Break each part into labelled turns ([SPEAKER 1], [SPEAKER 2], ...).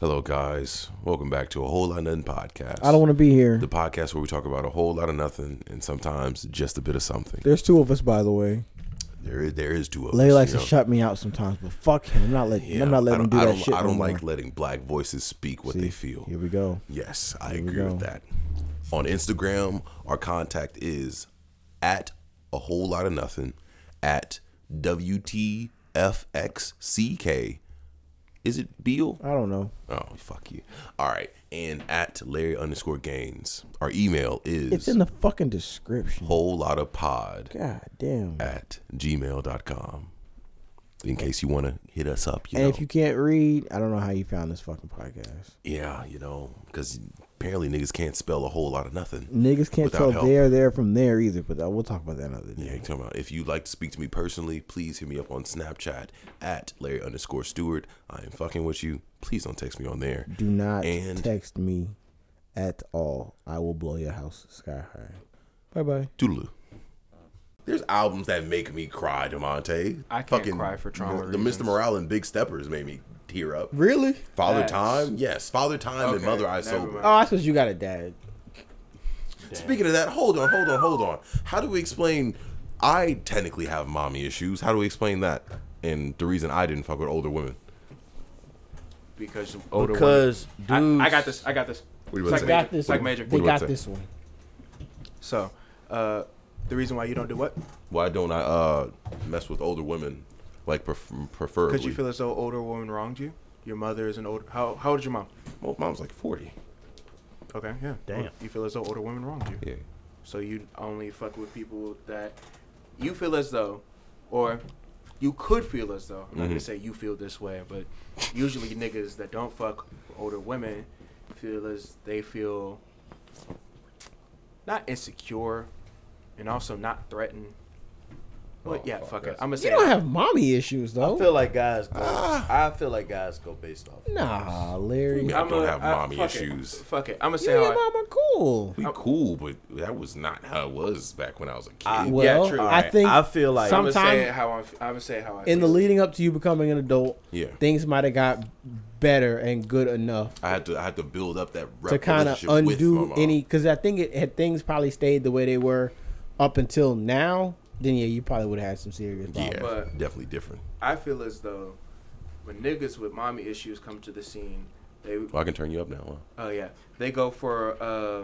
[SPEAKER 1] Hello, guys. Welcome back to a whole lot of nothing podcast.
[SPEAKER 2] I don't want to be here.
[SPEAKER 1] the podcast where we talk about a whole lot of nothing and sometimes just a bit of something.
[SPEAKER 2] There's two of us, by the way.
[SPEAKER 1] There is there is two of
[SPEAKER 2] Larry
[SPEAKER 1] us.
[SPEAKER 2] likes
[SPEAKER 1] you
[SPEAKER 2] to
[SPEAKER 1] know.
[SPEAKER 2] shut me out sometimes, but fuck him. I'm not letting.
[SPEAKER 1] Yeah,
[SPEAKER 2] I'm not letting him do
[SPEAKER 1] I
[SPEAKER 2] that
[SPEAKER 1] don't,
[SPEAKER 2] shit.
[SPEAKER 1] I
[SPEAKER 2] no
[SPEAKER 1] don't
[SPEAKER 2] more.
[SPEAKER 1] like letting black voices speak what they feel.
[SPEAKER 2] Here we go.
[SPEAKER 1] Yes, I
[SPEAKER 2] we
[SPEAKER 1] agree with
[SPEAKER 2] go.
[SPEAKER 1] that. On Instagram, our contact is at a whole lot of nothing at WTFXCK. Is it Beal?
[SPEAKER 2] I don't know.
[SPEAKER 1] Oh, fuck you. All right. And at Larry underscore gains. Our email
[SPEAKER 2] It's
[SPEAKER 1] is
[SPEAKER 2] in the fucking description.
[SPEAKER 1] whole lot of pod
[SPEAKER 2] God damn.
[SPEAKER 1] at gmail.com. In case you want to hit us up, you
[SPEAKER 2] And
[SPEAKER 1] know.
[SPEAKER 2] if you can't read, I don't know how you found this fucking podcast.
[SPEAKER 1] yeah, you know, because apparently niggas can't spell a whole lot of nothing.
[SPEAKER 2] Niggas can't
[SPEAKER 1] Without
[SPEAKER 2] tell
[SPEAKER 1] help.
[SPEAKER 2] there, there from there either. But uh, we'll talk about that another day.
[SPEAKER 1] Yeah, you talking about if you'd like to speak to me personally, please hit me up on Snapchat at Larry underscore Stewart. I am fucking with you. Please don't text me on there.
[SPEAKER 2] Do not
[SPEAKER 1] And-
[SPEAKER 2] text me at all. I will blow your house sky high. Bye bye.
[SPEAKER 1] Toodaloo. There's albums that make me cry, Demonte.
[SPEAKER 3] I can't cry for trauma
[SPEAKER 1] The, the Mr.
[SPEAKER 3] reasons.
[SPEAKER 1] Morale and Big Steppers made me tear up.
[SPEAKER 2] Really?
[SPEAKER 1] Father
[SPEAKER 3] Facts.
[SPEAKER 1] Time, yes. Father Time and
[SPEAKER 3] Okay,
[SPEAKER 1] Mother I
[SPEAKER 3] never
[SPEAKER 1] Sober.
[SPEAKER 3] mind.
[SPEAKER 2] Oh, that's because you got a dad.
[SPEAKER 1] Uh, Speaking of that, hold on, hold on, hold on. How do we explain? I technically have mommy issues. How do we explain that? And the reason I didn't fuck with older women.
[SPEAKER 3] because older
[SPEAKER 4] Because
[SPEAKER 3] women.
[SPEAKER 4] dudes,
[SPEAKER 3] I, I got this. I got this.
[SPEAKER 1] What do you
[SPEAKER 3] It's
[SPEAKER 1] about
[SPEAKER 3] like
[SPEAKER 1] to say?
[SPEAKER 2] Got this
[SPEAKER 3] major. It's like
[SPEAKER 2] one.
[SPEAKER 3] major.
[SPEAKER 2] They
[SPEAKER 1] What do I say?
[SPEAKER 2] got this one.
[SPEAKER 3] So, uh, the reason why you don't do what?
[SPEAKER 1] Why don't I uh mess with older women, like pref- preferably?
[SPEAKER 3] Because you feel as though older woman wronged you. Your mother is an older. How how old is your mom?
[SPEAKER 1] well, mom's like forty.
[SPEAKER 3] Okay, yeah.
[SPEAKER 4] Damn.
[SPEAKER 3] You feel as though older women wronged you.
[SPEAKER 1] Yeah.
[SPEAKER 3] So you only fuck with people that you feel as though, or you could feel as though. I'm not
[SPEAKER 1] Mm-hmm.
[SPEAKER 3] gonna say you feel this way, but usually niggas that don't fuck with older women feel as they feel not insecure and also not threatened. But
[SPEAKER 1] Oh,
[SPEAKER 3] yeah,
[SPEAKER 1] fuck,
[SPEAKER 3] fuck, it.
[SPEAKER 1] that's-
[SPEAKER 3] I'm gonna say
[SPEAKER 2] You don't have mommy issues though.
[SPEAKER 4] I feel like guys go.
[SPEAKER 1] Ah.
[SPEAKER 4] I feel like guys go based off.
[SPEAKER 2] nah, Larry.
[SPEAKER 1] I don't
[SPEAKER 3] I'ma-
[SPEAKER 1] have mommy
[SPEAKER 3] fuck it.
[SPEAKER 1] issues.
[SPEAKER 3] Fuck it. I'm gonna
[SPEAKER 2] You
[SPEAKER 3] say
[SPEAKER 2] and
[SPEAKER 3] how
[SPEAKER 2] your
[SPEAKER 3] I,
[SPEAKER 2] mom are cool.
[SPEAKER 3] Oh.
[SPEAKER 1] We cool, but that was not how it was back when I was a kid.
[SPEAKER 4] I-
[SPEAKER 1] yeah,
[SPEAKER 2] Well,
[SPEAKER 3] true.
[SPEAKER 2] I
[SPEAKER 3] Alright,
[SPEAKER 2] think
[SPEAKER 4] I feel like
[SPEAKER 3] I'm gonna
[SPEAKER 2] Sometime-
[SPEAKER 3] say it how I'm. f- I'm gonna say it how I.
[SPEAKER 2] in the
[SPEAKER 3] feel.
[SPEAKER 2] leading up to you becoming an adult,
[SPEAKER 1] Yeah.
[SPEAKER 2] things might have got better and good enough
[SPEAKER 1] I had to I had to build up that rep
[SPEAKER 2] to kind of
[SPEAKER 1] relationship with my
[SPEAKER 2] undo
[SPEAKER 1] mom.
[SPEAKER 2] any. Because I think it had things probably stayed the way they were up until now. Then yeah, you probably would have had some serious
[SPEAKER 1] Yeah,
[SPEAKER 2] problems.
[SPEAKER 3] But-
[SPEAKER 1] definitely different.
[SPEAKER 3] I feel as though when niggas with mommy issues come to the scene, they
[SPEAKER 1] Well, I can turn you up now. Huh?
[SPEAKER 3] oh yeah, they go for uh,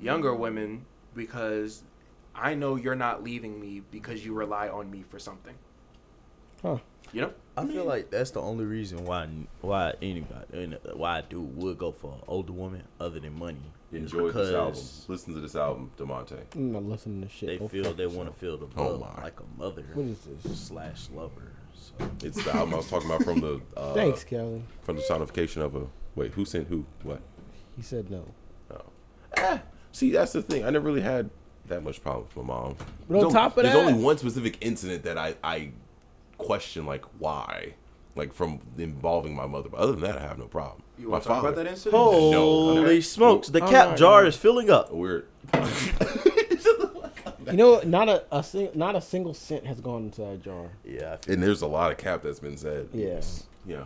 [SPEAKER 3] younger women because I know you're not leaving me because you rely on me for something.
[SPEAKER 2] Huh.
[SPEAKER 3] You know?
[SPEAKER 4] I feel like that's the only reason why why anybody why a dude would go for an older woman other than money. is
[SPEAKER 1] Enjoy this album.
[SPEAKER 4] because
[SPEAKER 1] Listen to this album, Demonte.
[SPEAKER 2] I'm not listening to shit. Oh,
[SPEAKER 4] They
[SPEAKER 2] Go
[SPEAKER 4] feel
[SPEAKER 2] fuck
[SPEAKER 4] they
[SPEAKER 2] yourself.
[SPEAKER 4] want to feel the
[SPEAKER 1] Oh
[SPEAKER 4] love
[SPEAKER 1] my.
[SPEAKER 4] like a mother
[SPEAKER 2] What is this?
[SPEAKER 4] slash lover. So
[SPEAKER 1] It's the album I was talking about from the uh,
[SPEAKER 2] Thanks, Kelly.
[SPEAKER 1] from the sonification of a wait. Who sent who? What?
[SPEAKER 2] He said no.
[SPEAKER 1] Oh. Ah, see, that's the thing. I never really had that much problem with my mom.
[SPEAKER 2] But on
[SPEAKER 1] There's
[SPEAKER 2] top of
[SPEAKER 1] there's
[SPEAKER 2] that-
[SPEAKER 1] only one specific incident that I I question like why, like from involving my mother. But other than that, I have no problem.
[SPEAKER 3] You
[SPEAKER 1] my
[SPEAKER 3] want to talk about that incident?
[SPEAKER 2] Oh,
[SPEAKER 4] holy smokes, the cap
[SPEAKER 2] Alright,
[SPEAKER 4] jar
[SPEAKER 2] alright.
[SPEAKER 4] is filling up.
[SPEAKER 1] Weird.
[SPEAKER 2] You know, not a, a sing, not a single cent has gone into that jar.
[SPEAKER 4] Yeah, I feel
[SPEAKER 1] And there's a lot of cap that's been said.
[SPEAKER 2] Yes.
[SPEAKER 1] Yeah.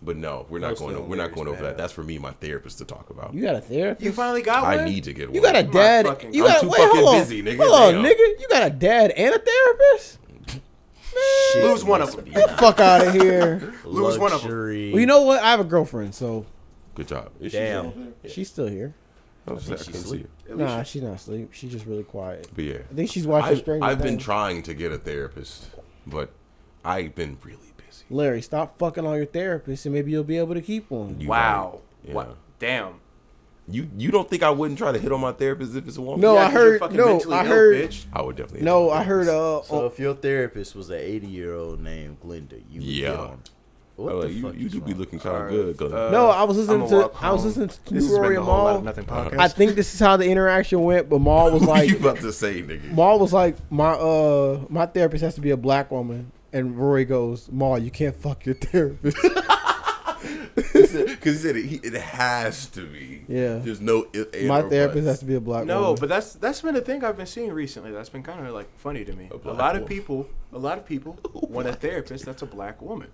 [SPEAKER 1] But no, we're not
[SPEAKER 4] Most
[SPEAKER 1] going.
[SPEAKER 4] of
[SPEAKER 1] o-
[SPEAKER 4] the
[SPEAKER 1] We're not
[SPEAKER 4] lyrics
[SPEAKER 1] going over
[SPEAKER 4] bad.
[SPEAKER 1] that. That's for me, and my therapist to talk about.
[SPEAKER 2] You got a therapist.
[SPEAKER 3] You finally got one.
[SPEAKER 1] I need to get one.
[SPEAKER 2] You got a dad.
[SPEAKER 3] fucking-
[SPEAKER 2] you
[SPEAKER 1] I'm
[SPEAKER 2] got
[SPEAKER 1] too
[SPEAKER 2] wait,
[SPEAKER 1] fucking
[SPEAKER 2] hold on.
[SPEAKER 1] busy, nigga.
[SPEAKER 2] Hold on,
[SPEAKER 1] Damn.
[SPEAKER 2] nigga. You got a dad and a therapist.
[SPEAKER 4] shit
[SPEAKER 3] Lose one of
[SPEAKER 4] must
[SPEAKER 3] them.
[SPEAKER 4] be not
[SPEAKER 2] Fuck out of here.
[SPEAKER 3] Lose one of them.
[SPEAKER 4] luxury.
[SPEAKER 2] well, you know what? I have a girlfriend, so
[SPEAKER 1] Good job. Is she
[SPEAKER 4] Damn.
[SPEAKER 1] still there?
[SPEAKER 2] she's still here.
[SPEAKER 1] I was
[SPEAKER 4] think
[SPEAKER 1] like, I
[SPEAKER 4] she's
[SPEAKER 1] couldn't see
[SPEAKER 4] asleep.
[SPEAKER 1] her.
[SPEAKER 3] At least
[SPEAKER 2] Nah,
[SPEAKER 3] you-
[SPEAKER 2] she's not asleep. She's just really quiet.
[SPEAKER 1] But yeah,
[SPEAKER 2] I think she's watching
[SPEAKER 1] I've,
[SPEAKER 2] Stranger
[SPEAKER 1] I've been
[SPEAKER 2] Things.
[SPEAKER 1] trying to get a therapist, but I've been really busy.
[SPEAKER 2] Larry, stop fucking on your therapist, and maybe you'll be able to keep one.
[SPEAKER 1] You
[SPEAKER 3] wow.
[SPEAKER 1] right. Yeah.
[SPEAKER 3] What? Damn.
[SPEAKER 1] You you don't think I wouldn't try to hit on my therapist if it's a woman?
[SPEAKER 2] No,
[SPEAKER 3] Yeah,
[SPEAKER 2] I
[SPEAKER 3] 'cause you're
[SPEAKER 2] heard.
[SPEAKER 3] fucking
[SPEAKER 2] No,
[SPEAKER 3] mentally
[SPEAKER 2] I
[SPEAKER 3] ill,
[SPEAKER 2] heard.
[SPEAKER 3] bitch.
[SPEAKER 1] I would definitely. hit on
[SPEAKER 2] No,
[SPEAKER 1] my
[SPEAKER 2] I heard.
[SPEAKER 1] therapist.
[SPEAKER 2] Uh,
[SPEAKER 4] So
[SPEAKER 2] oh,
[SPEAKER 4] if your therapist was an 80 year old named Glinda, you would
[SPEAKER 1] Yeah.
[SPEAKER 4] get on. What
[SPEAKER 1] I'm
[SPEAKER 4] the
[SPEAKER 1] like, you
[SPEAKER 4] fuck
[SPEAKER 1] you
[SPEAKER 4] is
[SPEAKER 1] do be
[SPEAKER 4] wrong?
[SPEAKER 1] looking kind of
[SPEAKER 3] Alright,
[SPEAKER 1] good. 'cause-
[SPEAKER 3] uh,
[SPEAKER 2] no, I was listening
[SPEAKER 3] I'ma
[SPEAKER 2] to.
[SPEAKER 3] walk
[SPEAKER 2] I was
[SPEAKER 3] home.
[SPEAKER 2] listening to
[SPEAKER 3] This has been
[SPEAKER 2] Rory
[SPEAKER 3] the
[SPEAKER 2] and
[SPEAKER 3] whole lot of
[SPEAKER 2] Maul.
[SPEAKER 3] nothing
[SPEAKER 1] Uh-huh.
[SPEAKER 3] podcast.
[SPEAKER 2] I think this is how the interaction went, but Maul was
[SPEAKER 1] what
[SPEAKER 2] like,
[SPEAKER 1] you about to say, nigga?
[SPEAKER 2] Maul was like, my uh, my therapist has to be a black woman, and Rory goes, Maul, you can't fuck your therapist.
[SPEAKER 1] Because he said it, he, it has to be.
[SPEAKER 2] Yeah.
[SPEAKER 1] There's no if and
[SPEAKER 2] my
[SPEAKER 1] or
[SPEAKER 2] therapist
[SPEAKER 1] buts.
[SPEAKER 2] has to be a black woman.
[SPEAKER 3] No, but that's that's been a thing I've been seeing recently. That's been kind of like funny to me. A,
[SPEAKER 1] black
[SPEAKER 3] lot
[SPEAKER 1] woman.
[SPEAKER 3] of people, a lot of people want a therapist that's a black woman.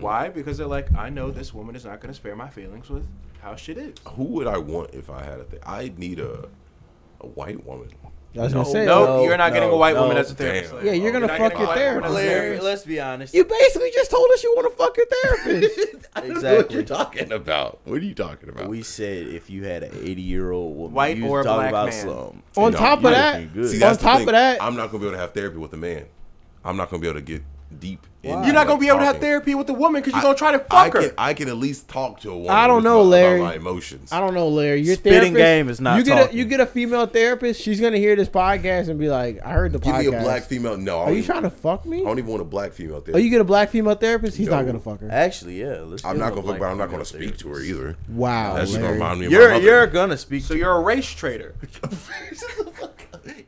[SPEAKER 3] Why? Because they're like, I know this woman is not going to spare my feelings with how shit is.
[SPEAKER 1] Who would I want if I had a thing? I need a a white woman.
[SPEAKER 2] I was gonna
[SPEAKER 1] No,
[SPEAKER 2] say.
[SPEAKER 3] No,
[SPEAKER 5] no,
[SPEAKER 3] you're not getting a
[SPEAKER 5] no,
[SPEAKER 3] white
[SPEAKER 5] no.
[SPEAKER 3] woman as a therapist.
[SPEAKER 1] Damn.
[SPEAKER 2] Yeah, you're gonna
[SPEAKER 3] not
[SPEAKER 2] fuck
[SPEAKER 3] getting a
[SPEAKER 2] your
[SPEAKER 3] white woman as a
[SPEAKER 2] therapist.
[SPEAKER 5] Larry, let's be honest.
[SPEAKER 2] You basically just told us you want to fuck your therapist.
[SPEAKER 1] What you're
[SPEAKER 5] exactly.
[SPEAKER 1] talking about? What are you talking about?
[SPEAKER 5] We said if you had an 80 year old woman,
[SPEAKER 3] White
[SPEAKER 5] you
[SPEAKER 3] or a
[SPEAKER 5] talk
[SPEAKER 3] black
[SPEAKER 5] about
[SPEAKER 3] man.
[SPEAKER 5] some.
[SPEAKER 2] on
[SPEAKER 1] No,
[SPEAKER 2] top
[SPEAKER 1] you
[SPEAKER 2] of
[SPEAKER 5] look
[SPEAKER 2] that,
[SPEAKER 5] good.
[SPEAKER 1] See,
[SPEAKER 5] See,
[SPEAKER 2] on
[SPEAKER 1] that's the
[SPEAKER 2] top
[SPEAKER 1] thing.
[SPEAKER 2] of that,
[SPEAKER 1] I'm not gonna be able to have therapy with a man. I'm not gonna be able to get deep. In,
[SPEAKER 3] You're not going to be able to have therapy with a woman because you're going to try to fuck
[SPEAKER 1] I
[SPEAKER 3] her.
[SPEAKER 1] can, I can at least talk to a woman.
[SPEAKER 2] I don't
[SPEAKER 1] with
[SPEAKER 2] know,
[SPEAKER 1] my- about
[SPEAKER 2] Larry.
[SPEAKER 1] My emotions.
[SPEAKER 2] I don't know, Larry. Your
[SPEAKER 5] Spitting
[SPEAKER 2] therapist,
[SPEAKER 5] game is not
[SPEAKER 2] You get a,
[SPEAKER 5] talking.
[SPEAKER 2] you get a female therapist. She's gonna hear this podcast and be like, "I heard the
[SPEAKER 1] Give
[SPEAKER 2] podcast."
[SPEAKER 1] me a black female. No, I
[SPEAKER 2] Are
[SPEAKER 1] don't
[SPEAKER 2] you
[SPEAKER 1] even-
[SPEAKER 2] trying to fuck me?
[SPEAKER 1] I don't even want a black female
[SPEAKER 2] Oh,
[SPEAKER 1] therapist.
[SPEAKER 2] you get a black female therapist? He's not
[SPEAKER 1] No.
[SPEAKER 2] gonna fuck her.
[SPEAKER 5] Actually, yeah. Let's
[SPEAKER 1] I'm
[SPEAKER 5] give
[SPEAKER 1] not
[SPEAKER 5] a
[SPEAKER 1] gonna fuck,
[SPEAKER 5] black
[SPEAKER 1] but I'm not gonna
[SPEAKER 5] woman
[SPEAKER 1] speak to her
[SPEAKER 5] therapist.
[SPEAKER 1] either.
[SPEAKER 2] Wow,
[SPEAKER 1] That's just gonna
[SPEAKER 2] Larry.
[SPEAKER 1] remind me of my
[SPEAKER 5] You're
[SPEAKER 1] mother.
[SPEAKER 5] you're gonna speak.
[SPEAKER 3] So
[SPEAKER 5] to
[SPEAKER 3] you're a race traitor.
[SPEAKER 2] I,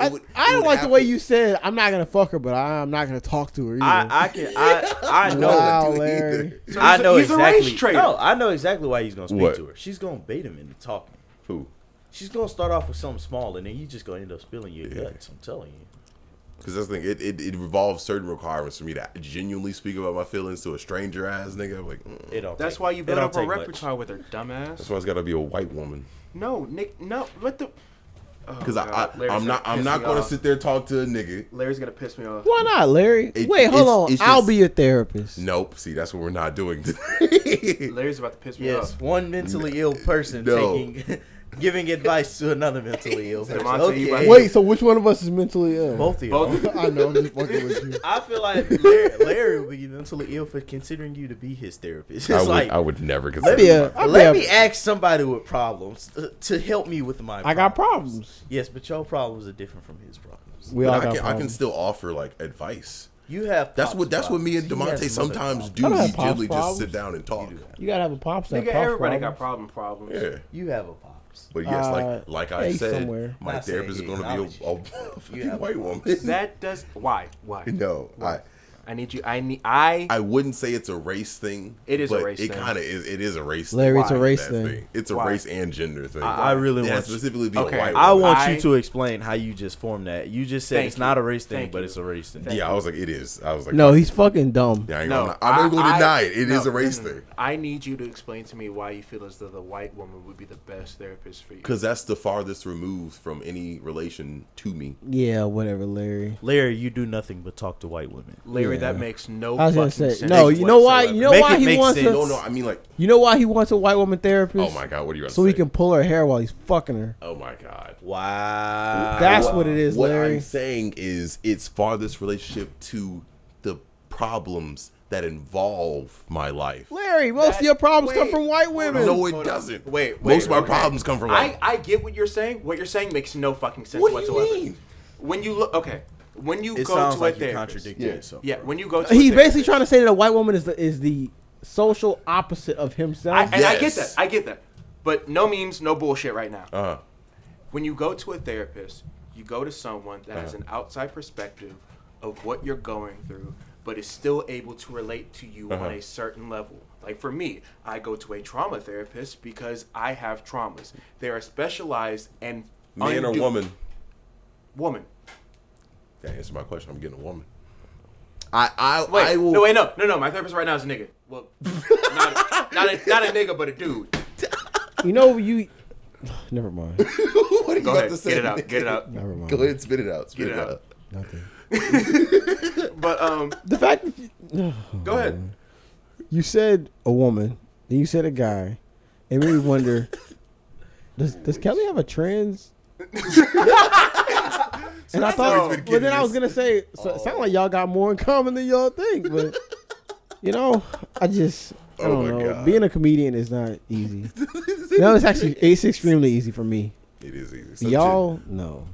[SPEAKER 1] It would-
[SPEAKER 2] I
[SPEAKER 1] it
[SPEAKER 2] don't
[SPEAKER 1] would
[SPEAKER 2] like the
[SPEAKER 1] have
[SPEAKER 2] way
[SPEAKER 1] to-
[SPEAKER 2] you said. I'm not gonna fuck her, but I, I'm not gonna talk to her either.
[SPEAKER 5] I, I can I I know
[SPEAKER 2] Wow,
[SPEAKER 1] do
[SPEAKER 2] Larry.
[SPEAKER 1] either.
[SPEAKER 3] So
[SPEAKER 5] I
[SPEAKER 3] he's a-
[SPEAKER 5] know
[SPEAKER 3] he's
[SPEAKER 5] exactly.
[SPEAKER 3] a race traitor.
[SPEAKER 5] No, I know exactly why he's gonna speak
[SPEAKER 1] What?
[SPEAKER 5] to her. She's gonna bait him into talking.
[SPEAKER 1] Who?
[SPEAKER 5] She's gonna start off with something small, and then you just gonna end up spilling your
[SPEAKER 1] Yeah.
[SPEAKER 5] guts. I'm telling you.
[SPEAKER 1] Because that's the thing. It, it it revolves certain requirements for me to genuinely speak about my feelings to a stranger ass nigga. I'm like, mm.
[SPEAKER 5] It don't.
[SPEAKER 3] That's
[SPEAKER 5] take-
[SPEAKER 3] why you
[SPEAKER 5] it
[SPEAKER 3] build
[SPEAKER 5] don't
[SPEAKER 3] up a
[SPEAKER 5] take much.
[SPEAKER 3] repertoire with her, dumbass.
[SPEAKER 1] that's why it's got to be a white woman.
[SPEAKER 3] No, Nick, no, what the?
[SPEAKER 1] Because
[SPEAKER 3] Oh,
[SPEAKER 1] I,
[SPEAKER 3] God,
[SPEAKER 1] I
[SPEAKER 3] Larry's
[SPEAKER 1] I'm not
[SPEAKER 3] piss
[SPEAKER 1] I'm not
[SPEAKER 3] me
[SPEAKER 1] gonna
[SPEAKER 3] off.
[SPEAKER 1] sit there and talk to a nigga.
[SPEAKER 3] Larry's gonna piss me off.
[SPEAKER 2] Why not, Larry?
[SPEAKER 1] It-
[SPEAKER 2] Wait, hold
[SPEAKER 1] it's-
[SPEAKER 2] on.
[SPEAKER 1] it's
[SPEAKER 2] I'll
[SPEAKER 1] just-
[SPEAKER 2] be your therapist.
[SPEAKER 1] Nope. See, that's what we're not doing. today.
[SPEAKER 3] Larry's about to piss me
[SPEAKER 5] Yes,
[SPEAKER 3] off.
[SPEAKER 5] one mentally ill person
[SPEAKER 1] No.
[SPEAKER 5] taking giving advice to another mentally ill person.
[SPEAKER 3] Devontae, you about
[SPEAKER 5] Okay.
[SPEAKER 3] to-
[SPEAKER 2] Wait, so which one of us is mentally ill?
[SPEAKER 5] both of
[SPEAKER 3] Both
[SPEAKER 5] you.
[SPEAKER 2] I know. I'm just fucking with you.
[SPEAKER 5] I feel like Larry, Larry would be mentally ill for considering you to be his therapist. It's
[SPEAKER 1] I would
[SPEAKER 5] like
[SPEAKER 1] I would never
[SPEAKER 5] let
[SPEAKER 1] consider.
[SPEAKER 5] me,
[SPEAKER 2] be a- I'd
[SPEAKER 5] let
[SPEAKER 2] be a-
[SPEAKER 5] me ask somebody with problems to, to help me with my.
[SPEAKER 2] I got problems.
[SPEAKER 5] Yes, but your problems are different from his problems.
[SPEAKER 2] We
[SPEAKER 1] But
[SPEAKER 2] all
[SPEAKER 1] I
[SPEAKER 2] got
[SPEAKER 1] can I can
[SPEAKER 2] problems.
[SPEAKER 1] still offer like advice.
[SPEAKER 5] You have.
[SPEAKER 1] That's
[SPEAKER 5] pops
[SPEAKER 1] what that's what me and
[SPEAKER 5] problems. He
[SPEAKER 1] Demonte
[SPEAKER 5] has mother
[SPEAKER 1] sometimes
[SPEAKER 5] problems.
[SPEAKER 1] do.
[SPEAKER 2] I
[SPEAKER 1] We
[SPEAKER 2] don't have
[SPEAKER 1] generally
[SPEAKER 2] pop
[SPEAKER 1] just
[SPEAKER 2] problems.
[SPEAKER 1] sit down and talk.
[SPEAKER 2] you gotta have a pop set.
[SPEAKER 3] Nigga, everybody got problem problems.
[SPEAKER 1] Yeah.
[SPEAKER 5] You have a pops.
[SPEAKER 1] But yes,
[SPEAKER 2] Uh,
[SPEAKER 1] like like I
[SPEAKER 2] hey,
[SPEAKER 1] said,
[SPEAKER 2] somewhere.
[SPEAKER 1] my
[SPEAKER 5] Not
[SPEAKER 1] therapist is going
[SPEAKER 5] saying
[SPEAKER 1] to be a, a,
[SPEAKER 5] acknowledge
[SPEAKER 1] a
[SPEAKER 5] it.
[SPEAKER 1] fucking
[SPEAKER 5] You have
[SPEAKER 1] white
[SPEAKER 5] a-
[SPEAKER 1] woman.
[SPEAKER 3] That does why why?
[SPEAKER 1] no, I
[SPEAKER 3] I need you. I need I.
[SPEAKER 1] I wouldn't say it's a race thing.
[SPEAKER 3] It is a
[SPEAKER 1] but
[SPEAKER 3] race
[SPEAKER 1] It
[SPEAKER 3] thing.
[SPEAKER 1] kind of is. It is a race.
[SPEAKER 2] Larry,
[SPEAKER 1] thing.
[SPEAKER 2] it's a
[SPEAKER 1] Why?
[SPEAKER 2] race
[SPEAKER 1] That
[SPEAKER 2] thing.
[SPEAKER 1] It's a
[SPEAKER 3] Why?
[SPEAKER 1] race and gender thing.
[SPEAKER 5] I really
[SPEAKER 1] It has
[SPEAKER 5] want.
[SPEAKER 1] to
[SPEAKER 5] you-
[SPEAKER 1] specifically be
[SPEAKER 3] Okay,
[SPEAKER 1] a white.
[SPEAKER 5] I
[SPEAKER 1] woman.
[SPEAKER 5] want
[SPEAKER 3] I-
[SPEAKER 5] you to explain how you just formed that. You just said
[SPEAKER 3] Thank
[SPEAKER 5] it's not
[SPEAKER 3] you.
[SPEAKER 5] a race thing,
[SPEAKER 3] Thank
[SPEAKER 5] but
[SPEAKER 3] you.
[SPEAKER 5] it's a race thing.
[SPEAKER 1] Yeah, I was like, it is. I was like,
[SPEAKER 2] No, he's fucking dumb.
[SPEAKER 1] Yeah, I ain't
[SPEAKER 3] No,
[SPEAKER 1] gonna, I'm not going to
[SPEAKER 3] I-
[SPEAKER 1] deny it. It is
[SPEAKER 3] no,
[SPEAKER 1] a race
[SPEAKER 3] no, no, no.
[SPEAKER 1] thing.
[SPEAKER 3] I need you to explain to me why you feel as though the white woman would be the best therapist for you.
[SPEAKER 1] Because that's the farthest removed from any relation to me.
[SPEAKER 2] Yeah, whatever, Larry.
[SPEAKER 5] Larry, you do nothing but talk to white women.
[SPEAKER 3] Larry,
[SPEAKER 2] Yeah.
[SPEAKER 3] that makes no
[SPEAKER 2] I was
[SPEAKER 3] fucking
[SPEAKER 2] gonna say,
[SPEAKER 3] sense.
[SPEAKER 2] no, you know why- you know
[SPEAKER 5] Make
[SPEAKER 2] why
[SPEAKER 5] it
[SPEAKER 2] he
[SPEAKER 5] make
[SPEAKER 2] wants
[SPEAKER 5] sense.
[SPEAKER 2] to-
[SPEAKER 1] Oh, No, no, I mean like,
[SPEAKER 2] You know why he wants a white woman therapist?
[SPEAKER 1] oh my god, what are you? About
[SPEAKER 2] So
[SPEAKER 1] to
[SPEAKER 2] he
[SPEAKER 1] say?
[SPEAKER 2] can pull her hair while he's fucking her.
[SPEAKER 1] Oh my god.
[SPEAKER 5] Wow.
[SPEAKER 2] That's what it is,
[SPEAKER 1] Uh, What
[SPEAKER 2] Larry.
[SPEAKER 1] I'm saying is it's farthest relationship to the problems that involve my life.
[SPEAKER 2] Larry, most
[SPEAKER 3] That-
[SPEAKER 2] of your problems come
[SPEAKER 3] wait,
[SPEAKER 2] from white
[SPEAKER 3] hold
[SPEAKER 2] women.
[SPEAKER 1] No, it
[SPEAKER 3] Hold on.
[SPEAKER 1] doesn't.
[SPEAKER 3] Wait, wait,
[SPEAKER 1] most of my
[SPEAKER 3] okay.
[SPEAKER 1] problems come from
[SPEAKER 3] I,
[SPEAKER 1] like,
[SPEAKER 3] I get what you're saying. What you're saying makes no fucking sense
[SPEAKER 1] What do you
[SPEAKER 3] whatsoever.
[SPEAKER 1] mean?
[SPEAKER 3] When you look, okay, when you
[SPEAKER 5] It
[SPEAKER 3] go
[SPEAKER 5] sounds
[SPEAKER 3] to
[SPEAKER 5] like
[SPEAKER 3] a
[SPEAKER 5] you're
[SPEAKER 3] therapist,
[SPEAKER 5] contradicting
[SPEAKER 1] Yeah.
[SPEAKER 5] yourself.
[SPEAKER 3] yeah,
[SPEAKER 5] bro.
[SPEAKER 3] when you go to
[SPEAKER 2] He's
[SPEAKER 3] a
[SPEAKER 2] basically
[SPEAKER 3] therapist-
[SPEAKER 2] trying to say that a white woman is the is the social opposite of
[SPEAKER 3] I,
[SPEAKER 2] himself.
[SPEAKER 3] and I get that.
[SPEAKER 1] Yes.
[SPEAKER 3] I get that. But no memes, no bullshit right now.
[SPEAKER 1] uh,
[SPEAKER 3] when you go to a therapist, you go to someone that
[SPEAKER 1] Uh-huh.
[SPEAKER 3] has an outside perspective of what you're going through, but is still able to relate to you
[SPEAKER 1] Uh-huh.
[SPEAKER 3] on a certain level. Like for me, I go to a trauma therapist because I have traumas. They are specialized and
[SPEAKER 1] man or
[SPEAKER 3] undo-
[SPEAKER 1] woman.
[SPEAKER 3] Woman.
[SPEAKER 1] That answered my question. I'm getting a woman. I I
[SPEAKER 3] Wait,
[SPEAKER 1] I will
[SPEAKER 3] no, wait, no, no, no. My therapist right now is a nigga. Well, not, not a, not a nigga, but a dude.
[SPEAKER 2] You know you. Never mind.
[SPEAKER 1] what do you
[SPEAKER 3] Go
[SPEAKER 1] have
[SPEAKER 3] ahead,
[SPEAKER 1] to say?
[SPEAKER 3] get it out, get it out.
[SPEAKER 2] Never mind.
[SPEAKER 1] Go ahead, spit it out. Spit
[SPEAKER 3] Get
[SPEAKER 1] it
[SPEAKER 3] it
[SPEAKER 1] out.
[SPEAKER 3] out.
[SPEAKER 2] Nothing.
[SPEAKER 3] But um,
[SPEAKER 2] The fact that you,
[SPEAKER 3] go ahead.
[SPEAKER 2] you said a woman, then you said a guy, it made me wonder. Does, does Kelly have a trans? and I
[SPEAKER 1] that's how
[SPEAKER 2] thought,
[SPEAKER 1] he's been
[SPEAKER 2] well,
[SPEAKER 1] getting
[SPEAKER 2] then I was
[SPEAKER 1] his-
[SPEAKER 2] gonna say, so it sounded like y'all got more in common than y'all think, but you know, I just, I
[SPEAKER 1] Oh
[SPEAKER 2] don't
[SPEAKER 1] my
[SPEAKER 2] know.
[SPEAKER 1] God.
[SPEAKER 2] Being a comedian is not easy. no, it's actually it's extremely easy for me.
[SPEAKER 1] It is easy. Some shit.
[SPEAKER 2] y'all, no.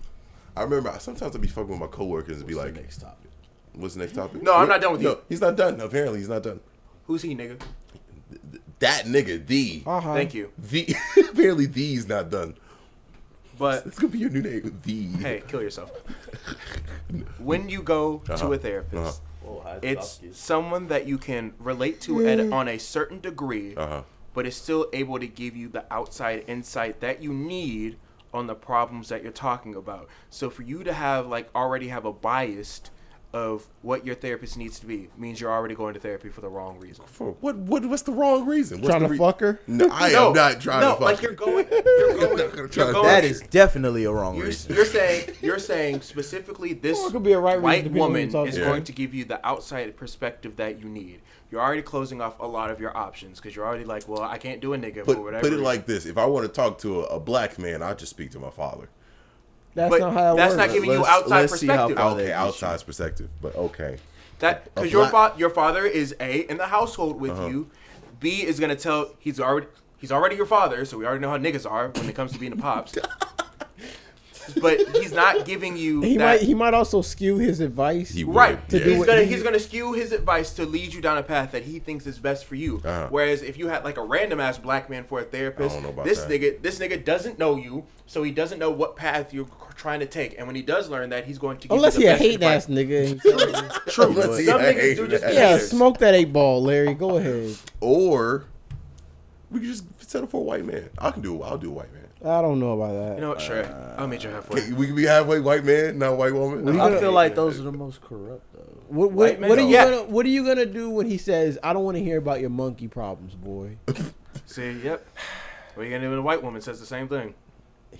[SPEAKER 1] I remember I, sometimes I'd be fucking with my coworkers and be
[SPEAKER 5] What's
[SPEAKER 1] like,
[SPEAKER 5] the next topic.
[SPEAKER 1] what's the next topic?
[SPEAKER 3] No, I'm not done with
[SPEAKER 1] no,
[SPEAKER 3] you.
[SPEAKER 1] He's not done. Apparently he's not done.
[SPEAKER 3] Who's he, nigga?
[SPEAKER 1] That nigga, the
[SPEAKER 5] Ah.
[SPEAKER 2] Uh-huh.
[SPEAKER 3] Thank you.
[SPEAKER 1] The apparently the's not done.
[SPEAKER 3] But
[SPEAKER 1] It's gonna be your new name. The
[SPEAKER 3] hey, kill yourself. when you go
[SPEAKER 1] Uh-huh.
[SPEAKER 3] to a therapist,
[SPEAKER 5] Oh, I
[SPEAKER 3] it's
[SPEAKER 5] thought this-
[SPEAKER 3] someone that you can relate to at, on a certain degree,
[SPEAKER 1] Uh huh.
[SPEAKER 3] but is still able to give you the outside insight that you need on the problems that you're talking about. So for you to have like already have a biased of what your therapist needs to be means you're already going to therapy for the wrong reason.
[SPEAKER 1] For what? What? What's the wrong reason? What's
[SPEAKER 2] Trying
[SPEAKER 1] the
[SPEAKER 2] to fuck her?
[SPEAKER 1] No, I
[SPEAKER 3] No,
[SPEAKER 1] am not trying
[SPEAKER 3] no,
[SPEAKER 1] to fuck.
[SPEAKER 3] like
[SPEAKER 1] her.
[SPEAKER 3] you're going, you're
[SPEAKER 1] I'm
[SPEAKER 3] going,
[SPEAKER 1] not gonna try to-
[SPEAKER 3] you're going
[SPEAKER 5] That is definitely a wrong
[SPEAKER 3] You're,
[SPEAKER 5] reason.
[SPEAKER 3] you're saying you're saying specifically this
[SPEAKER 2] Or it could be a right reason,
[SPEAKER 3] white
[SPEAKER 2] depending on who
[SPEAKER 3] woman
[SPEAKER 2] you're talking
[SPEAKER 3] is
[SPEAKER 1] to.
[SPEAKER 3] going to give you the outside perspective that you need. You're already closing off a lot of your options because you're already like, well, I can't do a nigga
[SPEAKER 1] put,
[SPEAKER 3] for whatever.
[SPEAKER 1] put it
[SPEAKER 3] reason.
[SPEAKER 1] like this: If I want to talk to a, a black man, I just speak to my father.
[SPEAKER 2] That's
[SPEAKER 3] But
[SPEAKER 2] not how it
[SPEAKER 3] that's
[SPEAKER 2] works.
[SPEAKER 3] not giving you
[SPEAKER 5] Let's-
[SPEAKER 3] outside
[SPEAKER 5] let's see how
[SPEAKER 3] perspective.
[SPEAKER 5] far
[SPEAKER 1] Okay,
[SPEAKER 5] that
[SPEAKER 1] outside perspective, but okay.
[SPEAKER 3] That
[SPEAKER 1] A
[SPEAKER 3] because your
[SPEAKER 1] black-
[SPEAKER 3] fa- your father is a in the household with you. B is gonna tell he's already he's already your father, so we already know how niggas are when it comes to being a pops. but he's not giving you
[SPEAKER 2] he
[SPEAKER 3] that-
[SPEAKER 2] might he might also skew his advice.
[SPEAKER 1] He would,
[SPEAKER 3] Right.
[SPEAKER 1] yeah.
[SPEAKER 2] To do
[SPEAKER 3] he's
[SPEAKER 2] what
[SPEAKER 3] gonna
[SPEAKER 2] he-
[SPEAKER 3] he's gonna skew his advice to lead you down a path that he thinks is best for you.
[SPEAKER 1] Uh-huh.
[SPEAKER 3] Whereas if you had like a random ass black man for a therapist,
[SPEAKER 1] I don't know about
[SPEAKER 3] this
[SPEAKER 1] that.
[SPEAKER 3] nigga this nigga doesn't know you, so he doesn't know what path you're trying to take. And when he does learn that, he's going to give you
[SPEAKER 2] Unless
[SPEAKER 3] the
[SPEAKER 2] he a
[SPEAKER 3] best
[SPEAKER 2] hating
[SPEAKER 3] advice.
[SPEAKER 2] ass nigga.
[SPEAKER 1] True.
[SPEAKER 5] but-
[SPEAKER 3] Some niggas do just-
[SPEAKER 2] yeah,
[SPEAKER 3] Haters.
[SPEAKER 2] smoke that eight ball, Larry. Go ahead.
[SPEAKER 1] Or we could just settle for a white man. I can do. I'll do a white man.
[SPEAKER 2] I don't know about that.
[SPEAKER 3] You know what? Sure, I'll meet you halfway.
[SPEAKER 1] Hey, We can be halfway white man, not white woman.
[SPEAKER 2] you
[SPEAKER 1] I-
[SPEAKER 2] gonna-
[SPEAKER 5] I feel like those are the most corrupt though.
[SPEAKER 2] what
[SPEAKER 3] White
[SPEAKER 2] what,
[SPEAKER 3] man
[SPEAKER 2] what are you
[SPEAKER 3] don't.
[SPEAKER 2] gonna What are you gonna do when he says, "I don't want to hear about your monkey problems, boy"?
[SPEAKER 3] See, yep. What are you gonna do when a white woman says the same thing?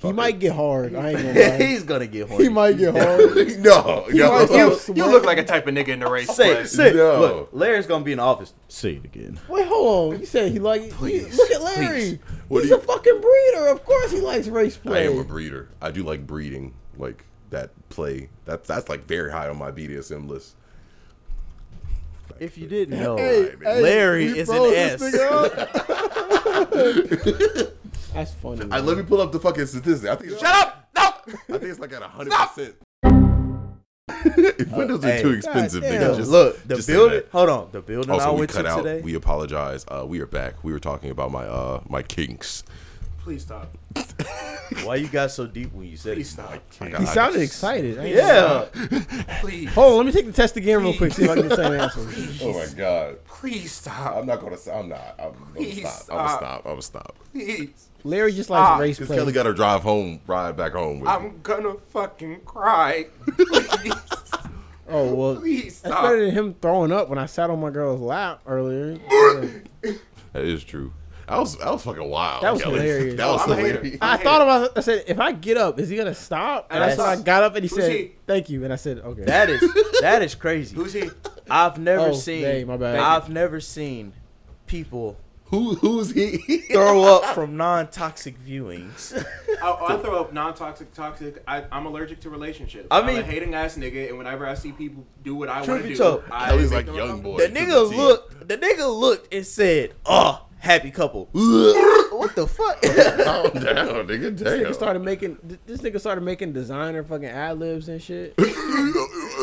[SPEAKER 2] he might get hard. I ain't gonna lie.
[SPEAKER 5] He's gonna get horny.
[SPEAKER 2] he might get hard.
[SPEAKER 1] no, no.
[SPEAKER 2] might be-
[SPEAKER 3] You, you look like a type of nigga in the race.
[SPEAKER 5] Say
[SPEAKER 3] but-
[SPEAKER 5] it. Say it.
[SPEAKER 1] No.
[SPEAKER 5] Look, Larry's gonna be in the office. Say it again.
[SPEAKER 2] Wait, hold on. You said he like. Please, look at Larry.
[SPEAKER 1] What
[SPEAKER 2] He's
[SPEAKER 1] do
[SPEAKER 2] a
[SPEAKER 1] you-
[SPEAKER 2] fucking breeder. Of course, he likes race
[SPEAKER 1] I
[SPEAKER 2] play.
[SPEAKER 1] am a breeder. I do like breeding, like that play. That's that's like very high on my BDSM list.
[SPEAKER 5] If you didn't know,
[SPEAKER 2] Hey, hey,
[SPEAKER 5] Larry
[SPEAKER 2] we
[SPEAKER 5] is an
[SPEAKER 2] froze
[SPEAKER 5] S.
[SPEAKER 2] this nigga up. That's funny.
[SPEAKER 1] I
[SPEAKER 2] man.
[SPEAKER 1] let me pull up the fucking statistic. I think it's,
[SPEAKER 3] Shut up! No.
[SPEAKER 1] I think it's like at hundred percent. Windows are
[SPEAKER 5] Hey,
[SPEAKER 1] too expensive,
[SPEAKER 2] goddamn.
[SPEAKER 1] nigga. Just,
[SPEAKER 5] Look, the
[SPEAKER 1] just say
[SPEAKER 5] building.
[SPEAKER 1] that.
[SPEAKER 5] Hold on, the building I
[SPEAKER 1] Also, we
[SPEAKER 5] went to
[SPEAKER 1] cut out.
[SPEAKER 5] today.
[SPEAKER 1] We apologize. Uh, we are back. We were talking about my uh my kinks.
[SPEAKER 3] Please stop.
[SPEAKER 5] Why you got so deep when you said
[SPEAKER 3] Please
[SPEAKER 5] it?
[SPEAKER 3] stop.
[SPEAKER 1] I got-
[SPEAKER 2] he
[SPEAKER 1] I
[SPEAKER 2] sounded
[SPEAKER 1] just-
[SPEAKER 2] excited. I ain't gonna lie.
[SPEAKER 5] Yeah,
[SPEAKER 3] Please.
[SPEAKER 2] Hold on. Let me take the test again real quick. See if I get the same answer.
[SPEAKER 1] Oh my god!
[SPEAKER 3] Please stop.
[SPEAKER 1] I'm not gonna. I'm not. I'm, I'm gonna
[SPEAKER 3] Please
[SPEAKER 1] stop. I'm gonna
[SPEAKER 3] stop.
[SPEAKER 1] stop. I'm gonna stop.
[SPEAKER 3] Please.
[SPEAKER 2] Larry just likes
[SPEAKER 3] Ah,
[SPEAKER 2] race
[SPEAKER 1] Because
[SPEAKER 2] play.
[SPEAKER 1] Kelly got her drive home, ride back home with me.
[SPEAKER 3] I'm gonna fucking cry. Please.
[SPEAKER 2] oh well.
[SPEAKER 3] Please
[SPEAKER 2] That's better than
[SPEAKER 3] stop.
[SPEAKER 2] him throwing up when I sat on my girl's lap earlier.
[SPEAKER 1] That is true. That was that was fucking wild.
[SPEAKER 2] That was
[SPEAKER 1] Kelly.
[SPEAKER 2] hilarious.
[SPEAKER 1] That was
[SPEAKER 5] Oh,
[SPEAKER 3] I'm a hater.
[SPEAKER 1] hilarious.
[SPEAKER 2] I
[SPEAKER 3] hate
[SPEAKER 2] thought
[SPEAKER 3] it.
[SPEAKER 2] about. it. I said, if I get up, is he gonna stop? And
[SPEAKER 5] That's-
[SPEAKER 2] so I got up, and he
[SPEAKER 3] Who's
[SPEAKER 2] said,
[SPEAKER 3] he?
[SPEAKER 2] "Thank you." And I said, "Okay."
[SPEAKER 5] that is that is crazy.
[SPEAKER 3] Who's he?
[SPEAKER 5] I've never
[SPEAKER 2] Oh,
[SPEAKER 5] seen.
[SPEAKER 2] dang, my bad.
[SPEAKER 5] I've never seen people
[SPEAKER 1] Who who's he?
[SPEAKER 5] throw up from non-toxic viewings.
[SPEAKER 3] I, I throw up non-toxic, toxic. I, I'm allergic to relationships. I
[SPEAKER 5] I
[SPEAKER 3] mean,
[SPEAKER 5] mean-
[SPEAKER 3] am a hating ass nigga, and whenever I see people do what I
[SPEAKER 5] Truth
[SPEAKER 3] want
[SPEAKER 5] be
[SPEAKER 3] to do,
[SPEAKER 5] told,
[SPEAKER 3] I
[SPEAKER 1] Kelly's
[SPEAKER 3] make
[SPEAKER 1] like
[SPEAKER 3] them
[SPEAKER 1] young
[SPEAKER 3] uncomfortable.
[SPEAKER 1] boy.
[SPEAKER 5] The
[SPEAKER 1] Took my
[SPEAKER 5] nigga
[SPEAKER 1] team.
[SPEAKER 5] looked. The nigga looked and said, "Oh, happy couple." what the fuck?
[SPEAKER 1] Calm down, nigga.
[SPEAKER 2] This nigga
[SPEAKER 1] Damn.
[SPEAKER 2] started making. th- This nigga started making designer fucking ad libs and shit.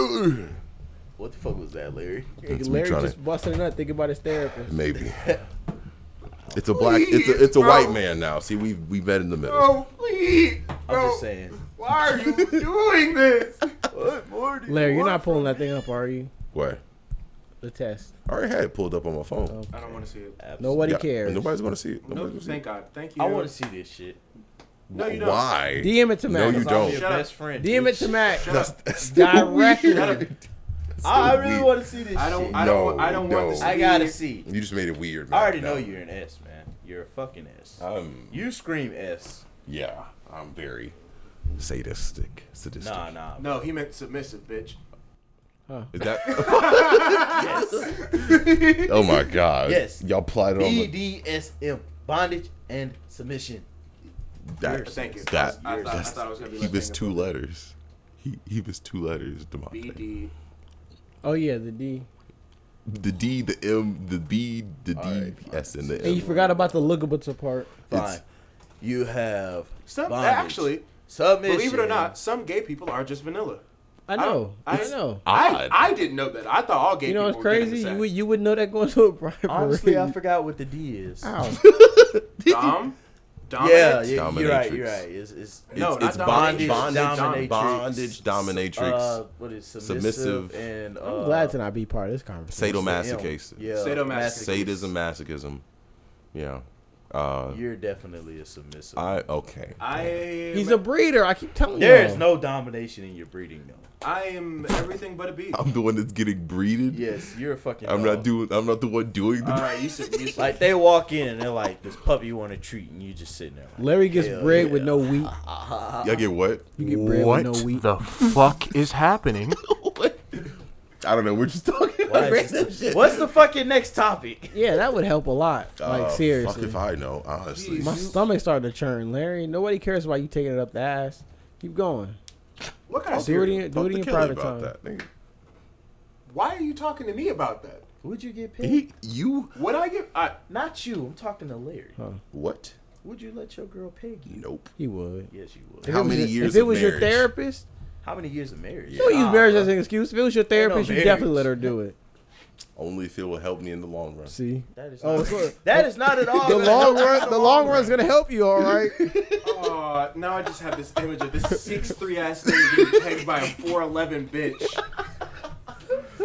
[SPEAKER 5] what the fuck was that, Larry?
[SPEAKER 1] That's me
[SPEAKER 2] Larry
[SPEAKER 1] trying
[SPEAKER 2] just
[SPEAKER 1] to-
[SPEAKER 2] busting it up, thinking about his therapist.
[SPEAKER 1] Maybe. It's a black. It's a it's a
[SPEAKER 3] Please,
[SPEAKER 1] white
[SPEAKER 3] bro.
[SPEAKER 1] man now. See, we we met in the middle.
[SPEAKER 3] Bro, please.
[SPEAKER 5] I'm
[SPEAKER 3] bro,
[SPEAKER 5] just saying.
[SPEAKER 3] Why are you doing this?
[SPEAKER 5] What more do you
[SPEAKER 2] Larry, you're
[SPEAKER 5] want?
[SPEAKER 2] not pulling that thing up, are you?
[SPEAKER 1] What?
[SPEAKER 2] The test.
[SPEAKER 1] I already had it pulled up on my phone.
[SPEAKER 2] Oh.
[SPEAKER 3] I don't want to see it.
[SPEAKER 2] Nobody
[SPEAKER 1] Yeah,
[SPEAKER 2] cares.
[SPEAKER 1] Nobody's gonna see it.
[SPEAKER 3] No,
[SPEAKER 1] Nobody's gonna see
[SPEAKER 3] thank
[SPEAKER 1] it.
[SPEAKER 3] God. Thank you.
[SPEAKER 5] I want to see this shit.
[SPEAKER 3] No, you don't.
[SPEAKER 1] Why?
[SPEAKER 2] DM it to
[SPEAKER 1] No,
[SPEAKER 2] Max.
[SPEAKER 1] you
[SPEAKER 5] Cause I'm
[SPEAKER 1] don't.
[SPEAKER 5] your
[SPEAKER 3] Shut up.
[SPEAKER 5] best friend.
[SPEAKER 2] DM it
[SPEAKER 5] bitch.
[SPEAKER 2] to Max.
[SPEAKER 1] That's, that's still
[SPEAKER 2] Directly.
[SPEAKER 1] weird. That's
[SPEAKER 5] I I
[SPEAKER 1] still
[SPEAKER 5] really
[SPEAKER 1] weird.
[SPEAKER 5] want to see this
[SPEAKER 3] I
[SPEAKER 5] shit.
[SPEAKER 3] don't.
[SPEAKER 5] I,
[SPEAKER 3] I
[SPEAKER 1] No,
[SPEAKER 3] don't. I don't want
[SPEAKER 1] no.
[SPEAKER 3] this. to be-
[SPEAKER 5] gotta see.
[SPEAKER 1] You just made it weird.
[SPEAKER 5] I
[SPEAKER 1] man.
[SPEAKER 5] already
[SPEAKER 1] No.
[SPEAKER 5] know you're an S, man. You're a fucking S.
[SPEAKER 1] Um.
[SPEAKER 5] you scream S.
[SPEAKER 1] Yeah. I'm very sadistic. Sadistic.
[SPEAKER 5] Nah, nah.
[SPEAKER 3] No, he meant submissive, bitch.
[SPEAKER 1] Is that?
[SPEAKER 5] Yes.
[SPEAKER 1] oh my God.
[SPEAKER 5] Yes.
[SPEAKER 1] Y'all plied it on the
[SPEAKER 5] BDSM bondage and submission.
[SPEAKER 1] That,
[SPEAKER 3] Thank you.
[SPEAKER 1] That,
[SPEAKER 3] I thought- I
[SPEAKER 1] that's-
[SPEAKER 3] thought it was gonna be
[SPEAKER 1] he
[SPEAKER 3] like
[SPEAKER 1] missed
[SPEAKER 3] Singapore.
[SPEAKER 1] two letters. He he missed two letters. Demonte.
[SPEAKER 3] BD.
[SPEAKER 2] Oh yeah, the D.
[SPEAKER 1] The D, the M, the B, the D,
[SPEAKER 5] Alright, fine.
[SPEAKER 1] S, and the
[SPEAKER 2] And you
[SPEAKER 1] M.
[SPEAKER 2] forgot about the lookables part.
[SPEAKER 5] Fine.
[SPEAKER 1] It's-
[SPEAKER 5] you have
[SPEAKER 3] Some
[SPEAKER 5] bondage,
[SPEAKER 3] actually,
[SPEAKER 5] submission.
[SPEAKER 3] believe it or not, some gay people are just vanilla.
[SPEAKER 2] I
[SPEAKER 3] I
[SPEAKER 2] know. I,
[SPEAKER 3] it's-
[SPEAKER 2] know.
[SPEAKER 1] Odd.
[SPEAKER 3] I, I didn't know that. I thought all gay
[SPEAKER 2] You know
[SPEAKER 3] people
[SPEAKER 2] what's
[SPEAKER 3] were getting
[SPEAKER 2] crazy?
[SPEAKER 3] the
[SPEAKER 2] You
[SPEAKER 3] sack.
[SPEAKER 2] would you would know that going to a private
[SPEAKER 5] honestly, I
[SPEAKER 2] parade.
[SPEAKER 5] forgot what the D is.
[SPEAKER 2] Ow.
[SPEAKER 3] Dom.
[SPEAKER 5] Yeah,
[SPEAKER 3] Dominant?
[SPEAKER 5] yeah, you're right.
[SPEAKER 1] Dominatrix.
[SPEAKER 5] You're right. It's, it's
[SPEAKER 3] No,
[SPEAKER 1] it's, it's
[SPEAKER 3] not
[SPEAKER 1] bondage,
[SPEAKER 3] dominatrix.
[SPEAKER 1] bondage, bondage,
[SPEAKER 5] Dominatrix.
[SPEAKER 1] dominatrix,
[SPEAKER 5] Uh, what is submissive,
[SPEAKER 1] Submissive.
[SPEAKER 5] and uh,
[SPEAKER 2] I'm glad to not be part of this conversation.
[SPEAKER 1] sadomasochism,
[SPEAKER 5] Yeah,
[SPEAKER 3] Sadomasochism.
[SPEAKER 1] sadism, masochism. Yeah, Uh,
[SPEAKER 5] You're definitely a submissive. I,
[SPEAKER 1] I okay.
[SPEAKER 3] I
[SPEAKER 2] He's a
[SPEAKER 3] am,
[SPEAKER 2] breeder. I keep telling you.
[SPEAKER 5] there is no domination in your breeding, though.
[SPEAKER 3] I am everything but a bee.
[SPEAKER 1] I'm the one that's getting breeded.
[SPEAKER 5] Yes, you're a fucking.
[SPEAKER 1] I'm
[SPEAKER 5] dog.
[SPEAKER 1] not doing. I'm not the one doing the.
[SPEAKER 3] All right, you said you said
[SPEAKER 5] Like they walk in and they're like, "This puppy you want to treat," and you just sitting there. Like,
[SPEAKER 2] Larry gets
[SPEAKER 5] Hell
[SPEAKER 2] bread with
[SPEAKER 5] yeah.
[SPEAKER 2] no wheat.
[SPEAKER 1] Y'all get what?
[SPEAKER 2] You get bread
[SPEAKER 1] what?
[SPEAKER 2] with no wheat.
[SPEAKER 3] the fuck is happening?
[SPEAKER 1] I don't know. We're just talking
[SPEAKER 5] Why
[SPEAKER 1] about
[SPEAKER 5] is
[SPEAKER 1] random
[SPEAKER 5] this-
[SPEAKER 1] shit.
[SPEAKER 5] What's the fucking next topic?
[SPEAKER 2] Yeah, that would help a lot. Like
[SPEAKER 1] Uh,
[SPEAKER 2] seriously,
[SPEAKER 1] Fuck if I know. Honestly.
[SPEAKER 3] Jeez.
[SPEAKER 2] my stomach started to churn. Larry, nobody cares about you taking it up the ass. Keep going.
[SPEAKER 3] What kind of
[SPEAKER 2] Do it
[SPEAKER 3] cereal?
[SPEAKER 2] in, do
[SPEAKER 1] Talk
[SPEAKER 2] it
[SPEAKER 1] to
[SPEAKER 2] in your
[SPEAKER 1] Kelly
[SPEAKER 2] private
[SPEAKER 1] about
[SPEAKER 2] time.
[SPEAKER 1] that. nigga.
[SPEAKER 3] Why are you talking to me about that?
[SPEAKER 5] Would you get picked?
[SPEAKER 1] He, you,
[SPEAKER 3] Would I get? I,
[SPEAKER 5] Not you. I'm talking to Larry.
[SPEAKER 1] what?
[SPEAKER 5] Would you let your girl peg you?
[SPEAKER 1] Nope.
[SPEAKER 2] He would.
[SPEAKER 5] Yes, you would.
[SPEAKER 2] If
[SPEAKER 1] How
[SPEAKER 2] it was
[SPEAKER 1] many
[SPEAKER 2] your-
[SPEAKER 1] years
[SPEAKER 2] If it
[SPEAKER 1] of
[SPEAKER 2] was your
[SPEAKER 1] marriage?
[SPEAKER 2] therapist,
[SPEAKER 5] How many years of marriage?
[SPEAKER 2] don't use
[SPEAKER 5] Nah,
[SPEAKER 2] marriage
[SPEAKER 5] bro.
[SPEAKER 2] as an excuse. If it was your therapist, you
[SPEAKER 5] marriage.
[SPEAKER 2] definitely let her do it.
[SPEAKER 1] Only if it will help me in the long run.
[SPEAKER 2] See,
[SPEAKER 5] That is,
[SPEAKER 2] Oh,
[SPEAKER 5] not,
[SPEAKER 2] so-
[SPEAKER 5] that is not at all.
[SPEAKER 2] the
[SPEAKER 5] gonna
[SPEAKER 2] long
[SPEAKER 5] help
[SPEAKER 2] run,
[SPEAKER 5] you.
[SPEAKER 2] the long run's gonna help you, all right.
[SPEAKER 3] oh, now I just have this image of this six three ass nigga getting pegged by a four eleven bitch.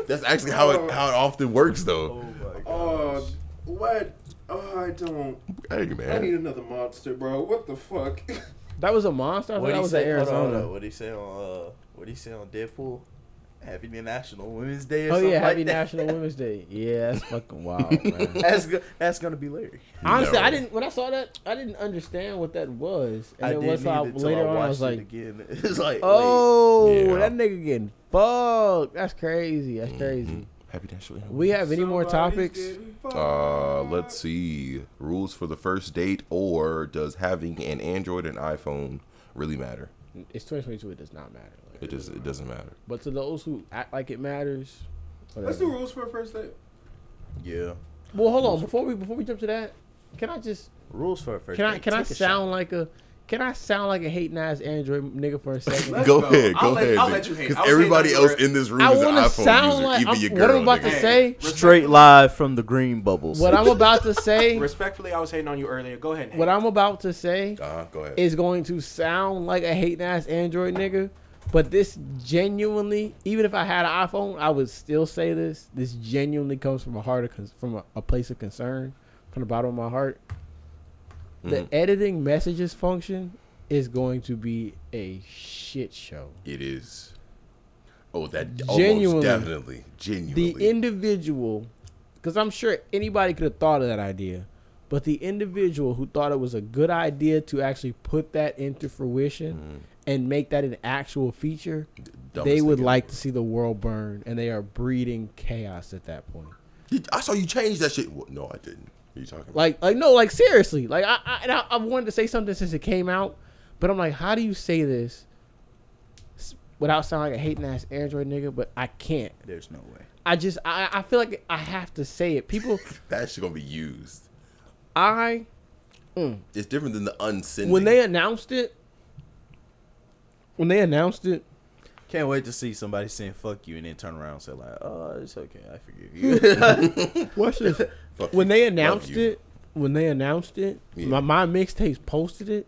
[SPEAKER 1] That's actually how it how it often works though.
[SPEAKER 5] Oh my god.
[SPEAKER 3] Oh, what? Oh, I don't.
[SPEAKER 1] Hey
[SPEAKER 3] I need
[SPEAKER 1] man,
[SPEAKER 3] another monster, bro. What the fuck?
[SPEAKER 2] That was a monster. I thought
[SPEAKER 5] What
[SPEAKER 2] that
[SPEAKER 5] he
[SPEAKER 2] was in
[SPEAKER 5] say? Hold on, hold on.
[SPEAKER 2] Arizona.
[SPEAKER 5] What he say on? Uh, what he say on Deadpool? Happy National Women's Day.
[SPEAKER 2] Oh
[SPEAKER 5] Or something
[SPEAKER 2] yeah,
[SPEAKER 5] like
[SPEAKER 2] Happy
[SPEAKER 5] that.
[SPEAKER 2] National Women's Day. Yeah, that's fucking wild, man.
[SPEAKER 5] That's go- that's gonna be Larry.
[SPEAKER 2] Honestly,
[SPEAKER 1] No.
[SPEAKER 2] I didn't when I saw that, I didn't understand what that was, and
[SPEAKER 5] I
[SPEAKER 2] it
[SPEAKER 5] didn't
[SPEAKER 2] was how
[SPEAKER 5] either till
[SPEAKER 2] later
[SPEAKER 5] I
[SPEAKER 2] on I was
[SPEAKER 5] watched it
[SPEAKER 2] like,
[SPEAKER 5] again. It's like, oh,
[SPEAKER 2] "Oh,
[SPEAKER 1] Yeah.
[SPEAKER 2] that nigga getting fucked. That's crazy. That's crazy."
[SPEAKER 1] happy national. Anthem.
[SPEAKER 2] We have any more topics?
[SPEAKER 1] Uh, let's see. Rules for the first date, or does having an Android and iPhone really matter?
[SPEAKER 2] It's 2022. It does not matter. Like,
[SPEAKER 1] It does. It doesn't matter.
[SPEAKER 2] But to those who act like it matters,
[SPEAKER 3] Let's
[SPEAKER 2] whatever.
[SPEAKER 3] do rules for a first date.
[SPEAKER 5] yeah.
[SPEAKER 2] well, hold on. Before we before we jump to that, can I just
[SPEAKER 5] Rules for a first.
[SPEAKER 2] can I
[SPEAKER 5] date.
[SPEAKER 2] can I
[SPEAKER 5] Take a
[SPEAKER 2] sound like a can I sound like a hating ass Android nigga for a second?
[SPEAKER 3] Let's
[SPEAKER 1] go,
[SPEAKER 3] go.
[SPEAKER 1] ahead. Go
[SPEAKER 3] I'll let-
[SPEAKER 1] ahead.
[SPEAKER 3] I'll
[SPEAKER 1] nigga.
[SPEAKER 3] let you hate. I was
[SPEAKER 1] everybody
[SPEAKER 3] hating on
[SPEAKER 1] else
[SPEAKER 3] the
[SPEAKER 1] in this room
[SPEAKER 2] I
[SPEAKER 1] is an
[SPEAKER 2] want to
[SPEAKER 1] iPhone
[SPEAKER 2] sound
[SPEAKER 1] user,
[SPEAKER 2] like
[SPEAKER 1] even
[SPEAKER 2] I'm,
[SPEAKER 1] your
[SPEAKER 2] what
[SPEAKER 1] girl.
[SPEAKER 2] I'm about to
[SPEAKER 1] nigga.
[SPEAKER 3] Hey.
[SPEAKER 2] say.
[SPEAKER 5] shot. Straight live from the green bubbles.
[SPEAKER 2] What I'm about to say.
[SPEAKER 3] Respectfully, I was hating on you earlier. Go ahead. And
[SPEAKER 2] What I'm about to say.
[SPEAKER 1] Uh-huh, go ahead.
[SPEAKER 2] is going to sound like a hating ass Android nigga, but this genuinely, even if I had an iPhone, I would still say this. This genuinely comes from a heart of con- from a, a place of concern, from the bottom of my heart. The editing messages function is going to be a shit show.
[SPEAKER 1] it is. Oh, that
[SPEAKER 2] Genuinely.
[SPEAKER 1] almost definitely genuinely.
[SPEAKER 2] The individual, because I'm sure anybody could have thought of that idea, but the individual who thought it was a good idea to actually put that into fruition and make that an actual feature,
[SPEAKER 1] dumbest
[SPEAKER 2] they
[SPEAKER 1] thing
[SPEAKER 2] would
[SPEAKER 1] in the
[SPEAKER 2] like
[SPEAKER 1] world.
[SPEAKER 2] to see the world burn, and they are breeding chaos at that point.
[SPEAKER 1] Did- I saw you change that shit. Well, no, I didn't. What are you talking about?
[SPEAKER 2] Like, like no, like seriously, like I, I, and I, I wanted to say something since it came out, but I'm like, how do you say this s- without sounding like a hating ass Android nigga? But I can't.
[SPEAKER 5] There's no way.
[SPEAKER 2] I just, I, I feel like I have to say it. People,
[SPEAKER 1] that shit gonna be used.
[SPEAKER 2] I
[SPEAKER 1] It's different than the unsending.
[SPEAKER 2] when they announced it, when they announced it,
[SPEAKER 5] Can't wait to see somebody saying "fuck you" and then turn around and say like, "Oh, it's okay, I forgive you."
[SPEAKER 2] watch this.
[SPEAKER 1] Fuck
[SPEAKER 2] when
[SPEAKER 1] you.
[SPEAKER 2] they
[SPEAKER 1] Love
[SPEAKER 2] announced
[SPEAKER 1] you.
[SPEAKER 2] it, when they announced it,
[SPEAKER 1] Yeah.
[SPEAKER 2] my, my mixtapes posted it,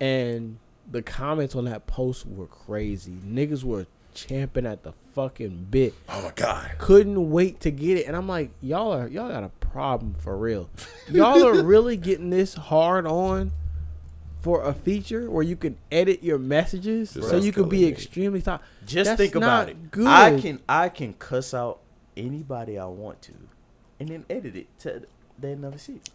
[SPEAKER 2] and the comments on that post were crazy. Niggas were champing at the fucking bit.
[SPEAKER 1] Oh my god.
[SPEAKER 2] Couldn't wait to get it, and I'm like, y'all are y'all got a problem for real. Y'all are really getting this hard on for a feature where you can edit your messages,
[SPEAKER 1] Just
[SPEAKER 2] so you could be
[SPEAKER 1] escalate.
[SPEAKER 2] extremely thought.
[SPEAKER 5] Just
[SPEAKER 2] That's
[SPEAKER 5] think
[SPEAKER 2] not
[SPEAKER 5] about it.
[SPEAKER 2] good.
[SPEAKER 5] I can I can cuss out anybody I want to, and then edit it to they never see. It.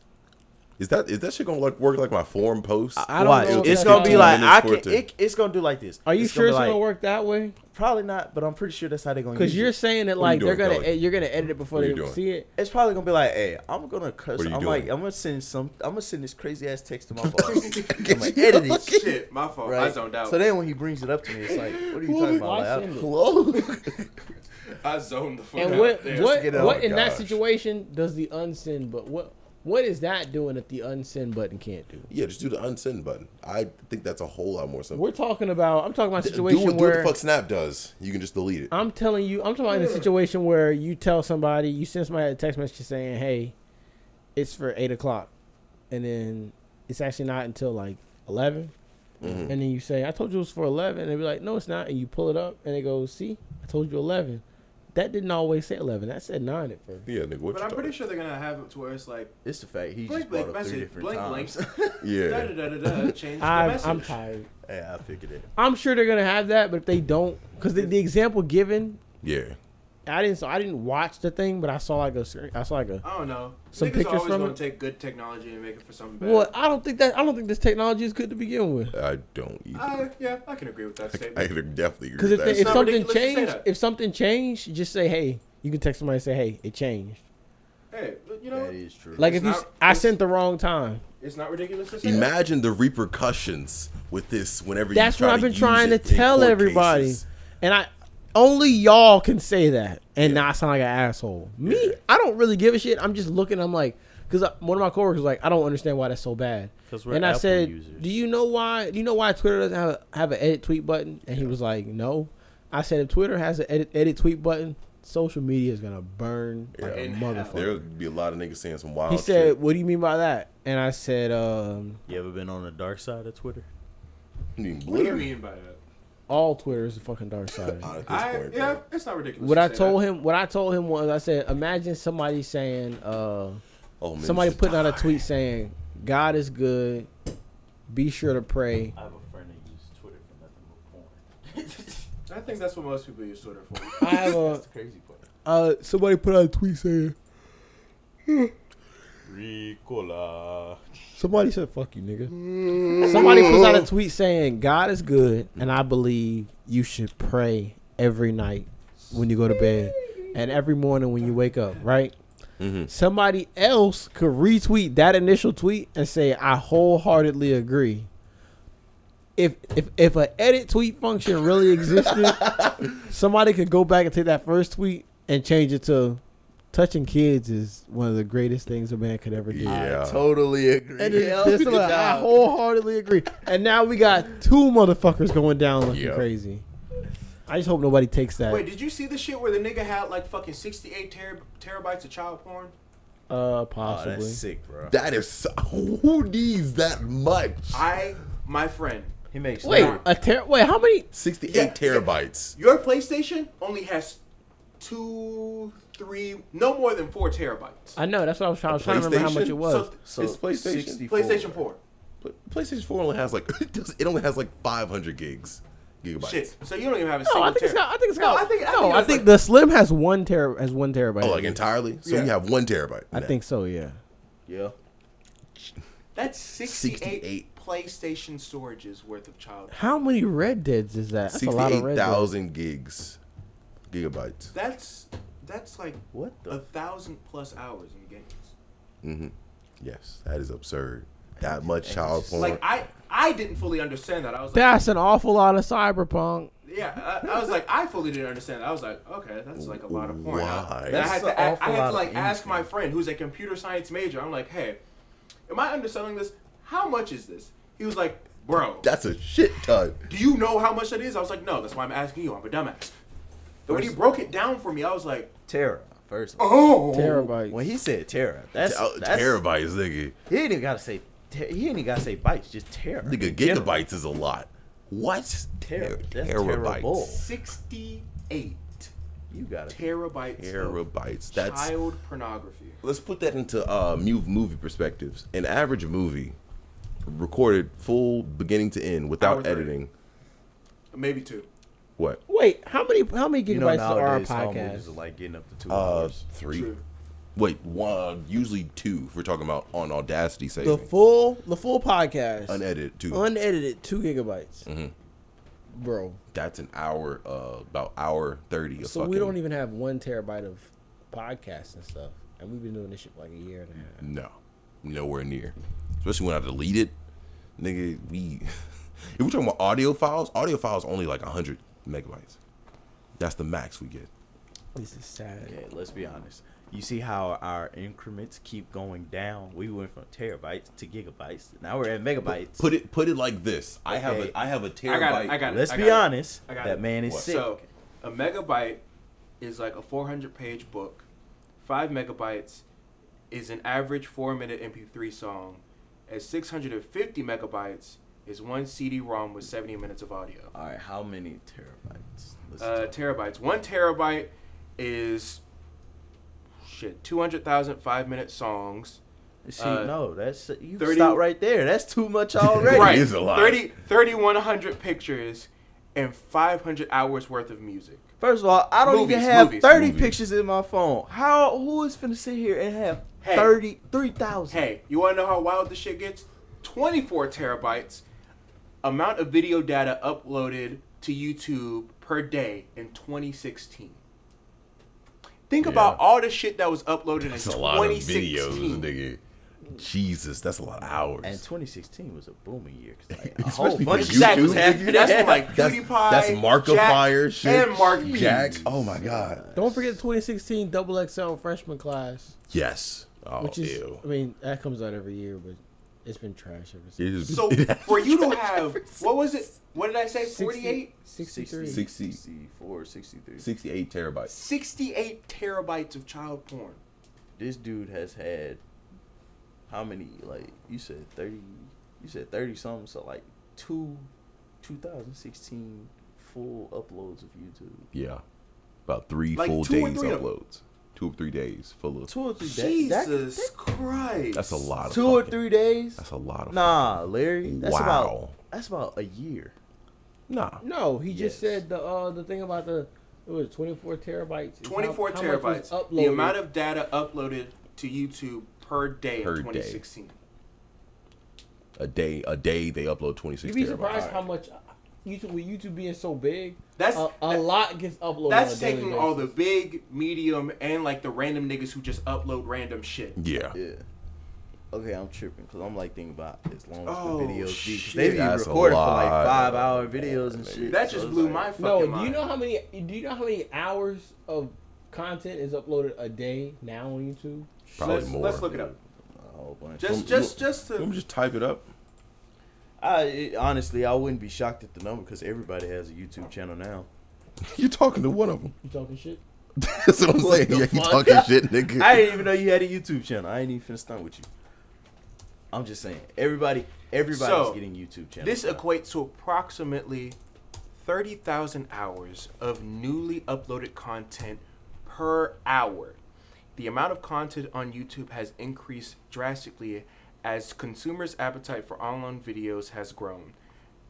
[SPEAKER 1] Is that is that shit gonna like work like my forum post?
[SPEAKER 2] I don't know if
[SPEAKER 5] It's
[SPEAKER 2] that's
[SPEAKER 5] gonna be
[SPEAKER 2] how-
[SPEAKER 5] like
[SPEAKER 1] Minutes
[SPEAKER 5] I can.
[SPEAKER 1] for it to-
[SPEAKER 5] It, it's gonna do like this.
[SPEAKER 2] Are you
[SPEAKER 5] It's
[SPEAKER 2] sure
[SPEAKER 5] be
[SPEAKER 2] it's
[SPEAKER 5] like-
[SPEAKER 2] gonna work that way?
[SPEAKER 5] Probably not, but I'm pretty sure that's how they're gonna.
[SPEAKER 2] Because
[SPEAKER 5] use
[SPEAKER 2] you're
[SPEAKER 5] it.
[SPEAKER 2] saying it
[SPEAKER 1] What are
[SPEAKER 2] like
[SPEAKER 1] you
[SPEAKER 2] they're
[SPEAKER 1] doing,
[SPEAKER 2] gonna
[SPEAKER 1] Kelly?
[SPEAKER 2] ed- you're gonna edit it before
[SPEAKER 1] What are you
[SPEAKER 2] they
[SPEAKER 1] doing?
[SPEAKER 2] see it.
[SPEAKER 5] It's probably gonna be like, hey, I'm gonna cuss.
[SPEAKER 1] What are
[SPEAKER 5] I'm
[SPEAKER 1] you
[SPEAKER 5] like,
[SPEAKER 1] doing?
[SPEAKER 5] I'm gonna send some. I'm gonna send this crazy ass text to my boss. I'm gonna edit it. Shit,
[SPEAKER 3] Shit, my fault. I
[SPEAKER 5] right?
[SPEAKER 3] zoned out.
[SPEAKER 5] So then when he brings it up to me, it's like, what are you
[SPEAKER 1] Why
[SPEAKER 5] talking
[SPEAKER 2] why
[SPEAKER 5] about? Like,
[SPEAKER 2] send it?
[SPEAKER 5] Hello.
[SPEAKER 3] I zoned the fuck
[SPEAKER 2] And
[SPEAKER 3] out.
[SPEAKER 2] what
[SPEAKER 3] there.
[SPEAKER 2] what
[SPEAKER 5] get it
[SPEAKER 2] what
[SPEAKER 5] out.
[SPEAKER 2] in that
[SPEAKER 1] Gosh.
[SPEAKER 2] situation does the unsend? But what what is that doing that the unsend button can't do?
[SPEAKER 1] Yeah, just do the unsend button. I think that's a whole lot more simple.
[SPEAKER 2] We're talking about I'm talking about
[SPEAKER 1] Do,
[SPEAKER 2] a
[SPEAKER 1] do
[SPEAKER 2] situation
[SPEAKER 1] what, do what the
[SPEAKER 2] where
[SPEAKER 1] fuck Snap does. You can just delete it.
[SPEAKER 2] I'm telling you I'm talking about in a situation where you tell somebody you send somebody a text message saying hey, it's for eight o'clock, and then it's actually not until like 11 and then you say I told you it was for eleven, and they be like no it's not, and you pull it up and it goes see I told you eleven. that didn't always say eleven. That said nine at first.
[SPEAKER 1] Yeah, nigga. What
[SPEAKER 3] But
[SPEAKER 1] you
[SPEAKER 3] I'm pretty
[SPEAKER 1] talking-
[SPEAKER 3] sure they're gonna have it to where it's like
[SPEAKER 4] It's the fact he
[SPEAKER 3] blink,
[SPEAKER 4] just
[SPEAKER 3] blink
[SPEAKER 4] brought up three
[SPEAKER 3] message,
[SPEAKER 4] different
[SPEAKER 3] blink, blink,
[SPEAKER 4] times.
[SPEAKER 3] da
[SPEAKER 1] Yeah.
[SPEAKER 3] da da da da. Change the
[SPEAKER 2] I, I'm
[SPEAKER 3] message.
[SPEAKER 2] tired.
[SPEAKER 4] yeah, I figured it.
[SPEAKER 2] I'm sure they're gonna have that, but if they don't, because the, the example given,
[SPEAKER 1] Yeah.
[SPEAKER 2] I didn't. So I didn't watch the thing, but I saw like a. screen- I saw like a.
[SPEAKER 3] I don't know.
[SPEAKER 2] Some
[SPEAKER 3] Niggas
[SPEAKER 2] pictures
[SPEAKER 3] always
[SPEAKER 2] from
[SPEAKER 3] gonna
[SPEAKER 2] it?
[SPEAKER 3] take good technology and make it for something bad.
[SPEAKER 2] Well, I don't think that. I don't think this technology is good to begin with.
[SPEAKER 1] I don't either.
[SPEAKER 3] Uh, yeah, I can agree with that statement.
[SPEAKER 1] I could definitely agree
[SPEAKER 2] Because
[SPEAKER 1] with
[SPEAKER 2] if,
[SPEAKER 1] that.
[SPEAKER 2] they- if
[SPEAKER 3] not
[SPEAKER 2] something
[SPEAKER 3] ridiculous to say
[SPEAKER 2] changed,
[SPEAKER 3] that.
[SPEAKER 2] if something changed, just say hey. You can text somebody and say hey, it changed.
[SPEAKER 3] hey, but you know,
[SPEAKER 4] That
[SPEAKER 3] what?
[SPEAKER 4] is true.
[SPEAKER 2] Like
[SPEAKER 3] It's
[SPEAKER 2] if you,
[SPEAKER 3] not-
[SPEAKER 2] s- I
[SPEAKER 3] it's-
[SPEAKER 2] sent the wrong time.
[SPEAKER 3] it's not ridiculous to say. that.
[SPEAKER 1] Imagine the repercussions with this whenever
[SPEAKER 2] That's
[SPEAKER 1] you try
[SPEAKER 2] what I've
[SPEAKER 1] to
[SPEAKER 2] been
[SPEAKER 1] use
[SPEAKER 2] trying to
[SPEAKER 1] it in
[SPEAKER 2] tell
[SPEAKER 1] court
[SPEAKER 2] everybody.
[SPEAKER 1] cases.
[SPEAKER 2] And I only y'all can say that and
[SPEAKER 1] Yeah.
[SPEAKER 2] not sound like an asshole. Me,
[SPEAKER 1] Yeah.
[SPEAKER 2] I don't really give a shit. I'm just looking. I'm like, because one of my coworkers was like, I don't understand why that's so bad.
[SPEAKER 4] 'Cause we're
[SPEAKER 2] And I
[SPEAKER 4] Apple
[SPEAKER 2] said,
[SPEAKER 4] users.
[SPEAKER 2] Do you know why? Do you know why Twitter doesn't have a, have an edit tweet button? And he was like, No. I said, If Twitter has an edit, edit tweet button, social media is gonna burn like
[SPEAKER 1] Yeah.
[SPEAKER 2] a
[SPEAKER 3] In
[SPEAKER 2] motherfucker.
[SPEAKER 1] There would be a lot of niggas saying some wild
[SPEAKER 2] He
[SPEAKER 1] shit.
[SPEAKER 2] said, What do you mean by that? And I said, um,
[SPEAKER 4] you ever been on the dark side of Twitter?
[SPEAKER 1] You mean
[SPEAKER 3] What do you
[SPEAKER 1] blur?
[SPEAKER 3] mean by that?
[SPEAKER 2] All Twitter is the fucking dark
[SPEAKER 1] At
[SPEAKER 2] side.
[SPEAKER 1] this
[SPEAKER 3] I,
[SPEAKER 1] point,
[SPEAKER 3] yeah,
[SPEAKER 1] bro.
[SPEAKER 3] it's not ridiculous.
[SPEAKER 2] What
[SPEAKER 3] to
[SPEAKER 2] I
[SPEAKER 3] say
[SPEAKER 2] told
[SPEAKER 3] that.
[SPEAKER 2] him, what I told him was, I said, imagine somebody saying, uh,
[SPEAKER 1] Oh, man,
[SPEAKER 2] somebody
[SPEAKER 1] this is
[SPEAKER 2] putting out a
[SPEAKER 1] die.
[SPEAKER 2] tweet saying, "God is good, be sure to pray."
[SPEAKER 4] I have a friend that uses Twitter for nothing but porn.
[SPEAKER 3] I think that's what most people use Twitter for.
[SPEAKER 2] I have a
[SPEAKER 4] crazy part.
[SPEAKER 2] uh, somebody put out a tweet saying,
[SPEAKER 4] Ricola.
[SPEAKER 2] somebody said, "Fuck you, nigga." Somebody puts out a tweet saying, "God is good, and I believe you should pray every night when you go to bed, and every morning when you wake up." Right.
[SPEAKER 1] Mhm.
[SPEAKER 2] Somebody else could retweet that initial tweet and say, "I wholeheartedly agree." If if if an edit tweet function really existed, somebody could go back and take that first tweet and change it to "Touching kids is one of the greatest things a man could ever do."
[SPEAKER 1] Yeah.
[SPEAKER 4] Totally agree.
[SPEAKER 2] And it's just
[SPEAKER 4] Good
[SPEAKER 2] like, I
[SPEAKER 4] job.
[SPEAKER 2] wholeheartedly agree. And now we got two motherfuckers going down looking
[SPEAKER 1] Yeah.
[SPEAKER 2] crazy. I just hope nobody takes that.
[SPEAKER 3] Wait, did you see the shit where the nigga had like fucking 68 ter- terabytes of child porn?
[SPEAKER 2] uh,
[SPEAKER 4] Oh,
[SPEAKER 2] possibly.
[SPEAKER 4] that's sick, bro.
[SPEAKER 1] That is so, who needs that much?
[SPEAKER 3] I, my friend,
[SPEAKER 4] He makes
[SPEAKER 2] wait,
[SPEAKER 4] no-
[SPEAKER 2] a ter- wait, how many?
[SPEAKER 1] Sixty-eight
[SPEAKER 3] Yeah.
[SPEAKER 1] terabytes.
[SPEAKER 3] your PlayStation only has two, three, no more than four terabytes.
[SPEAKER 2] I know. That's what I was trying, I was trying to remember how much
[SPEAKER 1] PlayStation?
[SPEAKER 2] it was.
[SPEAKER 3] So,
[SPEAKER 4] so
[SPEAKER 1] It's PlayStation.
[SPEAKER 4] 64.
[SPEAKER 3] PlayStation 4.
[SPEAKER 1] But PlayStation Four only has like it does- it only has like five hundred gigs, gigabytes.
[SPEAKER 3] Shit. So you don't even have a
[SPEAKER 2] no,
[SPEAKER 3] single
[SPEAKER 2] I think it's
[SPEAKER 3] terabyte.
[SPEAKER 2] got. I think it's
[SPEAKER 3] No,
[SPEAKER 2] got.
[SPEAKER 3] I think- I
[SPEAKER 2] no,
[SPEAKER 3] think
[SPEAKER 2] I
[SPEAKER 3] it's
[SPEAKER 2] think
[SPEAKER 3] like-
[SPEAKER 2] the Slim has one ter has one terabyte.
[SPEAKER 1] Oh, like entirely. So
[SPEAKER 3] Yeah.
[SPEAKER 1] you have one terabyte.
[SPEAKER 2] I
[SPEAKER 1] now.
[SPEAKER 2] think so. Yeah.
[SPEAKER 4] Yeah.
[SPEAKER 3] That's 68,
[SPEAKER 1] 68.
[SPEAKER 3] PlayStation storages worth of child.
[SPEAKER 2] How many Red Deads is that? That's a lot of
[SPEAKER 1] sixty-eight
[SPEAKER 2] Red Deads.
[SPEAKER 1] thousand gigs, gigabytes.
[SPEAKER 3] That's that's like
[SPEAKER 4] What
[SPEAKER 3] a
[SPEAKER 4] the?
[SPEAKER 3] thousand plus hours in games.
[SPEAKER 1] Mm-hmm. Yes, that is absurd. That much child porn.
[SPEAKER 3] Like I, I didn't fully understand that. I was like,
[SPEAKER 2] That's an awful lot of cyberpunk.
[SPEAKER 3] yeah, I, I was like, I fully didn't understand. That. I was like, okay, that's like a lot of porn.
[SPEAKER 1] Why?
[SPEAKER 3] Then I
[SPEAKER 4] That's
[SPEAKER 3] had to,
[SPEAKER 4] an
[SPEAKER 3] a-
[SPEAKER 4] awful
[SPEAKER 3] I had
[SPEAKER 4] lot
[SPEAKER 3] to
[SPEAKER 4] of
[SPEAKER 3] like ask my
[SPEAKER 4] anything.
[SPEAKER 3] friend who's a computer science major. I'm like, hey, am I underselling this? How much is this? He was like, bro,
[SPEAKER 1] That's a shit ton.
[SPEAKER 3] do you know how much that is? I was like, no, that's why I'm asking you. I'm a dumbass. But when he
[SPEAKER 4] First-
[SPEAKER 3] broke it down for me, I was like,
[SPEAKER 4] Terra. First.
[SPEAKER 3] oh,
[SPEAKER 2] Terabytes.
[SPEAKER 4] When he said oh, Terra, that's,
[SPEAKER 1] Ter-
[SPEAKER 4] that's
[SPEAKER 1] terabytes, nigga.
[SPEAKER 4] He ain't even gotta say. Ter- he ain't even gotta say bytes. Just Terra.
[SPEAKER 1] Nigga,
[SPEAKER 4] General.
[SPEAKER 1] gigabytes is a lot. What?
[SPEAKER 4] Ter-
[SPEAKER 1] Ter-
[SPEAKER 4] that's terrible.
[SPEAKER 3] 68
[SPEAKER 4] You gotta.
[SPEAKER 3] terabytes of
[SPEAKER 1] Terabytes. That's
[SPEAKER 3] child pornography.
[SPEAKER 1] let's put that into uh mu- movie perspectives. An average movie recorded full beginning to end
[SPEAKER 3] Hour
[SPEAKER 1] without
[SPEAKER 3] thirty.
[SPEAKER 1] editing.
[SPEAKER 3] Maybe two.
[SPEAKER 1] What?
[SPEAKER 2] Wait, how many? How many gigabytes
[SPEAKER 4] You know
[SPEAKER 2] are our
[SPEAKER 4] nowadays, all movies
[SPEAKER 2] podcast?
[SPEAKER 4] are like getting up to two
[SPEAKER 1] Uh,
[SPEAKER 4] hours.
[SPEAKER 1] three.
[SPEAKER 3] True.
[SPEAKER 1] Wait, one. Usually two. If we're talking about on Audacity
[SPEAKER 2] The
[SPEAKER 1] saving
[SPEAKER 2] full, the full podcast.
[SPEAKER 1] unedited two.
[SPEAKER 2] unedited two gigabytes,
[SPEAKER 1] Mm-hmm.
[SPEAKER 2] bro.
[SPEAKER 1] that's an hour. Uh, about hour thirty. Of
[SPEAKER 2] So
[SPEAKER 1] fucking,
[SPEAKER 2] we don't even have one terabyte of podcasts and stuff, and we've been doing this shit for like a year and a half.
[SPEAKER 1] No, nowhere near. Especially when I delete it, nigga. We if we're talking about audio files, audio files only like hundred megabytes. That's the max we get.
[SPEAKER 2] This is sad.
[SPEAKER 4] Okay, let's be honest. You see how our increments keep going down? We went from terabytes to gigabytes. Now we're at megabytes.
[SPEAKER 1] Put it put it like this. I have
[SPEAKER 4] Okay.
[SPEAKER 1] a I have a terabyte.
[SPEAKER 3] I got it. I got it.
[SPEAKER 4] Let's
[SPEAKER 3] I
[SPEAKER 4] be
[SPEAKER 3] got it.
[SPEAKER 4] honest.
[SPEAKER 3] I got
[SPEAKER 4] That
[SPEAKER 3] it.
[SPEAKER 4] man is
[SPEAKER 1] What?
[SPEAKER 4] sick.
[SPEAKER 3] So, a megabyte is like a 400 page book. Five megabytes is an average four minute MP3 song. And 650 megabytes is one CD ROM with 70 minutes of audio.
[SPEAKER 4] All right, how many terabytes? Let's
[SPEAKER 3] Uh, terabytes. One terabyte is shit 200,000 five minute songs.
[SPEAKER 5] See,
[SPEAKER 3] Uh,
[SPEAKER 5] no, that's you
[SPEAKER 3] 30
[SPEAKER 5] stop right there. That's too much already.
[SPEAKER 1] Right. is a lot.
[SPEAKER 3] 30 3,100 pictures and 500 hours worth of music.
[SPEAKER 5] First of all, I don't
[SPEAKER 3] Movies,
[SPEAKER 5] even have
[SPEAKER 3] movies,
[SPEAKER 5] thirty
[SPEAKER 1] movies.
[SPEAKER 5] pictures in my phone. How who is finna sit here and have
[SPEAKER 3] Hey.
[SPEAKER 5] thirty three thousand?
[SPEAKER 3] Hey, you want to know how wild this shit gets? 24 terabytes amount of video data uploaded to YouTube per day in 2016. Think
[SPEAKER 1] Yeah.
[SPEAKER 3] about all the shit that was uploaded
[SPEAKER 1] That's
[SPEAKER 3] in
[SPEAKER 1] a lot of videos,
[SPEAKER 3] 2016.
[SPEAKER 1] nigga. Jesus, that's a lot of
[SPEAKER 5] And
[SPEAKER 1] hours.
[SPEAKER 5] 2016 was a booming year. 'cause, like, a whole
[SPEAKER 1] Especially for
[SPEAKER 5] bunch of
[SPEAKER 1] YouTube,
[SPEAKER 5] shit was
[SPEAKER 1] nigga.
[SPEAKER 5] happening.
[SPEAKER 3] That's when, like
[SPEAKER 1] That's,
[SPEAKER 3] PewDiePie,
[SPEAKER 1] that's Markiplier
[SPEAKER 3] Jack,
[SPEAKER 1] shit.
[SPEAKER 3] and Mark B.
[SPEAKER 1] Jack. Oh my god.
[SPEAKER 2] Don't forget the 2016 double XL freshman class,
[SPEAKER 1] Yes. Oh,
[SPEAKER 2] which is,
[SPEAKER 1] ew.
[SPEAKER 2] I mean, that comes out every year, but it's been trash ever since.
[SPEAKER 1] It is-
[SPEAKER 3] So for you to have what was it? What did I say?
[SPEAKER 2] 60
[SPEAKER 3] 48,
[SPEAKER 2] 63.
[SPEAKER 1] 60.
[SPEAKER 5] 64, 63.
[SPEAKER 1] 68 terabytes.
[SPEAKER 3] 68 terabytes of child porn.
[SPEAKER 5] This dude has had how many? Like you said, thirty. You said thirty something. So like two, 2016 full uploads of YouTube.
[SPEAKER 1] Yeah. About three
[SPEAKER 3] Like
[SPEAKER 1] full
[SPEAKER 3] two or
[SPEAKER 1] days
[SPEAKER 3] three of-
[SPEAKER 1] uploads. Two or three days full of.
[SPEAKER 5] Two or three days. that-
[SPEAKER 3] Jesus Christ.
[SPEAKER 1] That's a lot of.
[SPEAKER 5] Two or
[SPEAKER 1] fucking-
[SPEAKER 5] three days.
[SPEAKER 1] That's a lot of.
[SPEAKER 5] Nah, Larry.
[SPEAKER 1] fucking-
[SPEAKER 5] That's about
[SPEAKER 1] wow.
[SPEAKER 5] that's about a year.
[SPEAKER 1] Nah.
[SPEAKER 2] No, he just
[SPEAKER 5] Yes.
[SPEAKER 2] said the uh, the thing about the it was 24 terabytes. It's how-
[SPEAKER 3] 24
[SPEAKER 2] how much was
[SPEAKER 3] terabytes. The amount
[SPEAKER 2] uploaded.
[SPEAKER 3] of data uploaded to YouTube per day
[SPEAKER 1] Per
[SPEAKER 3] in
[SPEAKER 1] day.
[SPEAKER 3] 2016.
[SPEAKER 1] A day. A day they upload 26
[SPEAKER 2] You'd be
[SPEAKER 1] terabytes.
[SPEAKER 2] surprised how much uh, YouTube with YouTube being so big,
[SPEAKER 3] That's
[SPEAKER 2] a, a
[SPEAKER 3] that-
[SPEAKER 2] lot gets uploaded.
[SPEAKER 3] That's
[SPEAKER 2] on a daily
[SPEAKER 3] taking
[SPEAKER 2] basis.
[SPEAKER 3] all the big, medium, and like the random niggas who just upload random shit.
[SPEAKER 1] Yeah.
[SPEAKER 5] Yeah. Okay, I'm tripping because I'm like thinking about as long as
[SPEAKER 3] Oh,
[SPEAKER 5] the videos be. 'cause
[SPEAKER 3] shit.
[SPEAKER 5] They be
[SPEAKER 1] That's a
[SPEAKER 5] recording for like
[SPEAKER 1] lot.
[SPEAKER 5] five hour videos and shit.
[SPEAKER 3] That
[SPEAKER 5] so
[SPEAKER 3] just
[SPEAKER 5] it's
[SPEAKER 3] blew
[SPEAKER 5] like-
[SPEAKER 3] my fucking
[SPEAKER 2] No, do
[SPEAKER 3] mind.
[SPEAKER 2] you know how many? Do you know how many hours of content is uploaded a day now on YouTube?
[SPEAKER 1] Probably
[SPEAKER 3] let's,
[SPEAKER 1] more.
[SPEAKER 3] Let's look it up.
[SPEAKER 5] a whole bunch.
[SPEAKER 3] Just,
[SPEAKER 1] Well,
[SPEAKER 3] just,
[SPEAKER 1] well,
[SPEAKER 3] just
[SPEAKER 1] Let me
[SPEAKER 3] to.
[SPEAKER 1] just type it up.
[SPEAKER 5] I it- honestly, I wouldn't be shocked at the number because everybody has a YouTube channel now.
[SPEAKER 1] You're talking to one of them.
[SPEAKER 2] You talking shit?
[SPEAKER 1] That's what I'm
[SPEAKER 5] What
[SPEAKER 1] saying.
[SPEAKER 5] the
[SPEAKER 1] Yeah, you
[SPEAKER 5] fuck?
[SPEAKER 1] talking shit, nigga.
[SPEAKER 5] I didn't even know you had a YouTube channel. I ain't even finna stunt with you. I'm just saying, everybody, everybody's
[SPEAKER 3] So,
[SPEAKER 5] getting YouTube channels.
[SPEAKER 3] This
[SPEAKER 5] now.
[SPEAKER 3] equates to approximately thirty thousand hours of newly uploaded content per hour. The amount of content on YouTube has increased drastically as consumers' appetite for online videos has grown.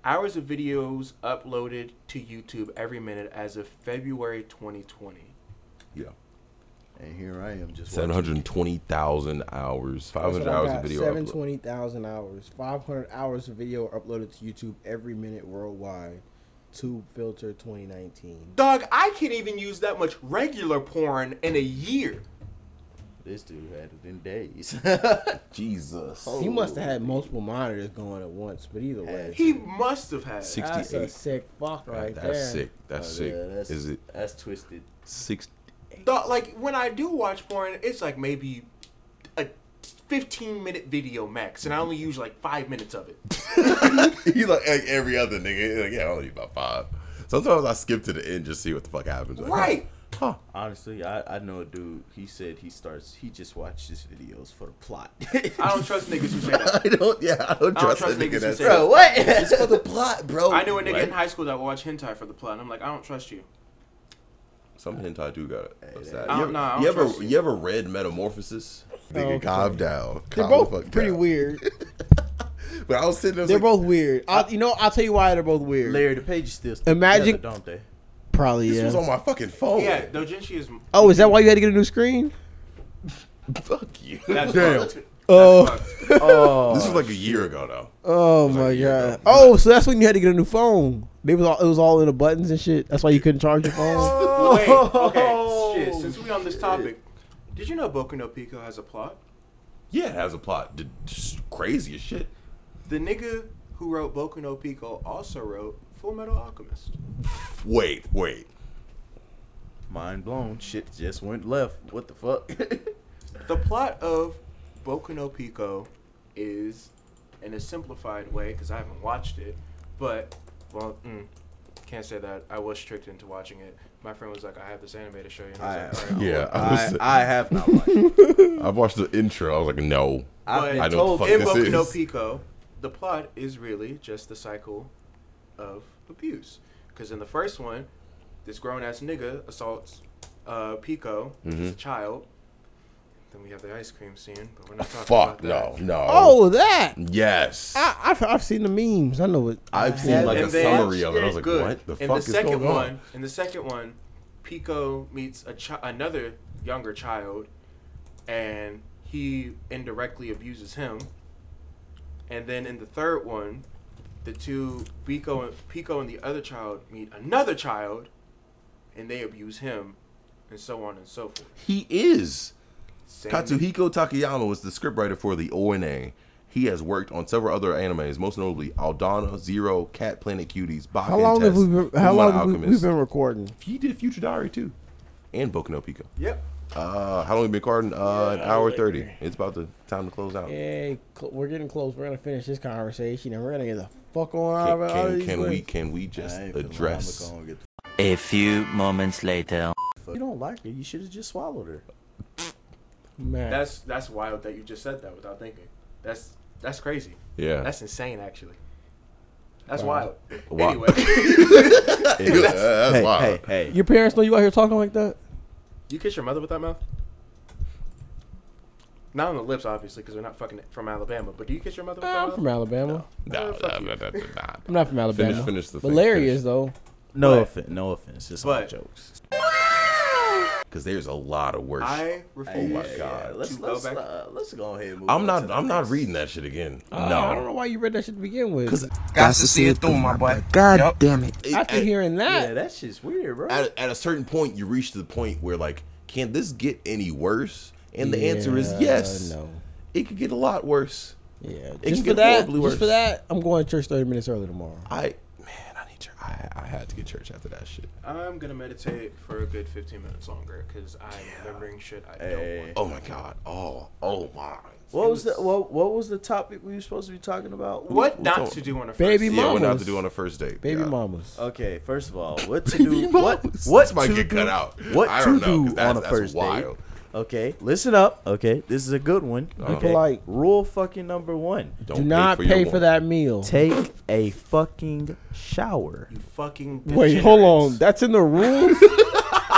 [SPEAKER 3] Hours of videos uploaded to YouTube every minute as of February 2020.
[SPEAKER 1] yeah.
[SPEAKER 5] and here I am just watching.
[SPEAKER 1] 720,000 hours. 500 hours of video
[SPEAKER 2] Seven
[SPEAKER 1] upload.
[SPEAKER 2] twenty thousand hours. Five hundred hours of video are uploaded to YouTube every minute worldwide. To filter twenty nineteen.
[SPEAKER 3] Dog, I can't even use that much regular porn in a year.
[SPEAKER 5] This dude had it in days.
[SPEAKER 1] Jesus.
[SPEAKER 2] He must have had multiple monitors going at once, but either way,
[SPEAKER 3] He must have had.
[SPEAKER 1] Six-
[SPEAKER 2] that's a
[SPEAKER 1] 68.
[SPEAKER 2] sick fuck right
[SPEAKER 1] that's
[SPEAKER 2] there.
[SPEAKER 1] sick. That's
[SPEAKER 5] Oh,
[SPEAKER 1] sick.
[SPEAKER 5] yeah, that's,
[SPEAKER 1] Is it
[SPEAKER 5] That's twisted.
[SPEAKER 1] six?
[SPEAKER 3] Dog, like when I do watch porn, it's like maybe a 15 minute video max, and I only use like five minutes of it.
[SPEAKER 1] He like, like every other nigga. He Like, yeah, I only need about five. Sometimes I skip to the end just see what the fuck happens. Like,
[SPEAKER 3] Right.
[SPEAKER 1] Huh.
[SPEAKER 5] Honestly, I, I know a dude. He said he starts. He just watches videos for the plot.
[SPEAKER 3] I don't trust niggas who say that.
[SPEAKER 1] I don't. Yeah, I don't trust, that
[SPEAKER 3] trust niggas who
[SPEAKER 1] nigga. That's
[SPEAKER 3] say
[SPEAKER 1] right.
[SPEAKER 5] Bro, what?
[SPEAKER 1] It's for the plot, bro.
[SPEAKER 3] I knew a nigga
[SPEAKER 1] Right?
[SPEAKER 3] in high school that would watch hentai for the plot, and I'm like, I don't trust you.
[SPEAKER 1] Some hentai do got it. That's sad. You
[SPEAKER 3] I don't
[SPEAKER 1] ever,
[SPEAKER 3] know, I don't
[SPEAKER 1] you, ever
[SPEAKER 3] trust you.
[SPEAKER 1] you ever read Metamorphosis? Nigga,
[SPEAKER 2] okay.
[SPEAKER 1] calm down.
[SPEAKER 2] They're
[SPEAKER 1] Calm the
[SPEAKER 2] both
[SPEAKER 1] fuck
[SPEAKER 2] pretty
[SPEAKER 1] down.
[SPEAKER 2] weird.
[SPEAKER 1] But I was sitting there. I was
[SPEAKER 2] They're
[SPEAKER 1] like,
[SPEAKER 2] both weird. I'll, you know, I'll tell you why they're both weird.
[SPEAKER 5] Larry, the page is still.
[SPEAKER 2] Imagine-
[SPEAKER 5] together, don't they?
[SPEAKER 2] Probably
[SPEAKER 1] This was
[SPEAKER 2] yeah.
[SPEAKER 1] on my fucking phone.
[SPEAKER 3] Yeah, Dojinshi is.
[SPEAKER 2] Oh, is that why you had to get a new screen?
[SPEAKER 1] Fuck you.
[SPEAKER 3] That's
[SPEAKER 1] Damn.
[SPEAKER 3] fucked. That's
[SPEAKER 2] Oh.
[SPEAKER 3] fucked.
[SPEAKER 5] Oh,
[SPEAKER 1] This was like a year ago though.
[SPEAKER 2] Oh
[SPEAKER 1] like a
[SPEAKER 2] my
[SPEAKER 1] year ago.
[SPEAKER 2] god! Oh, so that's when you had to get a new phone. They was all it was all in the buttons and shit. That's why you couldn't charge your phone.
[SPEAKER 3] Wait, okay. Shit, since we on this topic, did you know Boku no Pico has a plot?
[SPEAKER 1] Yeah, it has a plot. D- just crazy as shit.
[SPEAKER 3] The nigga who wrote Boku no Pico also wrote Full Metal Alchemist.
[SPEAKER 1] Wait, wait.
[SPEAKER 5] mind blown. Shit just went left. What the fuck?
[SPEAKER 3] The plot of Boku no Pico is, in a simplified way, because I haven't watched it, but, well, mm, can't say that. I was tricked into watching it. My friend was like, I have this anime to show you. And I was like, "All right."
[SPEAKER 1] Yeah, I
[SPEAKER 5] I,
[SPEAKER 1] was-
[SPEAKER 5] I have not watched. it.
[SPEAKER 1] I watched the intro. I was like, no.
[SPEAKER 5] I've been
[SPEAKER 3] I
[SPEAKER 1] don't
[SPEAKER 5] told
[SPEAKER 1] fuck
[SPEAKER 3] In
[SPEAKER 1] this
[SPEAKER 3] Boku no
[SPEAKER 1] is.
[SPEAKER 3] Pico, the plot is really just the cycle of abuse. Because in the first one, this grown ass nigga assaults uh, Pico as a
[SPEAKER 1] Mhm.
[SPEAKER 3] child. Then we have the ice cream scene, but we're not talking
[SPEAKER 1] Fuck no,
[SPEAKER 3] about that.
[SPEAKER 1] no.
[SPEAKER 2] Oh, that.
[SPEAKER 1] yes.
[SPEAKER 2] I, I've, I've seen the memes. I know what.
[SPEAKER 1] I've seen like a
[SPEAKER 3] And then-
[SPEAKER 1] summary of it. I was like,
[SPEAKER 3] Good.
[SPEAKER 1] what the fuck
[SPEAKER 3] in the
[SPEAKER 1] is
[SPEAKER 3] second
[SPEAKER 1] going
[SPEAKER 3] one,
[SPEAKER 1] on?
[SPEAKER 3] In the second one, Pico meets a chi- another younger child, and he indirectly abuses him. And then in the third one, the two Pico and Pico and the other child meet another child, and they abuse him, and so on and so forth.
[SPEAKER 1] He is.
[SPEAKER 3] Same-
[SPEAKER 1] Katsuhiko Takayama is the scriptwriter for the ONA. He has worked on several other animes, most notably Aldana, Zero, Cat Planet Cuties, Bakken
[SPEAKER 2] How long have we been, how long have we, we've
[SPEAKER 1] Alchemist.
[SPEAKER 2] been recording?
[SPEAKER 1] He did Future Diary too, and Boku no Pico.
[SPEAKER 3] Yep.
[SPEAKER 1] Uh, how long have we been recording? Uh, an
[SPEAKER 4] Yeah,
[SPEAKER 1] hour
[SPEAKER 4] like-
[SPEAKER 1] thirty. It's about the time to close out.
[SPEAKER 2] Hey, cl- we're getting close. We're gonna finish this conversation, and we're gonna get the fuck on out
[SPEAKER 1] Can,
[SPEAKER 2] of all
[SPEAKER 1] can,
[SPEAKER 2] these.
[SPEAKER 1] can we
[SPEAKER 2] ways.
[SPEAKER 1] can we just
[SPEAKER 4] I ain't feeling
[SPEAKER 1] address?
[SPEAKER 4] I'm gonna get the
[SPEAKER 6] A few moments later.
[SPEAKER 4] fuck- You don't like her. You should have just swallowed her.
[SPEAKER 2] Man,
[SPEAKER 3] That's that's wild that you just said that without thinking. That's that's crazy.
[SPEAKER 1] Yeah.
[SPEAKER 3] That's insane, actually. That's
[SPEAKER 2] Wow.
[SPEAKER 3] wild.
[SPEAKER 1] Wow.
[SPEAKER 3] Anyway,
[SPEAKER 1] Yeah, that's
[SPEAKER 4] hey,
[SPEAKER 1] wild.
[SPEAKER 4] hey, hey.
[SPEAKER 2] your parents know you out here talking like that?
[SPEAKER 3] you kiss your mother with that mouth? Not on the lips, obviously, because we're not fucking from Alabama. But do you kiss your mother with that
[SPEAKER 2] I'm
[SPEAKER 3] mouth?
[SPEAKER 2] from Alabama.
[SPEAKER 1] Nah,
[SPEAKER 3] fuck
[SPEAKER 1] nah,
[SPEAKER 3] you.
[SPEAKER 1] nah, nah, nah,
[SPEAKER 2] I'm not from Alabama.
[SPEAKER 1] Finish- finish the
[SPEAKER 2] but
[SPEAKER 1] thing,
[SPEAKER 2] Larry
[SPEAKER 1] finish.
[SPEAKER 2] is though.
[SPEAKER 4] No
[SPEAKER 3] But-
[SPEAKER 4] offense. No offense. Just
[SPEAKER 3] but-
[SPEAKER 4] all jokes.
[SPEAKER 1] Because there's a lot of worse. shit.
[SPEAKER 3] I refuse.
[SPEAKER 1] Oh
[SPEAKER 5] Oh
[SPEAKER 1] my God.
[SPEAKER 4] Let's
[SPEAKER 3] To go
[SPEAKER 4] let's,
[SPEAKER 3] back-
[SPEAKER 4] uh, let's go ahead. And move
[SPEAKER 1] I'm
[SPEAKER 4] on to
[SPEAKER 1] not.
[SPEAKER 4] the
[SPEAKER 1] I'm not
[SPEAKER 4] next.
[SPEAKER 1] reading that shit again.
[SPEAKER 2] Uh, I don't know
[SPEAKER 1] no.
[SPEAKER 2] why you read that shit to begin with.
[SPEAKER 1] 'Cause
[SPEAKER 7] Got to see it through, my boy. God damn it.
[SPEAKER 2] after
[SPEAKER 1] I-
[SPEAKER 2] hearing that,
[SPEAKER 4] Yeah, that shit's weird, bro.
[SPEAKER 1] at, at a certain point you reach the point where like can this get any worse and the answer is
[SPEAKER 2] Yeah,
[SPEAKER 1] yes
[SPEAKER 2] No.
[SPEAKER 1] it could get a lot worse
[SPEAKER 2] Yeah.
[SPEAKER 1] It
[SPEAKER 2] Just
[SPEAKER 1] can
[SPEAKER 2] for
[SPEAKER 1] get
[SPEAKER 2] that,
[SPEAKER 1] horribly
[SPEAKER 2] just for
[SPEAKER 1] worse.
[SPEAKER 2] that, I'm going to church 30 minutes early tomorrow.
[SPEAKER 1] i man i need church i, I had to get church after that shit
[SPEAKER 3] I'm gonna meditate for a good 15 minutes longer because I'm remembering shit I don't
[SPEAKER 4] Hey.
[SPEAKER 3] want.
[SPEAKER 1] oh my god oh oh my
[SPEAKER 4] What was the what, what was the topic we were supposed to be talking about?
[SPEAKER 3] What
[SPEAKER 1] we
[SPEAKER 3] not
[SPEAKER 1] told-
[SPEAKER 3] to do on a first
[SPEAKER 2] Baby
[SPEAKER 3] date.
[SPEAKER 1] yeah what not
[SPEAKER 2] mamas.
[SPEAKER 1] to do on a first date
[SPEAKER 2] Baby
[SPEAKER 1] yeah.
[SPEAKER 2] mamas.
[SPEAKER 4] Okay, first of all, what to
[SPEAKER 1] Baby
[SPEAKER 4] do? What
[SPEAKER 1] mamas.
[SPEAKER 4] what
[SPEAKER 1] This might
[SPEAKER 4] to
[SPEAKER 1] get
[SPEAKER 4] do,
[SPEAKER 1] cut out.
[SPEAKER 4] What
[SPEAKER 1] I
[SPEAKER 4] to
[SPEAKER 1] don't know, 'cause
[SPEAKER 4] do
[SPEAKER 1] that's-
[SPEAKER 4] on a
[SPEAKER 1] that's
[SPEAKER 4] first date?
[SPEAKER 1] wild. Uh-huh.
[SPEAKER 4] Okay, listen up. Okay, this is a good one.
[SPEAKER 1] Be
[SPEAKER 4] Okay.
[SPEAKER 2] polite.
[SPEAKER 4] Rule fucking number one:
[SPEAKER 1] Don't
[SPEAKER 2] Do not
[SPEAKER 1] your
[SPEAKER 2] pay for
[SPEAKER 1] woman.
[SPEAKER 2] that meal.
[SPEAKER 4] take a fucking shower.
[SPEAKER 3] You fucking.
[SPEAKER 2] Wait,
[SPEAKER 3] degenerates.
[SPEAKER 2] hold on. That's in the rules.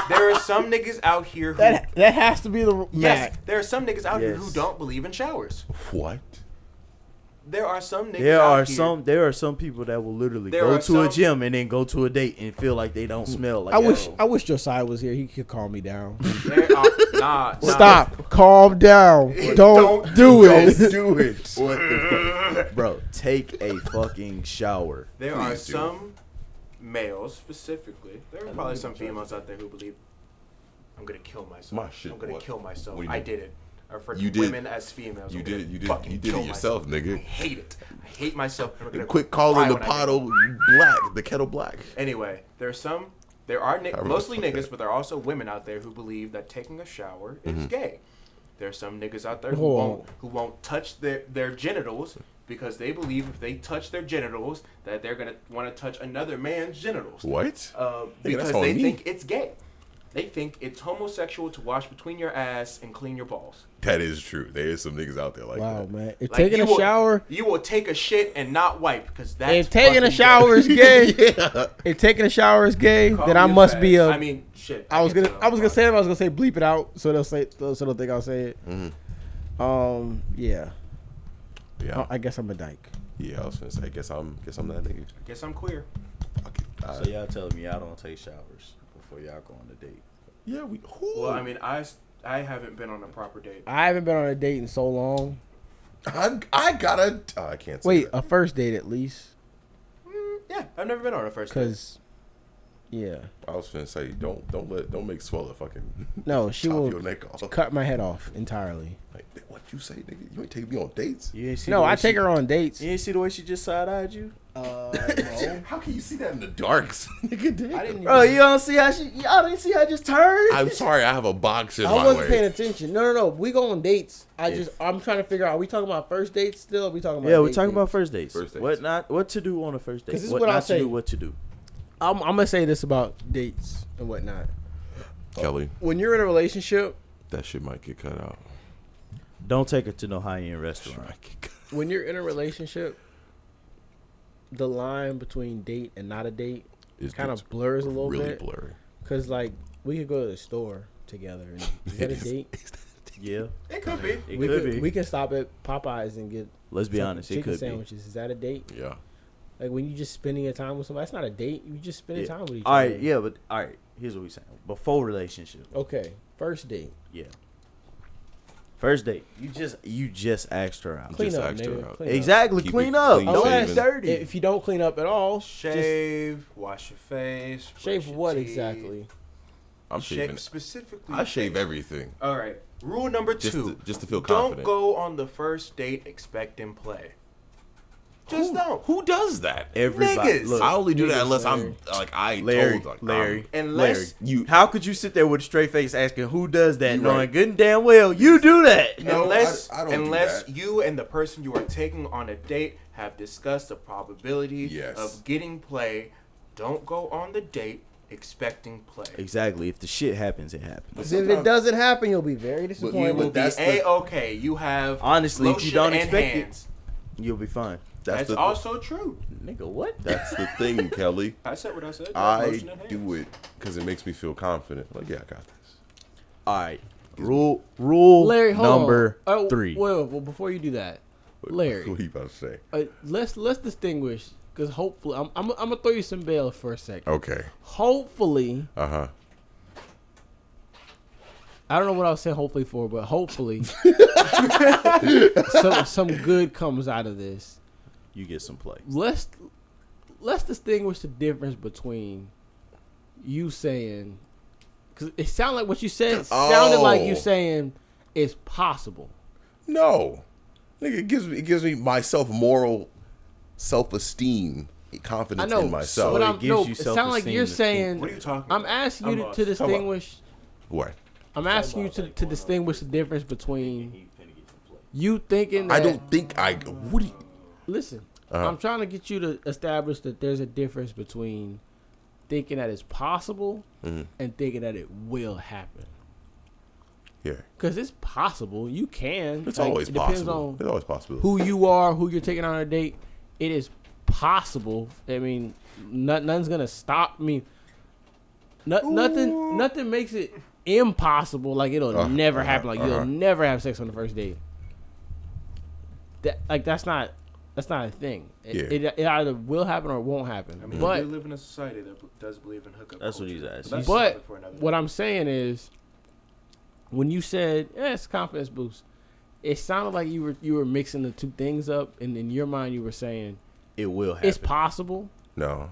[SPEAKER 3] There are some niggas out here who.
[SPEAKER 2] that that has to be the rule.
[SPEAKER 3] yes, there are some niggas out here who
[SPEAKER 4] Yes.
[SPEAKER 3] don't believe in showers.
[SPEAKER 1] what
[SPEAKER 3] There are some niggas.
[SPEAKER 4] There
[SPEAKER 3] out
[SPEAKER 4] are
[SPEAKER 3] here-
[SPEAKER 4] some. There are some people that will literally
[SPEAKER 3] There
[SPEAKER 4] go
[SPEAKER 3] are
[SPEAKER 4] to a
[SPEAKER 3] some-
[SPEAKER 4] gym and then go to a date and feel like they don't smell. Like
[SPEAKER 2] I wish
[SPEAKER 4] hell.
[SPEAKER 2] I wish Josiah was here. He could calm me down.
[SPEAKER 3] There are, nah, nah.
[SPEAKER 2] Stop. calm down. Don't,
[SPEAKER 3] Don't
[SPEAKER 2] do it.
[SPEAKER 1] do it
[SPEAKER 4] What the fuck? Bro, take a fucking shower.
[SPEAKER 3] There are
[SPEAKER 1] Please do.
[SPEAKER 3] some males specifically. There are probably some females out there who believe I'm gonna kill myself.
[SPEAKER 1] My shit,
[SPEAKER 3] I'm gonna
[SPEAKER 1] what?
[SPEAKER 3] kill myself.
[SPEAKER 1] What do you
[SPEAKER 3] I
[SPEAKER 1] mean?
[SPEAKER 3] did it. I refer to
[SPEAKER 1] You did-
[SPEAKER 3] women as females.
[SPEAKER 1] you
[SPEAKER 3] I'm gonna
[SPEAKER 1] did it you did
[SPEAKER 3] fucking
[SPEAKER 1] you did
[SPEAKER 3] kill
[SPEAKER 1] it yourself
[SPEAKER 3] myself. I
[SPEAKER 1] nigga
[SPEAKER 3] hate it. I hate myself. I'm gonna
[SPEAKER 1] quit
[SPEAKER 3] cry
[SPEAKER 1] calling the
[SPEAKER 3] when I get it.
[SPEAKER 1] pottle black the kettle black
[SPEAKER 3] Anyway, there are some. There are ni-
[SPEAKER 1] I really
[SPEAKER 3] mostly
[SPEAKER 1] fuck
[SPEAKER 3] niggas,
[SPEAKER 1] that. Mm-hmm.
[SPEAKER 3] but there are also women out there who believe that taking a shower is gay. There are some niggas out there who
[SPEAKER 2] Hold on.
[SPEAKER 3] won't who won't touch their their genitals because they believe if they touch their genitals that they're gonna want to touch another man's genitals.
[SPEAKER 1] what
[SPEAKER 3] Uh,
[SPEAKER 1] Nigga, that's
[SPEAKER 3] because
[SPEAKER 1] on
[SPEAKER 3] they
[SPEAKER 1] me.
[SPEAKER 3] think it's gay. They think it's homosexual to wash between your ass and clean your balls.
[SPEAKER 1] that is true there is some niggas out there like
[SPEAKER 2] Wow,
[SPEAKER 1] that
[SPEAKER 2] man. If
[SPEAKER 3] Like,
[SPEAKER 2] taking
[SPEAKER 3] you
[SPEAKER 2] a
[SPEAKER 3] will-
[SPEAKER 2] shower,
[SPEAKER 3] you will take a shit and not wipe because that's
[SPEAKER 2] if taking a
[SPEAKER 3] fucking gay.
[SPEAKER 2] shower is gay,
[SPEAKER 1] yeah
[SPEAKER 2] if taking a shower is gay,
[SPEAKER 3] Call
[SPEAKER 2] then
[SPEAKER 3] me
[SPEAKER 2] I must
[SPEAKER 3] fag.
[SPEAKER 2] be a.
[SPEAKER 3] I mean, shit.
[SPEAKER 2] I was gonna,
[SPEAKER 3] can't say that
[SPEAKER 2] I was gonna
[SPEAKER 3] on
[SPEAKER 2] say it. but I was gonna say bleep it out, so they'll say, so they'll think I'll say it. Um, yeah.
[SPEAKER 1] yeah
[SPEAKER 2] Oh, I I guess I'm a dyke.
[SPEAKER 1] yeah i was gonna say i guess i'm guess i'm that nigga
[SPEAKER 3] podcast. Guess I'm queer.
[SPEAKER 1] Fuck it. Uh, I-
[SPEAKER 4] So y'all telling me y'all don't take showers before y'all go on a date?
[SPEAKER 1] Yeah, we. Who?
[SPEAKER 3] Well, I mean, I, s- I haven't been on a proper date.
[SPEAKER 2] I haven't been on a date in so long.
[SPEAKER 1] I, I gotta. oh, I can't. Say
[SPEAKER 2] Wait, uh
[SPEAKER 1] that.
[SPEAKER 2] a first date at least,
[SPEAKER 3] Yeah, I've never been on a first date.
[SPEAKER 2] because, yeah.
[SPEAKER 1] I was finna say, don't, don't let, don't make Swella fucking
[SPEAKER 2] No, she
[SPEAKER 1] chop
[SPEAKER 2] will
[SPEAKER 1] your neck off.
[SPEAKER 2] cut my head off entirely.
[SPEAKER 1] Like, what you say, nigga? You ain't take me on dates.
[SPEAKER 4] You ain't see
[SPEAKER 2] No,
[SPEAKER 4] the way
[SPEAKER 2] I take
[SPEAKER 4] she,
[SPEAKER 2] her on dates.
[SPEAKER 4] You ain't see the way she just side eyed you? Uh, no.
[SPEAKER 1] How can you see that in the darks, nigga? Damn.
[SPEAKER 2] I didn't.
[SPEAKER 4] Bro, you don't see how she? Y'all didn't see how I just turned?
[SPEAKER 1] I'm sorry, I have a box in
[SPEAKER 2] I
[SPEAKER 1] my
[SPEAKER 2] wasn't
[SPEAKER 1] way.
[SPEAKER 2] paying attention. No, no, no. We go on dates. I
[SPEAKER 4] Yeah.
[SPEAKER 2] just. I'm trying to figure out. Are we talking about first dates still? Are we talking about?
[SPEAKER 4] yeah, we're
[SPEAKER 2] date
[SPEAKER 4] talking about
[SPEAKER 2] dates?
[SPEAKER 4] first dates.
[SPEAKER 1] First dates.
[SPEAKER 4] What not? What to do on a first date?
[SPEAKER 2] 'Cause this is
[SPEAKER 4] what
[SPEAKER 2] what
[SPEAKER 4] not
[SPEAKER 2] I'll
[SPEAKER 4] to
[SPEAKER 2] say.
[SPEAKER 4] do? What to do?
[SPEAKER 2] I'm, I'm gonna say this about dates and whatnot.
[SPEAKER 1] Kelly,
[SPEAKER 2] When you're in a relationship,
[SPEAKER 1] that shit might get cut out.
[SPEAKER 4] Don't take her to no high end restaurant.
[SPEAKER 1] Might get cut.
[SPEAKER 2] when you're in a relationship, the line between date and not a date
[SPEAKER 1] It's
[SPEAKER 2] kind
[SPEAKER 1] it's
[SPEAKER 2] of blurs a little
[SPEAKER 1] really
[SPEAKER 2] bit.
[SPEAKER 1] blurry.
[SPEAKER 2] Cause like we could go to the store together. And, is that a date?
[SPEAKER 5] Yeah,
[SPEAKER 3] It could be.
[SPEAKER 5] it
[SPEAKER 2] we
[SPEAKER 5] could
[SPEAKER 2] could
[SPEAKER 5] be.
[SPEAKER 2] we can stop at Popeyes and get
[SPEAKER 5] Let's be
[SPEAKER 2] some
[SPEAKER 5] honest, it
[SPEAKER 2] chicken
[SPEAKER 5] could be.
[SPEAKER 2] sandwiches. Is that a date?
[SPEAKER 1] Yeah.
[SPEAKER 2] Like when you just spending your time with somebody, that's not a date. You just spending
[SPEAKER 5] Yeah.
[SPEAKER 2] time with each
[SPEAKER 5] All
[SPEAKER 2] other.
[SPEAKER 5] right, yeah, but all right. Here's what we saying. Before relationship,
[SPEAKER 2] Okay, first date.
[SPEAKER 5] yeah. First date, you just you just asked her out.
[SPEAKER 1] Just
[SPEAKER 2] Clean up,
[SPEAKER 1] asked her
[SPEAKER 2] nigga.
[SPEAKER 1] out.
[SPEAKER 2] Clean up.
[SPEAKER 5] Exactly.
[SPEAKER 1] Keep it
[SPEAKER 5] Clean up.
[SPEAKER 1] clean
[SPEAKER 5] Don't act
[SPEAKER 1] shaven.
[SPEAKER 5] dirty.
[SPEAKER 2] If you don't clean up at all, shave.
[SPEAKER 3] Shave, wash your face.
[SPEAKER 2] Just shave
[SPEAKER 3] brush your
[SPEAKER 2] what
[SPEAKER 3] teeth.
[SPEAKER 2] exactly?
[SPEAKER 1] I'm shaving.
[SPEAKER 3] Shave specifically.
[SPEAKER 1] I shave everything.
[SPEAKER 3] All right. Rule number two.
[SPEAKER 1] Just to, just to feel
[SPEAKER 3] don't
[SPEAKER 1] confident.
[SPEAKER 3] go on the first date expecting play. Just don't.
[SPEAKER 1] Who does that?
[SPEAKER 5] Everybody,
[SPEAKER 3] Niggas.
[SPEAKER 5] look,
[SPEAKER 1] I only do that
[SPEAKER 2] Niggas,
[SPEAKER 1] unless
[SPEAKER 2] Larry.
[SPEAKER 1] I'm like I ain't
[SPEAKER 5] Larry,
[SPEAKER 1] told like
[SPEAKER 5] Larry,
[SPEAKER 3] Unless-
[SPEAKER 5] Larry, you.
[SPEAKER 1] You-
[SPEAKER 5] How could you sit there with a straight face asking who does that,
[SPEAKER 1] You
[SPEAKER 5] knowing
[SPEAKER 1] right.
[SPEAKER 5] good and damn well you do that?
[SPEAKER 1] No,
[SPEAKER 3] unless
[SPEAKER 1] I- I don't do
[SPEAKER 3] unless
[SPEAKER 1] that.
[SPEAKER 3] you and the person you are taking on a date have discussed the probability
[SPEAKER 1] Yes.
[SPEAKER 3] of getting play, don't go on the date expecting play.
[SPEAKER 5] Exactly. If the shit happens, it happens.
[SPEAKER 2] If it doesn't happen, you'll be very disappointed.
[SPEAKER 1] but that's
[SPEAKER 3] A
[SPEAKER 1] the,
[SPEAKER 3] okay, you have
[SPEAKER 5] Honestly, if you
[SPEAKER 3] lotion
[SPEAKER 5] don't
[SPEAKER 3] and
[SPEAKER 5] expect it-
[SPEAKER 3] hands.
[SPEAKER 5] You'll be fine.
[SPEAKER 1] that's,
[SPEAKER 3] That's
[SPEAKER 1] the
[SPEAKER 3] also true.
[SPEAKER 5] Nigga, what?
[SPEAKER 1] that's the thing, Kelly.
[SPEAKER 3] I said what I said.
[SPEAKER 1] I
[SPEAKER 3] Lotion and hands.
[SPEAKER 1] do it because it makes me feel confident. Like yeah, I got this.
[SPEAKER 5] All right. Rule rule
[SPEAKER 2] Larry, hold
[SPEAKER 5] number
[SPEAKER 2] on. Oh,
[SPEAKER 5] three.
[SPEAKER 2] Well, well, before you do that,
[SPEAKER 1] What-
[SPEAKER 2] Larry.
[SPEAKER 1] what are you about to say?
[SPEAKER 2] uh, let's let's distinguish because hopefully I'm, I'm I'm gonna throw you some bail for a second.
[SPEAKER 1] Okay.
[SPEAKER 2] Hopefully,
[SPEAKER 1] Uh huh.
[SPEAKER 2] I don't know what I was saying hopefully for, but hopefully, some some good comes out of this.
[SPEAKER 5] You get some play.
[SPEAKER 2] Let's let's distinguish the difference between you saying because it sounded like what you said sounded like you
[SPEAKER 1] Oh.
[SPEAKER 2] saying it's possible.
[SPEAKER 1] No, nigga, it gives me it gives me myself moral self esteem,
[SPEAKER 2] I
[SPEAKER 1] confidence
[SPEAKER 2] know,
[SPEAKER 1] in myself.
[SPEAKER 2] but
[SPEAKER 5] it
[SPEAKER 2] I'm
[SPEAKER 5] gives
[SPEAKER 2] no.
[SPEAKER 5] you
[SPEAKER 2] It sounds like
[SPEAKER 5] self-esteem
[SPEAKER 2] you're
[SPEAKER 5] to think.
[SPEAKER 2] saying.
[SPEAKER 3] What are you talking
[SPEAKER 2] I'm
[SPEAKER 3] about?
[SPEAKER 2] asking
[SPEAKER 3] I'm
[SPEAKER 2] you to,
[SPEAKER 3] lost.
[SPEAKER 2] to
[SPEAKER 1] about-
[SPEAKER 2] distinguish.
[SPEAKER 1] what?
[SPEAKER 2] I'm asking you to, to distinguish the difference between you thinking that.
[SPEAKER 1] I don't think I. What? Do you,
[SPEAKER 2] listen.
[SPEAKER 1] Uh-huh.
[SPEAKER 2] I'm trying to get you to establish that there's a difference between thinking that it's possible
[SPEAKER 1] Mm-hmm.
[SPEAKER 2] and thinking that it will happen.
[SPEAKER 1] yeah,
[SPEAKER 2] Because it's possible. You can.
[SPEAKER 1] it's
[SPEAKER 2] Like,
[SPEAKER 1] always
[SPEAKER 2] it depends
[SPEAKER 1] possible.
[SPEAKER 2] on
[SPEAKER 1] It's always possible.
[SPEAKER 2] who you are, who you're taking on a date. It is possible. I mean, no- nothing's gonna stop me. No- nothing. Nothing makes it impossible. Like it'll
[SPEAKER 1] Uh,
[SPEAKER 2] never
[SPEAKER 1] uh-huh,
[SPEAKER 2] happen. Like
[SPEAKER 1] uh-huh.
[SPEAKER 2] you'll never have sex on the first date. That like that's not that's not a thing. It,
[SPEAKER 1] Yeah.
[SPEAKER 2] it, it either will happen or it won't happen.
[SPEAKER 3] I mean,
[SPEAKER 2] But
[SPEAKER 3] we live in a society that b- does believe in hookup.
[SPEAKER 5] That's what
[SPEAKER 3] culture,
[SPEAKER 5] he's asking.
[SPEAKER 3] that's
[SPEAKER 2] but
[SPEAKER 3] something for another
[SPEAKER 2] what
[SPEAKER 3] day.
[SPEAKER 2] I'm saying is, when you said yeah, it's a confidence boost, it sounded like you were you were mixing the two things up, and in your mind you were saying
[SPEAKER 5] It will happen.
[SPEAKER 2] it's possible,
[SPEAKER 1] no,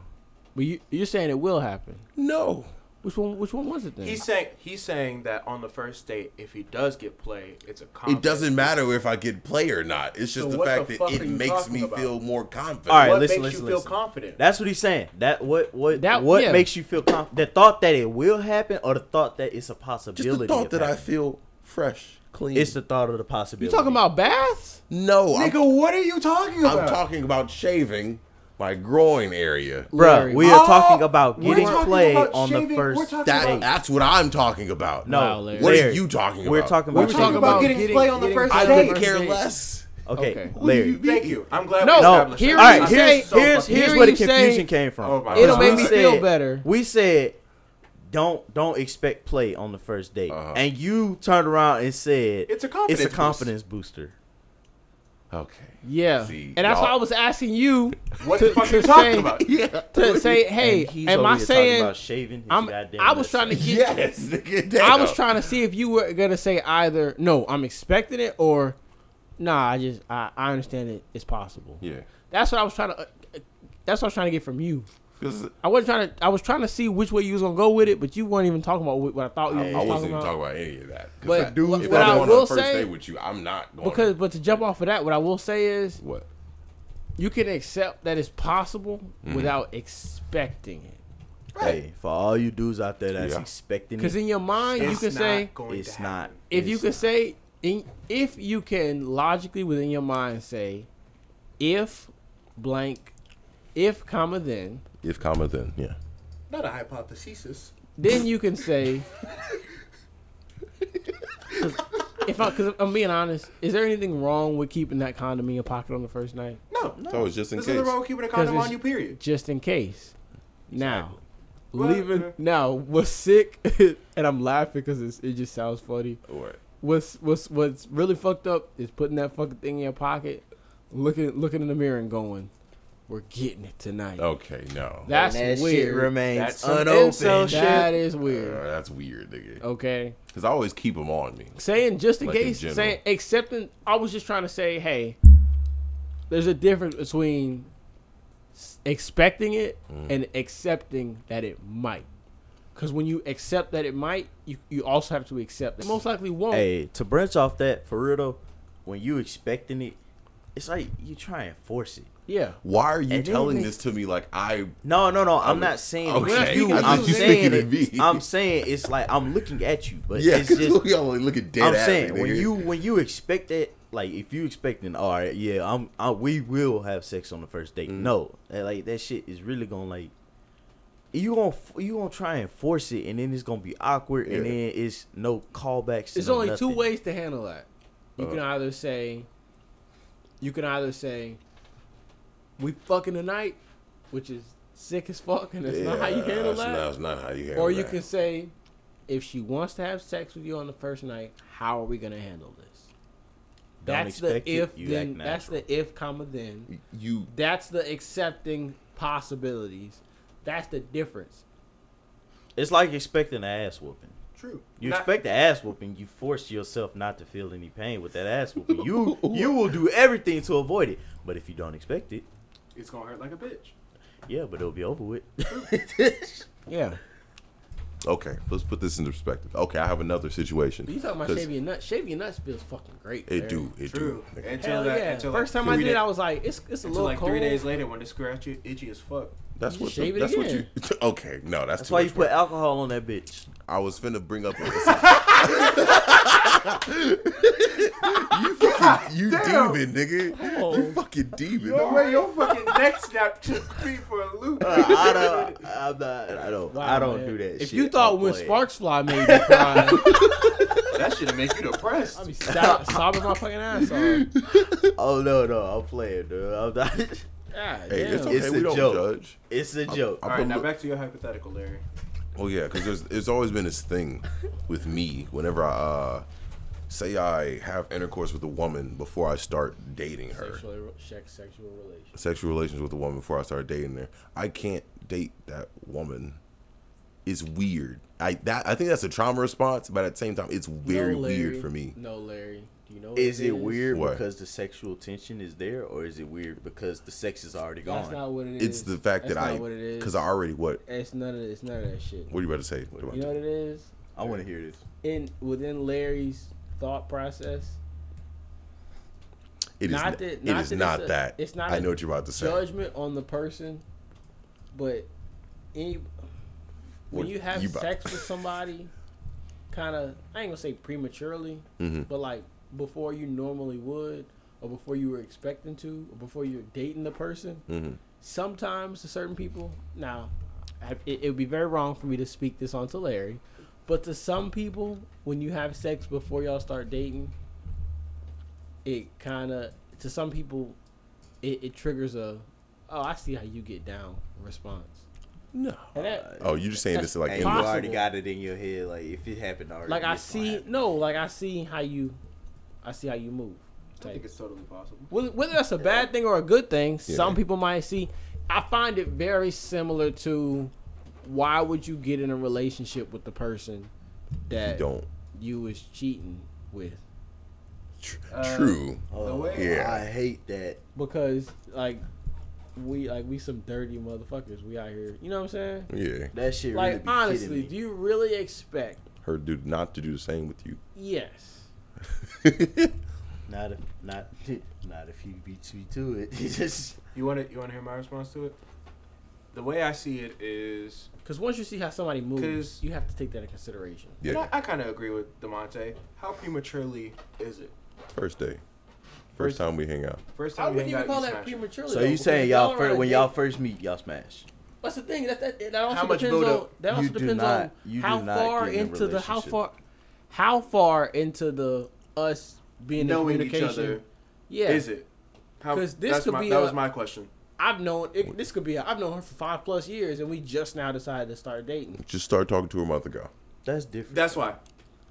[SPEAKER 2] but you you're saying it will happen.
[SPEAKER 1] no.
[SPEAKER 2] Which one? Which one was it then?
[SPEAKER 3] He's saying he's saying that on the first date, if he does get play, it's a
[SPEAKER 1] It
[SPEAKER 3] confidence
[SPEAKER 1] doesn't
[SPEAKER 3] boost.
[SPEAKER 1] matter if I get play or not. It's just
[SPEAKER 3] So
[SPEAKER 1] the
[SPEAKER 3] what the
[SPEAKER 1] fact
[SPEAKER 3] fuck
[SPEAKER 1] that
[SPEAKER 3] are
[SPEAKER 1] it
[SPEAKER 3] you
[SPEAKER 1] makes
[SPEAKER 3] talking
[SPEAKER 1] me
[SPEAKER 3] about?
[SPEAKER 1] feel more confident.
[SPEAKER 5] All right,
[SPEAKER 3] What
[SPEAKER 5] listen,
[SPEAKER 3] makes
[SPEAKER 5] listen,
[SPEAKER 3] you feel
[SPEAKER 5] listen.
[SPEAKER 3] confident?
[SPEAKER 5] That's what he's saying. That what what
[SPEAKER 2] That-
[SPEAKER 5] what
[SPEAKER 2] yeah.
[SPEAKER 5] makes you feel confident? The thought that it will happen, or the thought that it's a possibility.
[SPEAKER 1] Just the thought
[SPEAKER 5] of
[SPEAKER 1] that I
[SPEAKER 5] happening?
[SPEAKER 1] feel fresh, clean.
[SPEAKER 5] It's the thought of the
[SPEAKER 2] you
[SPEAKER 5] possibility.
[SPEAKER 2] talking about baths?
[SPEAKER 1] no, I'm-
[SPEAKER 3] Nigga, what are you talking
[SPEAKER 1] I'm,
[SPEAKER 3] about?
[SPEAKER 1] talking about shaving my groin area.
[SPEAKER 5] Bruh,
[SPEAKER 2] Larry.
[SPEAKER 5] we are
[SPEAKER 3] Oh,
[SPEAKER 5] talking about
[SPEAKER 3] we're
[SPEAKER 5] getting
[SPEAKER 3] talking
[SPEAKER 5] played
[SPEAKER 3] about
[SPEAKER 5] on
[SPEAKER 3] shaving-
[SPEAKER 5] the
[SPEAKER 3] we're
[SPEAKER 5] 1st
[SPEAKER 3] talking
[SPEAKER 1] That
[SPEAKER 3] about-
[SPEAKER 1] that's what I'm talking about.
[SPEAKER 5] No,
[SPEAKER 2] Wow, Larry.
[SPEAKER 1] what are
[SPEAKER 5] Larry,
[SPEAKER 1] you talking about?
[SPEAKER 5] We're talking
[SPEAKER 2] We
[SPEAKER 5] about.
[SPEAKER 2] were
[SPEAKER 3] talking about getting play on the first
[SPEAKER 1] I
[SPEAKER 3] date.
[SPEAKER 1] couldn't
[SPEAKER 2] First
[SPEAKER 1] care
[SPEAKER 2] date.
[SPEAKER 1] less.
[SPEAKER 5] Okay,
[SPEAKER 2] Okay.
[SPEAKER 5] Larry.
[SPEAKER 3] Thank you. I'm glad.
[SPEAKER 2] No,
[SPEAKER 3] we
[SPEAKER 5] No,
[SPEAKER 3] established
[SPEAKER 2] here
[SPEAKER 5] all
[SPEAKER 3] that.
[SPEAKER 5] right.
[SPEAKER 2] you
[SPEAKER 5] Here's
[SPEAKER 2] say-
[SPEAKER 5] here's
[SPEAKER 2] here
[SPEAKER 5] here's where the
[SPEAKER 2] you say-
[SPEAKER 5] confusion came from.
[SPEAKER 3] Oh my
[SPEAKER 5] Because
[SPEAKER 3] God. It'll
[SPEAKER 5] we
[SPEAKER 3] make me
[SPEAKER 2] feel
[SPEAKER 5] said-
[SPEAKER 2] better.
[SPEAKER 5] We said, don't don't expect play on the first date,
[SPEAKER 1] Uh-huh.
[SPEAKER 5] and you turned around and said,
[SPEAKER 3] It's a confidence
[SPEAKER 5] it's a
[SPEAKER 3] boost.
[SPEAKER 5] confidence booster.
[SPEAKER 1] Okay.
[SPEAKER 2] Yeah,
[SPEAKER 1] See,
[SPEAKER 2] and that's why I
[SPEAKER 1] y'all-
[SPEAKER 2] was asking you
[SPEAKER 3] What
[SPEAKER 2] to,
[SPEAKER 3] the fuck
[SPEAKER 2] to
[SPEAKER 3] you
[SPEAKER 2] say
[SPEAKER 3] talking about?
[SPEAKER 2] to say, hey,
[SPEAKER 5] And he's
[SPEAKER 2] am
[SPEAKER 5] over
[SPEAKER 2] I
[SPEAKER 5] here talking
[SPEAKER 2] saying
[SPEAKER 5] about shaving his
[SPEAKER 2] I'm?
[SPEAKER 5] goddamn
[SPEAKER 2] I was
[SPEAKER 5] mustache.
[SPEAKER 2] trying to get.
[SPEAKER 1] Yes. nigga,
[SPEAKER 2] I
[SPEAKER 1] damn.
[SPEAKER 2] was trying to see if you were gonna say either no, I'm expecting it, or nah, I just I, I understand it. It's possible.
[SPEAKER 1] Yeah.
[SPEAKER 2] That's what I was trying to. Uh, uh, that's what I was trying to get from you.
[SPEAKER 1] 'Cause
[SPEAKER 2] I wasn't trying to. I was trying to see which way you was gonna go with it, but you weren't even talking about what what I thought you
[SPEAKER 1] I,
[SPEAKER 2] was
[SPEAKER 1] I wasn't
[SPEAKER 2] talking
[SPEAKER 1] even
[SPEAKER 2] about.
[SPEAKER 1] talking about any of that. 'Cause
[SPEAKER 2] But
[SPEAKER 1] that-
[SPEAKER 2] what-
[SPEAKER 1] if
[SPEAKER 2] what
[SPEAKER 1] I'm
[SPEAKER 2] I
[SPEAKER 1] going on
[SPEAKER 2] will
[SPEAKER 1] a first
[SPEAKER 2] say-
[SPEAKER 1] date with you, I'm not going.
[SPEAKER 2] Because, but to jump off of that, what I will say is
[SPEAKER 1] what?
[SPEAKER 2] you can accept that it's possible without expecting it.
[SPEAKER 5] Hey, for all you dudes out there that's
[SPEAKER 1] Yeah.
[SPEAKER 5] expecting
[SPEAKER 2] Because
[SPEAKER 5] it,
[SPEAKER 2] in your mind, you
[SPEAKER 3] It's
[SPEAKER 2] can
[SPEAKER 3] not
[SPEAKER 2] say
[SPEAKER 3] going
[SPEAKER 5] it's
[SPEAKER 3] to
[SPEAKER 5] not.
[SPEAKER 3] happen.
[SPEAKER 2] if you
[SPEAKER 5] It's
[SPEAKER 2] could
[SPEAKER 5] not.
[SPEAKER 2] say in, if you can logically within your mind say if blank if comma then
[SPEAKER 1] If comma then yeah.
[SPEAKER 3] Not a hypothesis.
[SPEAKER 2] then you can say 'Cause if I, cause I'm being honest, is there anything wrong with keeping that condom in your pocket on the first night,
[SPEAKER 3] No, no.
[SPEAKER 1] So it's just in
[SPEAKER 3] This
[SPEAKER 1] case.
[SPEAKER 3] is the wrong with keeping a condom
[SPEAKER 2] it's-
[SPEAKER 3] on you. Period.
[SPEAKER 2] just in case? Now,
[SPEAKER 3] Well,
[SPEAKER 2] leaving
[SPEAKER 3] yeah.
[SPEAKER 2] now was sick, and I'm laughing because it just sounds funny.
[SPEAKER 1] Or
[SPEAKER 2] What's what's what's really fucked up is putting that fucking thing in your pocket, looking looking in the mirror and going, "We're getting it tonight."
[SPEAKER 1] okay, no. That,
[SPEAKER 2] That's
[SPEAKER 4] Oh. And that shit
[SPEAKER 2] weird.
[SPEAKER 5] remains
[SPEAKER 3] That's some
[SPEAKER 5] unopened.
[SPEAKER 3] incel shit.
[SPEAKER 2] That is weird.
[SPEAKER 1] Uh,
[SPEAKER 2] Oh.
[SPEAKER 1] that's weird, nigga.
[SPEAKER 2] Okay,
[SPEAKER 1] Because I always keep them on me.
[SPEAKER 2] saying just in
[SPEAKER 1] Like in
[SPEAKER 2] case,
[SPEAKER 1] general.
[SPEAKER 2] saying accepting. I was just trying to say, hey, there's a difference between s- expecting it
[SPEAKER 1] Mm.
[SPEAKER 2] and accepting that it might. Because when you accept that it might, you, you also have to accept that it most likely won't.
[SPEAKER 5] Hey, to branch off that, for real though, when you expecting it, it's like you try and force it.
[SPEAKER 2] Yeah.
[SPEAKER 1] Why are you
[SPEAKER 5] And then
[SPEAKER 1] telling
[SPEAKER 5] they-
[SPEAKER 1] this to me like I
[SPEAKER 5] No, no, no. I'm,
[SPEAKER 1] I'm-
[SPEAKER 5] not saying
[SPEAKER 1] Oh, okay,
[SPEAKER 5] it's you.
[SPEAKER 2] I thought
[SPEAKER 5] I'm
[SPEAKER 2] you
[SPEAKER 5] saying
[SPEAKER 1] speaking to
[SPEAKER 5] it-
[SPEAKER 1] me.
[SPEAKER 5] I'm saying it's like I'm looking at you, but
[SPEAKER 1] Yeah,
[SPEAKER 5] it's
[SPEAKER 1] because
[SPEAKER 5] just
[SPEAKER 1] look, y'all like, look at dead
[SPEAKER 5] I'm
[SPEAKER 1] ass,
[SPEAKER 5] saying when
[SPEAKER 1] nigga.
[SPEAKER 5] you when you expect it, like if you expecting, all right, yeah, I'm, I we will have sex on the first date. No, that, like that shit is really gonna like you gonna f- you gonna try and force it, and then it's gonna be awkward, and
[SPEAKER 1] Yeah.
[SPEAKER 5] then it's no callbacks.
[SPEAKER 2] There's
[SPEAKER 5] no
[SPEAKER 2] only two
[SPEAKER 5] nothing.
[SPEAKER 2] ways to handle that. You
[SPEAKER 1] Uh.
[SPEAKER 2] can either say, you can either say, we fucking tonight, which is sick as fuck, and that's not how you
[SPEAKER 1] Yeah,
[SPEAKER 2] handle
[SPEAKER 1] that's
[SPEAKER 2] that.
[SPEAKER 1] Not, that's not how you handle
[SPEAKER 2] Or you
[SPEAKER 1] that.
[SPEAKER 2] can say, if she wants to have sex with you on the first night, how are we gonna handle this?
[SPEAKER 5] Don't
[SPEAKER 2] that's the
[SPEAKER 5] expect it,
[SPEAKER 2] if
[SPEAKER 5] you
[SPEAKER 2] then.
[SPEAKER 5] act
[SPEAKER 2] That's
[SPEAKER 5] natural.
[SPEAKER 2] the if comma then.
[SPEAKER 1] you
[SPEAKER 2] That's the accepting possibilities. That's the difference.
[SPEAKER 5] It's like expecting an ass whooping.
[SPEAKER 3] True.
[SPEAKER 5] You
[SPEAKER 3] Not-
[SPEAKER 5] expect the ass whooping, you force yourself not to feel any pain with that ass whooping. You you will do everything to avoid it. But if you don't expect it,
[SPEAKER 3] it's gonna hurt like a bitch.
[SPEAKER 5] yeah, but it'll be over with.
[SPEAKER 2] Yeah.
[SPEAKER 1] okay. Let's put this into perspective. Okay, I have another situation.
[SPEAKER 2] You talking about
[SPEAKER 1] 'Cause
[SPEAKER 2] shaving your nuts? Shaving your nuts feels fucking great.
[SPEAKER 1] It
[SPEAKER 2] man.
[SPEAKER 1] do. It
[SPEAKER 3] True.
[SPEAKER 1] do. nigga.
[SPEAKER 3] Until
[SPEAKER 2] Hell
[SPEAKER 3] that,
[SPEAKER 2] yeah!
[SPEAKER 3] Until
[SPEAKER 2] First
[SPEAKER 3] like
[SPEAKER 2] time I
[SPEAKER 3] three
[SPEAKER 2] did,
[SPEAKER 3] da-
[SPEAKER 2] I was like, it's it's a
[SPEAKER 3] until
[SPEAKER 2] little
[SPEAKER 3] like
[SPEAKER 2] cold.
[SPEAKER 3] three days later when the scratch it- itchy as fuck.
[SPEAKER 1] That's what.
[SPEAKER 2] Shave
[SPEAKER 1] the,
[SPEAKER 2] it
[SPEAKER 1] that's what you.
[SPEAKER 2] again.
[SPEAKER 1] Okay, no, that's,
[SPEAKER 5] That's
[SPEAKER 1] too
[SPEAKER 5] why
[SPEAKER 1] much
[SPEAKER 5] you put
[SPEAKER 1] work.
[SPEAKER 5] alcohol on that bitch.
[SPEAKER 1] I was finna bring up. you fucking you demon, nigga. You fucking demon.
[SPEAKER 3] Yo, way your fucking neck snap took me for a loop.
[SPEAKER 5] I don't. I'm not. I don't.
[SPEAKER 2] Wow,
[SPEAKER 5] I don't
[SPEAKER 2] man.
[SPEAKER 5] do that.
[SPEAKER 2] If
[SPEAKER 5] shit.
[SPEAKER 2] you thought
[SPEAKER 5] I'm
[SPEAKER 2] when
[SPEAKER 5] playing.
[SPEAKER 2] sparks fly made you cry,
[SPEAKER 3] that shit'll make you depressed.
[SPEAKER 2] I'd be sob- sobbing my fucking ass off.
[SPEAKER 5] oh no, no, I'm playing, dude. I'm not.
[SPEAKER 2] God
[SPEAKER 1] Hey, it's
[SPEAKER 2] damn.
[SPEAKER 1] okay.
[SPEAKER 5] It's
[SPEAKER 1] we
[SPEAKER 5] a
[SPEAKER 1] don't
[SPEAKER 5] joke.
[SPEAKER 1] judge.
[SPEAKER 5] It's a joke.
[SPEAKER 1] I'm-
[SPEAKER 3] All right, now
[SPEAKER 1] look-
[SPEAKER 3] back to your hypothetical, Larry.
[SPEAKER 1] Oh yeah, because there's there's always been this thing with me whenever I uh, say I have intercourse with a woman before I start dating her.
[SPEAKER 2] Sexual, sex, sexual relations.
[SPEAKER 1] sexual relations with a woman before I started dating her. I can't date that woman. It's weird. I that I think that's a trauma response, but at the same time, it's very
[SPEAKER 2] No, Larry.
[SPEAKER 1] weird for me.
[SPEAKER 2] No, Larry. Do you know? What
[SPEAKER 5] is it weird
[SPEAKER 1] What?
[SPEAKER 5] because the sexual tension is there, or is it weird because the sex is already gone?
[SPEAKER 2] That's not what it is.
[SPEAKER 1] It's the fact
[SPEAKER 2] That's
[SPEAKER 1] that
[SPEAKER 2] not
[SPEAKER 1] I
[SPEAKER 2] what it is.
[SPEAKER 1] because I already what
[SPEAKER 2] It's none of it's none of that shit.
[SPEAKER 1] what are you about to say? What about
[SPEAKER 2] You know what it is?
[SPEAKER 5] I want to hear this.
[SPEAKER 2] In within Larry's thought process,
[SPEAKER 1] it is
[SPEAKER 2] not
[SPEAKER 1] not,
[SPEAKER 2] that-
[SPEAKER 1] it
[SPEAKER 2] not
[SPEAKER 1] is
[SPEAKER 2] that it's
[SPEAKER 1] not
[SPEAKER 2] a-
[SPEAKER 1] that.
[SPEAKER 2] it's not
[SPEAKER 1] I
[SPEAKER 2] a
[SPEAKER 1] know what you're about to say.
[SPEAKER 2] judgment on the person, but any when
[SPEAKER 1] What
[SPEAKER 2] you have
[SPEAKER 1] you about-
[SPEAKER 2] sex with somebody, kind of I ain't gonna say prematurely,
[SPEAKER 1] Mhm.
[SPEAKER 2] but like before you normally would, or before you were expecting to, or before you're dating the person.
[SPEAKER 1] Mhm.
[SPEAKER 2] Sometimes to certain people, now I- it would be very wrong for me to speak this onto Larry, but to some people, when you have sex before y'all start dating, it kind of to some people, it, it triggers a, oh I see how you get down response.
[SPEAKER 1] No.
[SPEAKER 2] And that,
[SPEAKER 1] Oh, you're just saying this like
[SPEAKER 5] Hey,
[SPEAKER 1] in
[SPEAKER 5] you
[SPEAKER 2] Possible.
[SPEAKER 5] already got it in your head. Like if it happened already,
[SPEAKER 2] like I
[SPEAKER 5] it's gonna
[SPEAKER 2] see
[SPEAKER 5] happen.
[SPEAKER 2] no, like I see how you, I see how you move.
[SPEAKER 3] I
[SPEAKER 2] Like,
[SPEAKER 3] think it's totally possible.
[SPEAKER 2] whether whether that's a bad thing or a good thing,
[SPEAKER 1] Yeah.
[SPEAKER 2] some people might see. I find it very similar to why would you get in a relationship with the person
[SPEAKER 1] you
[SPEAKER 2] that
[SPEAKER 1] don't.
[SPEAKER 2] you was cheating with?
[SPEAKER 1] Tr-
[SPEAKER 3] Uh,
[SPEAKER 1] True.
[SPEAKER 3] The way
[SPEAKER 1] Yeah.
[SPEAKER 5] Oh, I hate that.
[SPEAKER 2] Because like we like we some dirty motherfuckers. We out here, you know what I'm saying?
[SPEAKER 1] Yeah.
[SPEAKER 5] That shit
[SPEAKER 2] Like
[SPEAKER 5] really be
[SPEAKER 2] honestly,
[SPEAKER 5] kidding
[SPEAKER 2] do
[SPEAKER 5] me.
[SPEAKER 2] you really expect?
[SPEAKER 1] Her dude not to do the same with you.
[SPEAKER 2] Yes.
[SPEAKER 5] Not if not not if you beat me to it. It's just
[SPEAKER 3] you want to you want to hear my response to it. The way I see it is,
[SPEAKER 2] Because once you see how somebody moves,
[SPEAKER 3] 'Cause-
[SPEAKER 2] you have to take that into consideration.
[SPEAKER 3] and
[SPEAKER 1] yeah.
[SPEAKER 3] I, I kind of agree with Demonte. How prematurely is it?
[SPEAKER 1] First day. First time we hang out.
[SPEAKER 3] First
[SPEAKER 2] I
[SPEAKER 3] time we
[SPEAKER 2] wouldn't
[SPEAKER 3] hang
[SPEAKER 2] even
[SPEAKER 3] out,
[SPEAKER 2] call
[SPEAKER 3] you
[SPEAKER 2] that
[SPEAKER 3] smash. it.
[SPEAKER 2] prematurely.
[SPEAKER 5] so
[SPEAKER 2] though,
[SPEAKER 5] you
[SPEAKER 2] because
[SPEAKER 5] saying
[SPEAKER 2] if
[SPEAKER 5] y'all
[SPEAKER 2] are on
[SPEAKER 5] first,
[SPEAKER 2] a
[SPEAKER 5] when
[SPEAKER 2] date-
[SPEAKER 5] y'all first meet, y'all smash.
[SPEAKER 2] That's the thing. That that, that also
[SPEAKER 3] How much
[SPEAKER 2] depends on.
[SPEAKER 3] buildup?
[SPEAKER 2] That also
[SPEAKER 5] You do
[SPEAKER 2] depends
[SPEAKER 5] not-
[SPEAKER 2] on
[SPEAKER 5] you do
[SPEAKER 2] how
[SPEAKER 5] not
[SPEAKER 2] far
[SPEAKER 5] get in a
[SPEAKER 2] into the how
[SPEAKER 5] relationship.
[SPEAKER 2] far, how far into the us being in
[SPEAKER 3] knowing each
[SPEAKER 2] communication.
[SPEAKER 3] other
[SPEAKER 2] yeah,
[SPEAKER 3] is it? How,
[SPEAKER 2] 'Cause this
[SPEAKER 3] that's
[SPEAKER 2] could
[SPEAKER 3] my,
[SPEAKER 2] be
[SPEAKER 3] that
[SPEAKER 2] a-
[SPEAKER 3] was my question.
[SPEAKER 2] I've known it, this could be. I've known her for five plus years, and we just now decided to start dating.
[SPEAKER 1] Just started talking to her a month ago.
[SPEAKER 5] That's different.
[SPEAKER 3] That's why.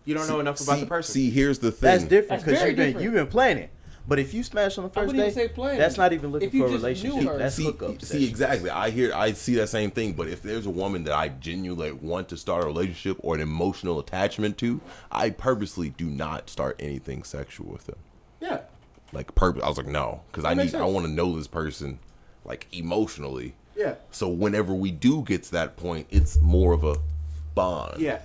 [SPEAKER 3] You don't know enough about
[SPEAKER 1] See-
[SPEAKER 3] the person.
[SPEAKER 1] See, here's the thing.
[SPEAKER 5] That's different
[SPEAKER 2] That's
[SPEAKER 5] because
[SPEAKER 2] very
[SPEAKER 5] you've been
[SPEAKER 2] different.
[SPEAKER 5] you've been planning. But if you smash on the first
[SPEAKER 2] wouldn't
[SPEAKER 5] day,
[SPEAKER 2] even say planning.
[SPEAKER 5] that's not even looking
[SPEAKER 2] If you
[SPEAKER 5] for a
[SPEAKER 2] just knew
[SPEAKER 5] relationship.
[SPEAKER 2] her.
[SPEAKER 5] That's
[SPEAKER 1] see,
[SPEAKER 5] hookup.
[SPEAKER 1] see,
[SPEAKER 5] session.
[SPEAKER 1] exactly. I hear, I see that same thing. But if there's a woman that I genuinely want to start a relationship or an emotional attachment to, I purposely do not start anything sexual with them.
[SPEAKER 3] yeah.
[SPEAKER 1] Like purpose, I was like, no, because I need,
[SPEAKER 3] makes
[SPEAKER 1] I
[SPEAKER 3] sense.
[SPEAKER 1] want to know this person, like emotionally.
[SPEAKER 3] Yeah.
[SPEAKER 1] So whenever we do get to that point, it's more of a bond.
[SPEAKER 3] Yeah.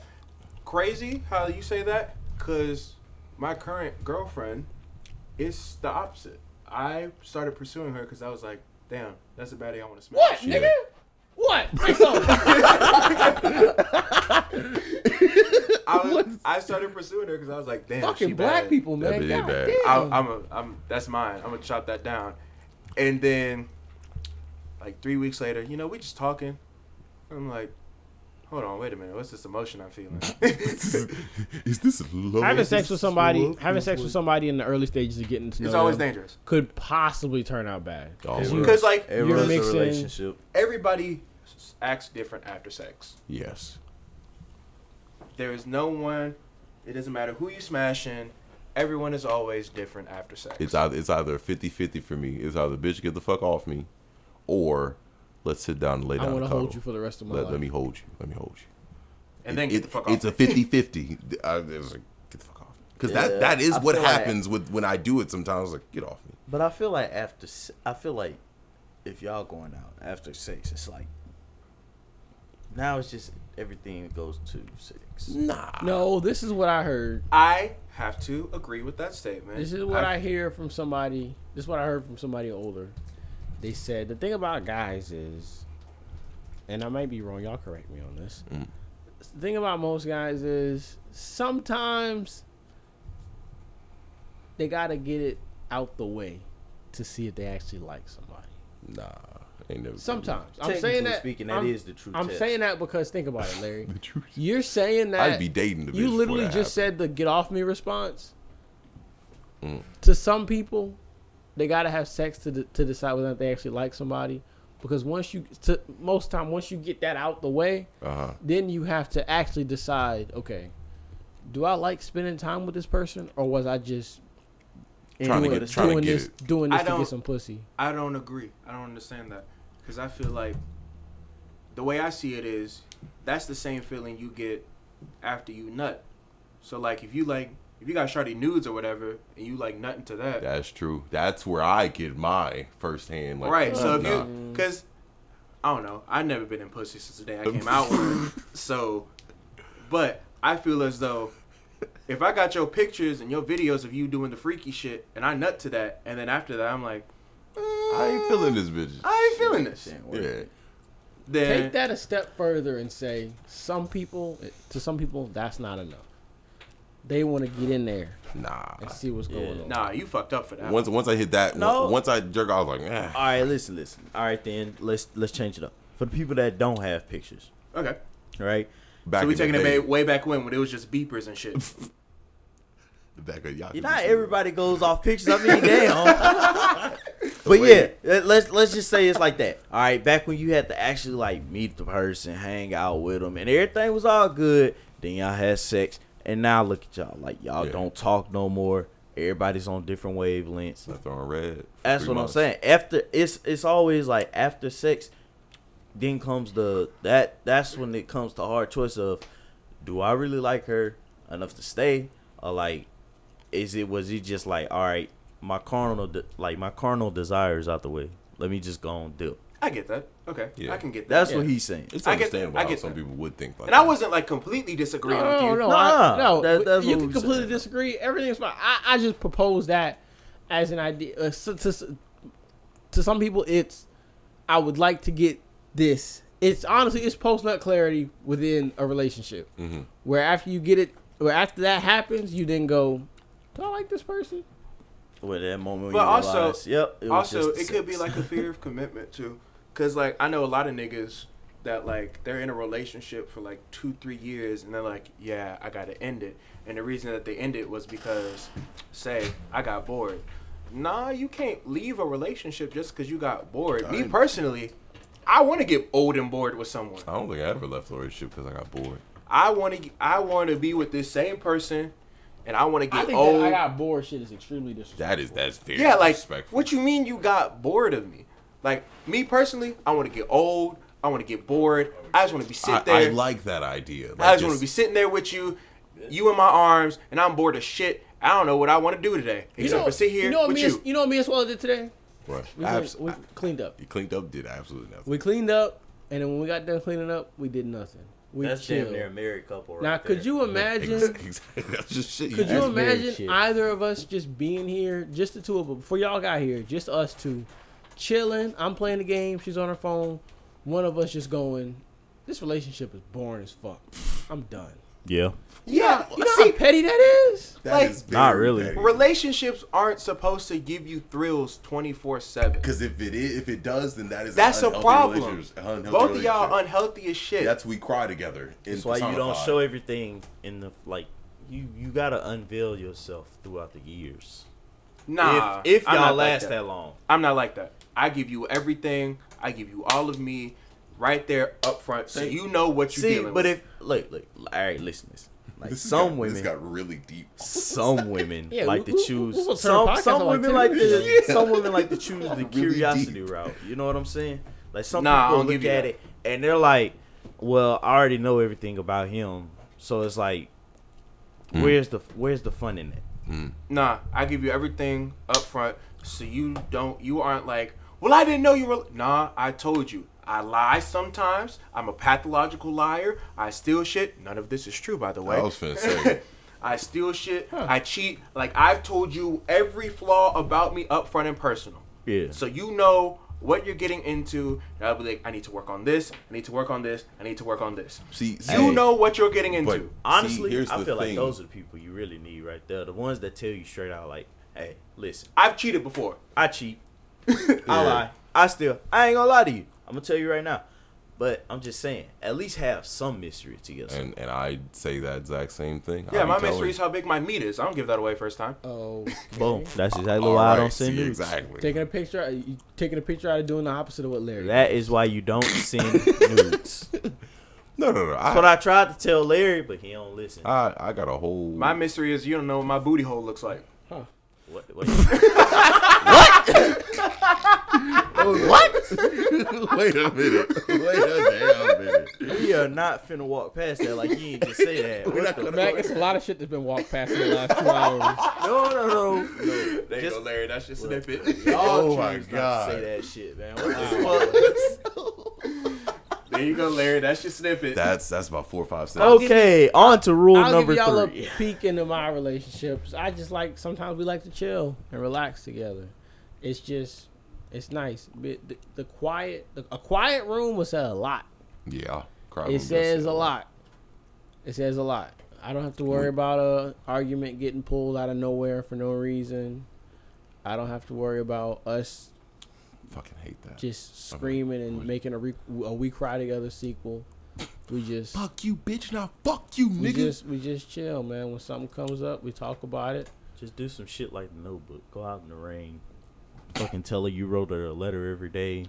[SPEAKER 3] Crazy how you say that because my current girlfriend is the opposite. I started pursuing her because I was like, damn, that's a baddie I want to smash.
[SPEAKER 2] What, nigga? What? Say something.
[SPEAKER 3] I, was, I started pursuing her because I was like, damn, she
[SPEAKER 2] Fucking black
[SPEAKER 3] bad.
[SPEAKER 2] people,
[SPEAKER 1] That
[SPEAKER 2] man.
[SPEAKER 1] bitch
[SPEAKER 2] God
[SPEAKER 1] bad.
[SPEAKER 2] damn.
[SPEAKER 3] I, I'm a, I'm that's mine. I'm gonna chop that down. And then, like three weeks later, you know, we just talking. I'm like, hold on, wait a minute, what's this emotion I'm feeling? it's
[SPEAKER 1] Is this low?
[SPEAKER 2] having sex with somebody, having sex with somebody in the early stages of getting
[SPEAKER 1] Oh,
[SPEAKER 2] to know
[SPEAKER 3] always
[SPEAKER 2] them
[SPEAKER 3] dangerous
[SPEAKER 2] could possibly turn out bad.
[SPEAKER 1] Always.
[SPEAKER 3] because like
[SPEAKER 5] It
[SPEAKER 2] You're
[SPEAKER 5] runs a
[SPEAKER 2] mixing-
[SPEAKER 5] relationship.
[SPEAKER 3] everybody s- acts different after sex.
[SPEAKER 1] Yes.
[SPEAKER 3] There is no one. It doesn't matter who you smashing. Everyone is always different after sex.
[SPEAKER 1] It's either it's either 50-50 for me. It's either bitch get the fuck off me, or let's sit down and lay
[SPEAKER 2] I
[SPEAKER 1] down.
[SPEAKER 2] want to
[SPEAKER 1] and cuddle.
[SPEAKER 2] hold you for the rest of my
[SPEAKER 1] let,
[SPEAKER 2] life.
[SPEAKER 1] let me hold you. Let me hold you.
[SPEAKER 3] and then
[SPEAKER 1] It-
[SPEAKER 3] get the fuck off.
[SPEAKER 1] It's a 50-50. I was like, get the fuck off. Because
[SPEAKER 5] Yeah,
[SPEAKER 1] that, that is
[SPEAKER 5] I
[SPEAKER 1] what
[SPEAKER 5] feel like-
[SPEAKER 1] happens with when I do it. Sometimes like get off me.
[SPEAKER 5] But I feel like after, s- I feel like if y'all going out after sex, it's like now it's just everything goes to sex.
[SPEAKER 1] Nah.
[SPEAKER 2] No, this is what I heard.
[SPEAKER 3] I have to agree with that statement.
[SPEAKER 2] This is what I, hear from somebody. This is what I heard from somebody older. They said the thing about guys is, and I might be wrong. Y'all correct me on this.
[SPEAKER 5] Mm.
[SPEAKER 2] The thing about most guys is sometimes they gotta get it out the way to see if they actually like somebody.
[SPEAKER 1] Nah. Ain't never.
[SPEAKER 2] Sometimes I'm
[SPEAKER 5] Technically
[SPEAKER 2] saying that.
[SPEAKER 5] speaking, that
[SPEAKER 2] I'm,
[SPEAKER 5] is the true
[SPEAKER 2] I'm
[SPEAKER 5] test.
[SPEAKER 2] saying that because think about it, Larry.
[SPEAKER 1] The truth.
[SPEAKER 2] You're saying that
[SPEAKER 1] I'd be dating the bitch.
[SPEAKER 2] you
[SPEAKER 1] before
[SPEAKER 2] literally
[SPEAKER 1] that
[SPEAKER 2] just
[SPEAKER 1] happened. Mm.
[SPEAKER 2] said the get off me response. To some people, they gotta have sex to de- to decide whether or not they actually like somebody. Because once you, to, most time, once you get that out the way,
[SPEAKER 1] Uh-huh.
[SPEAKER 2] then you have to actually decide. Okay, do I like spending time with this person, or was I just
[SPEAKER 1] Trying to
[SPEAKER 2] doing,
[SPEAKER 1] get- trying to
[SPEAKER 2] doing
[SPEAKER 1] get
[SPEAKER 2] this,
[SPEAKER 1] it.
[SPEAKER 2] doing
[SPEAKER 3] I
[SPEAKER 2] this to
[SPEAKER 3] don't-
[SPEAKER 2] get some pussy?
[SPEAKER 3] I don't agree. I don't understand that because I feel like the way I see it is that's the same feeling you get after you nut. So like if you like if you got shorty nudes or whatever and you like nutting to that,
[SPEAKER 1] That's true. That's where I get my firsthand. Like,
[SPEAKER 3] right? So if
[SPEAKER 1] nah.
[SPEAKER 3] you because I don't know, I've never been in pussy since the day I came out. with it. So, but I feel as though. If I got your pictures and your videos of you doing the freaky shit, and I nut to that, and then after that I'm like,
[SPEAKER 1] I ain't feeling this bitch.
[SPEAKER 3] I ain't feeling this.
[SPEAKER 1] Yeah.
[SPEAKER 3] Then
[SPEAKER 2] Take that a step further and say some people, to some people, that's not enough. They want to get in there
[SPEAKER 1] Nah.
[SPEAKER 2] and see what's going on.
[SPEAKER 3] Nah, you fucked up for that.
[SPEAKER 1] Once once I hit that,
[SPEAKER 5] No.
[SPEAKER 1] once I jerk, I was like, eh.
[SPEAKER 5] All right, listen, listen. All right, then let's let's change it up for the people that don't have pictures.
[SPEAKER 3] Okay.
[SPEAKER 5] All right,
[SPEAKER 1] Back
[SPEAKER 3] so we
[SPEAKER 1] in the
[SPEAKER 3] taking it
[SPEAKER 1] day.
[SPEAKER 3] ba- way back when when it was just beepers and shit.
[SPEAKER 1] Back of y'all.
[SPEAKER 5] not everybody goes off pictures. I mean, damn. but yeah, let- let's let's just say it's like that. All right, back when you had to actually like meet the person, hang out with them, and everything was all good. Then y'all had sex, and now look at y'all. Like y'all
[SPEAKER 1] Yeah.
[SPEAKER 5] don't talk no more. Everybody's on different wavelengths.
[SPEAKER 1] Left on red.
[SPEAKER 5] That's
[SPEAKER 1] Three
[SPEAKER 5] what
[SPEAKER 1] months.
[SPEAKER 5] I'm saying. After it's it's always like after sex, then comes the that that's when it comes to hard choice of do I really like her enough to stay or like is it was it just like all right my carnal de- like my carnal desire is out the way let me just go on deal
[SPEAKER 3] I get that. Okay.
[SPEAKER 1] Yeah.
[SPEAKER 3] I can get that.
[SPEAKER 5] that's
[SPEAKER 3] Yeah.
[SPEAKER 5] what he's saying
[SPEAKER 1] It's
[SPEAKER 3] I get-
[SPEAKER 1] understandable
[SPEAKER 3] I
[SPEAKER 1] how
[SPEAKER 3] get
[SPEAKER 1] some
[SPEAKER 3] that.
[SPEAKER 1] people would think like
[SPEAKER 3] And I
[SPEAKER 1] that.
[SPEAKER 3] wasn't like completely disagreeing
[SPEAKER 2] No,
[SPEAKER 3] with
[SPEAKER 2] no,
[SPEAKER 3] you.
[SPEAKER 2] no,
[SPEAKER 5] Nah,
[SPEAKER 2] I, no.
[SPEAKER 5] that- that's
[SPEAKER 2] you
[SPEAKER 5] what
[SPEAKER 2] can
[SPEAKER 5] we
[SPEAKER 2] completely
[SPEAKER 5] said.
[SPEAKER 2] disagree. Everything's fine. I, I just propose that as an idea. Uh, so- to, to, some people, it's I would like to get this. It's honestly, it's post nut clarity within a relationship, where after you get it, where after that happens, you then go, "Do I like this person?"
[SPEAKER 5] with that moment
[SPEAKER 3] But
[SPEAKER 5] you
[SPEAKER 3] also-
[SPEAKER 5] realize, yep it was
[SPEAKER 3] Also,
[SPEAKER 5] just
[SPEAKER 3] it could be
[SPEAKER 5] sex.
[SPEAKER 3] like a fear of commitment too, because like I know a lot of niggas that like they're in a relationship for like two, three years, and they're like, yeah, I gotta end it. And the reason that they end it was because, say, I got bored. nah, you can't leave a relationship just because you got bored. Me
[SPEAKER 1] I-
[SPEAKER 3] personally, I want to get old and bored with someone.
[SPEAKER 1] I don't think I ever left a relationship because I got bored.
[SPEAKER 3] I want to. I want to be with this same person, and I want to
[SPEAKER 2] I
[SPEAKER 3] get
[SPEAKER 2] think
[SPEAKER 3] old.
[SPEAKER 2] that I got bored shit is extremely disrespectful.
[SPEAKER 1] That is that's very
[SPEAKER 3] yeah, like
[SPEAKER 1] disrespectful.
[SPEAKER 3] what you mean you got bored of me? Like me personally, I want to get old. I want to get bored. I just want to be
[SPEAKER 1] I,
[SPEAKER 3] sit there.
[SPEAKER 1] I like that idea. Like
[SPEAKER 3] I just want to be sitting there with you, you in my arms, and I'm bored as shit. I don't know what I want to do today except for sit here
[SPEAKER 2] you know what
[SPEAKER 3] with
[SPEAKER 2] me
[SPEAKER 3] you.
[SPEAKER 2] and- you know what me and Swallow did today?
[SPEAKER 1] Right.
[SPEAKER 2] We,
[SPEAKER 1] Abs-
[SPEAKER 2] went- we cleaned up.
[SPEAKER 1] you cleaned up, did absolutely nothing.
[SPEAKER 2] We cleaned up, and then when we got done cleaning up, we did nothing. We
[SPEAKER 4] That's damn
[SPEAKER 2] chilled.
[SPEAKER 4] near a married couple. Right
[SPEAKER 2] Now, could
[SPEAKER 4] there.
[SPEAKER 2] you imagine?
[SPEAKER 1] Exactly. That's just shit.
[SPEAKER 2] Could you
[SPEAKER 1] asked.
[SPEAKER 5] That's weird
[SPEAKER 2] imagine
[SPEAKER 5] shit.
[SPEAKER 2] either of us just being here, just the two of us, before y'all got here, just us two, chilling? I'm playing the game. She's on her phone. One of us just going. This relationship is boring as fuck. I'm done.
[SPEAKER 5] Yeah.
[SPEAKER 3] yeah,
[SPEAKER 2] You know
[SPEAKER 3] see,
[SPEAKER 2] how petty that is.
[SPEAKER 1] That
[SPEAKER 3] like-
[SPEAKER 1] is
[SPEAKER 5] Not
[SPEAKER 1] very
[SPEAKER 5] really.
[SPEAKER 1] petty.
[SPEAKER 3] relationships aren't supposed to give you thrills twenty four seven.
[SPEAKER 1] Because if it is, if it does, then that is
[SPEAKER 3] That's
[SPEAKER 1] an
[SPEAKER 3] a
[SPEAKER 1] unhealthy
[SPEAKER 3] problem.
[SPEAKER 1] relationship- unhealthy
[SPEAKER 3] Both of y'all
[SPEAKER 1] relationship.
[SPEAKER 3] unhealthy as shit.
[SPEAKER 1] That's we cry together. in
[SPEAKER 5] That's why you don't
[SPEAKER 1] personified.
[SPEAKER 5] show everything in the like. You you gotta unveil yourself throughout the years.
[SPEAKER 3] nah.
[SPEAKER 5] if, if
[SPEAKER 3] I'm
[SPEAKER 5] y'all
[SPEAKER 3] not like
[SPEAKER 5] last that long,
[SPEAKER 3] I'm not like that. I give you everything. I give you all of me, right there up front, so
[SPEAKER 5] See-
[SPEAKER 3] you know what you're
[SPEAKER 5] see.
[SPEAKER 3] dealing
[SPEAKER 5] But
[SPEAKER 3] with.
[SPEAKER 5] if look look, all right, listen, listen. Like
[SPEAKER 1] This
[SPEAKER 5] some
[SPEAKER 1] got,
[SPEAKER 5] women,
[SPEAKER 1] This got really deep.
[SPEAKER 5] some women
[SPEAKER 2] Yeah,
[SPEAKER 5] like
[SPEAKER 2] we-
[SPEAKER 5] to
[SPEAKER 2] we-
[SPEAKER 5] choose.
[SPEAKER 2] we- we'll turn
[SPEAKER 5] some
[SPEAKER 2] podcasts
[SPEAKER 5] some
[SPEAKER 2] on like
[SPEAKER 5] women
[SPEAKER 2] 10
[SPEAKER 5] like
[SPEAKER 2] minutes.
[SPEAKER 5] to some women like to choose the curiosity
[SPEAKER 1] deep.
[SPEAKER 5] route. You know what I'm saying? Like some
[SPEAKER 3] Nah, I
[SPEAKER 5] people
[SPEAKER 3] don't
[SPEAKER 5] look
[SPEAKER 3] give you
[SPEAKER 5] at
[SPEAKER 3] that.
[SPEAKER 5] it and they're like, "Well, I already know everything about him," so it's like,
[SPEAKER 1] Hmm.
[SPEAKER 5] "Where's the where's the fun in that?"
[SPEAKER 3] nah, I give you everything up front, so you don't, you aren't like, well, I didn't know you were. Nah, I told you. I lie sometimes. I'm a pathological liar. I steal shit. None of this is true, by the way.
[SPEAKER 1] I was finna say.
[SPEAKER 3] I steal shit. I cheat. Like I've told you every flaw about me up front and personal.
[SPEAKER 5] Yeah.
[SPEAKER 3] So you know what you're getting into. And I'll be like, I need to work on this. I need to work on this. I need to work on this.
[SPEAKER 1] See,
[SPEAKER 3] You
[SPEAKER 1] see,
[SPEAKER 3] know what you're getting into.
[SPEAKER 1] But
[SPEAKER 5] Honestly,
[SPEAKER 1] see, here's
[SPEAKER 5] I
[SPEAKER 1] the
[SPEAKER 5] feel like
[SPEAKER 1] thing.
[SPEAKER 5] those are the people you really need right there. The ones that tell you straight out, like, hey, listen,
[SPEAKER 3] I've cheated before.
[SPEAKER 5] I cheat. I lie. I still, I ain't gonna lie to you. I'm gonna tell you right now. But I'm just saying, at least have some mystery to yourself.
[SPEAKER 1] And and I say that exact same thing. I
[SPEAKER 3] Yeah,
[SPEAKER 1] be
[SPEAKER 3] my
[SPEAKER 1] telling
[SPEAKER 3] mystery is
[SPEAKER 1] you.
[SPEAKER 3] how big my meat is. I don't give that away first time.
[SPEAKER 2] Oh,
[SPEAKER 5] Boom. That's exactly
[SPEAKER 1] All
[SPEAKER 5] why I
[SPEAKER 1] right,
[SPEAKER 5] don't send
[SPEAKER 1] see,
[SPEAKER 5] nudes.
[SPEAKER 1] Exactly.
[SPEAKER 2] taking a picture, uh, you taking a picture out of doing the opposite of what Larry.
[SPEAKER 5] That is why you don't send nudes. That's
[SPEAKER 1] No, no, no.
[SPEAKER 5] what
[SPEAKER 1] I,
[SPEAKER 5] I tried to tell Larry, but he don't listen.
[SPEAKER 1] I, I got a whole.
[SPEAKER 3] My mystery is you don't know what my booty hole looks like.
[SPEAKER 5] What? what
[SPEAKER 1] wait a minute. Wait a damn minute.
[SPEAKER 5] we are not finna walk past that like you ain't just say that. What the
[SPEAKER 2] Mac, it's a lot of shit that's been walked past in the last two hours.
[SPEAKER 5] No, no, no.
[SPEAKER 3] There
[SPEAKER 5] you Just- go,
[SPEAKER 3] Larry. That's just snippet.
[SPEAKER 1] Oh
[SPEAKER 5] Y'all
[SPEAKER 1] my
[SPEAKER 5] choose not to
[SPEAKER 1] God.
[SPEAKER 5] Say that shit, man. What the fuck?
[SPEAKER 3] there you go, Larry. That's your snippet.
[SPEAKER 1] That's that's about four or five
[SPEAKER 3] Oh,
[SPEAKER 1] seconds.
[SPEAKER 5] Okay, on to rule
[SPEAKER 2] I'll
[SPEAKER 5] number
[SPEAKER 2] give y'all
[SPEAKER 5] three.
[SPEAKER 2] a peek into my relationships. I just like sometimes we like to chill and relax together. It's just, it's nice. But The, the quiet, the, a quiet room will say a lot.
[SPEAKER 1] Yeah. Cry
[SPEAKER 2] It says a lot. It says a lot. I don't have to worry about a argument getting pulled out of nowhere for no reason. I don't have to worry about us
[SPEAKER 1] Fucking hate that.
[SPEAKER 2] just screaming and making a re- a we cry together sequel. We just
[SPEAKER 1] fuck you, bitch. Now fuck you,
[SPEAKER 2] we
[SPEAKER 1] nigga.
[SPEAKER 2] just we just chill, man. When something comes up, we talk about it.
[SPEAKER 5] Just do some shit like the notebook. Go out in the rain. Fucking tell her you wrote her a letter every day.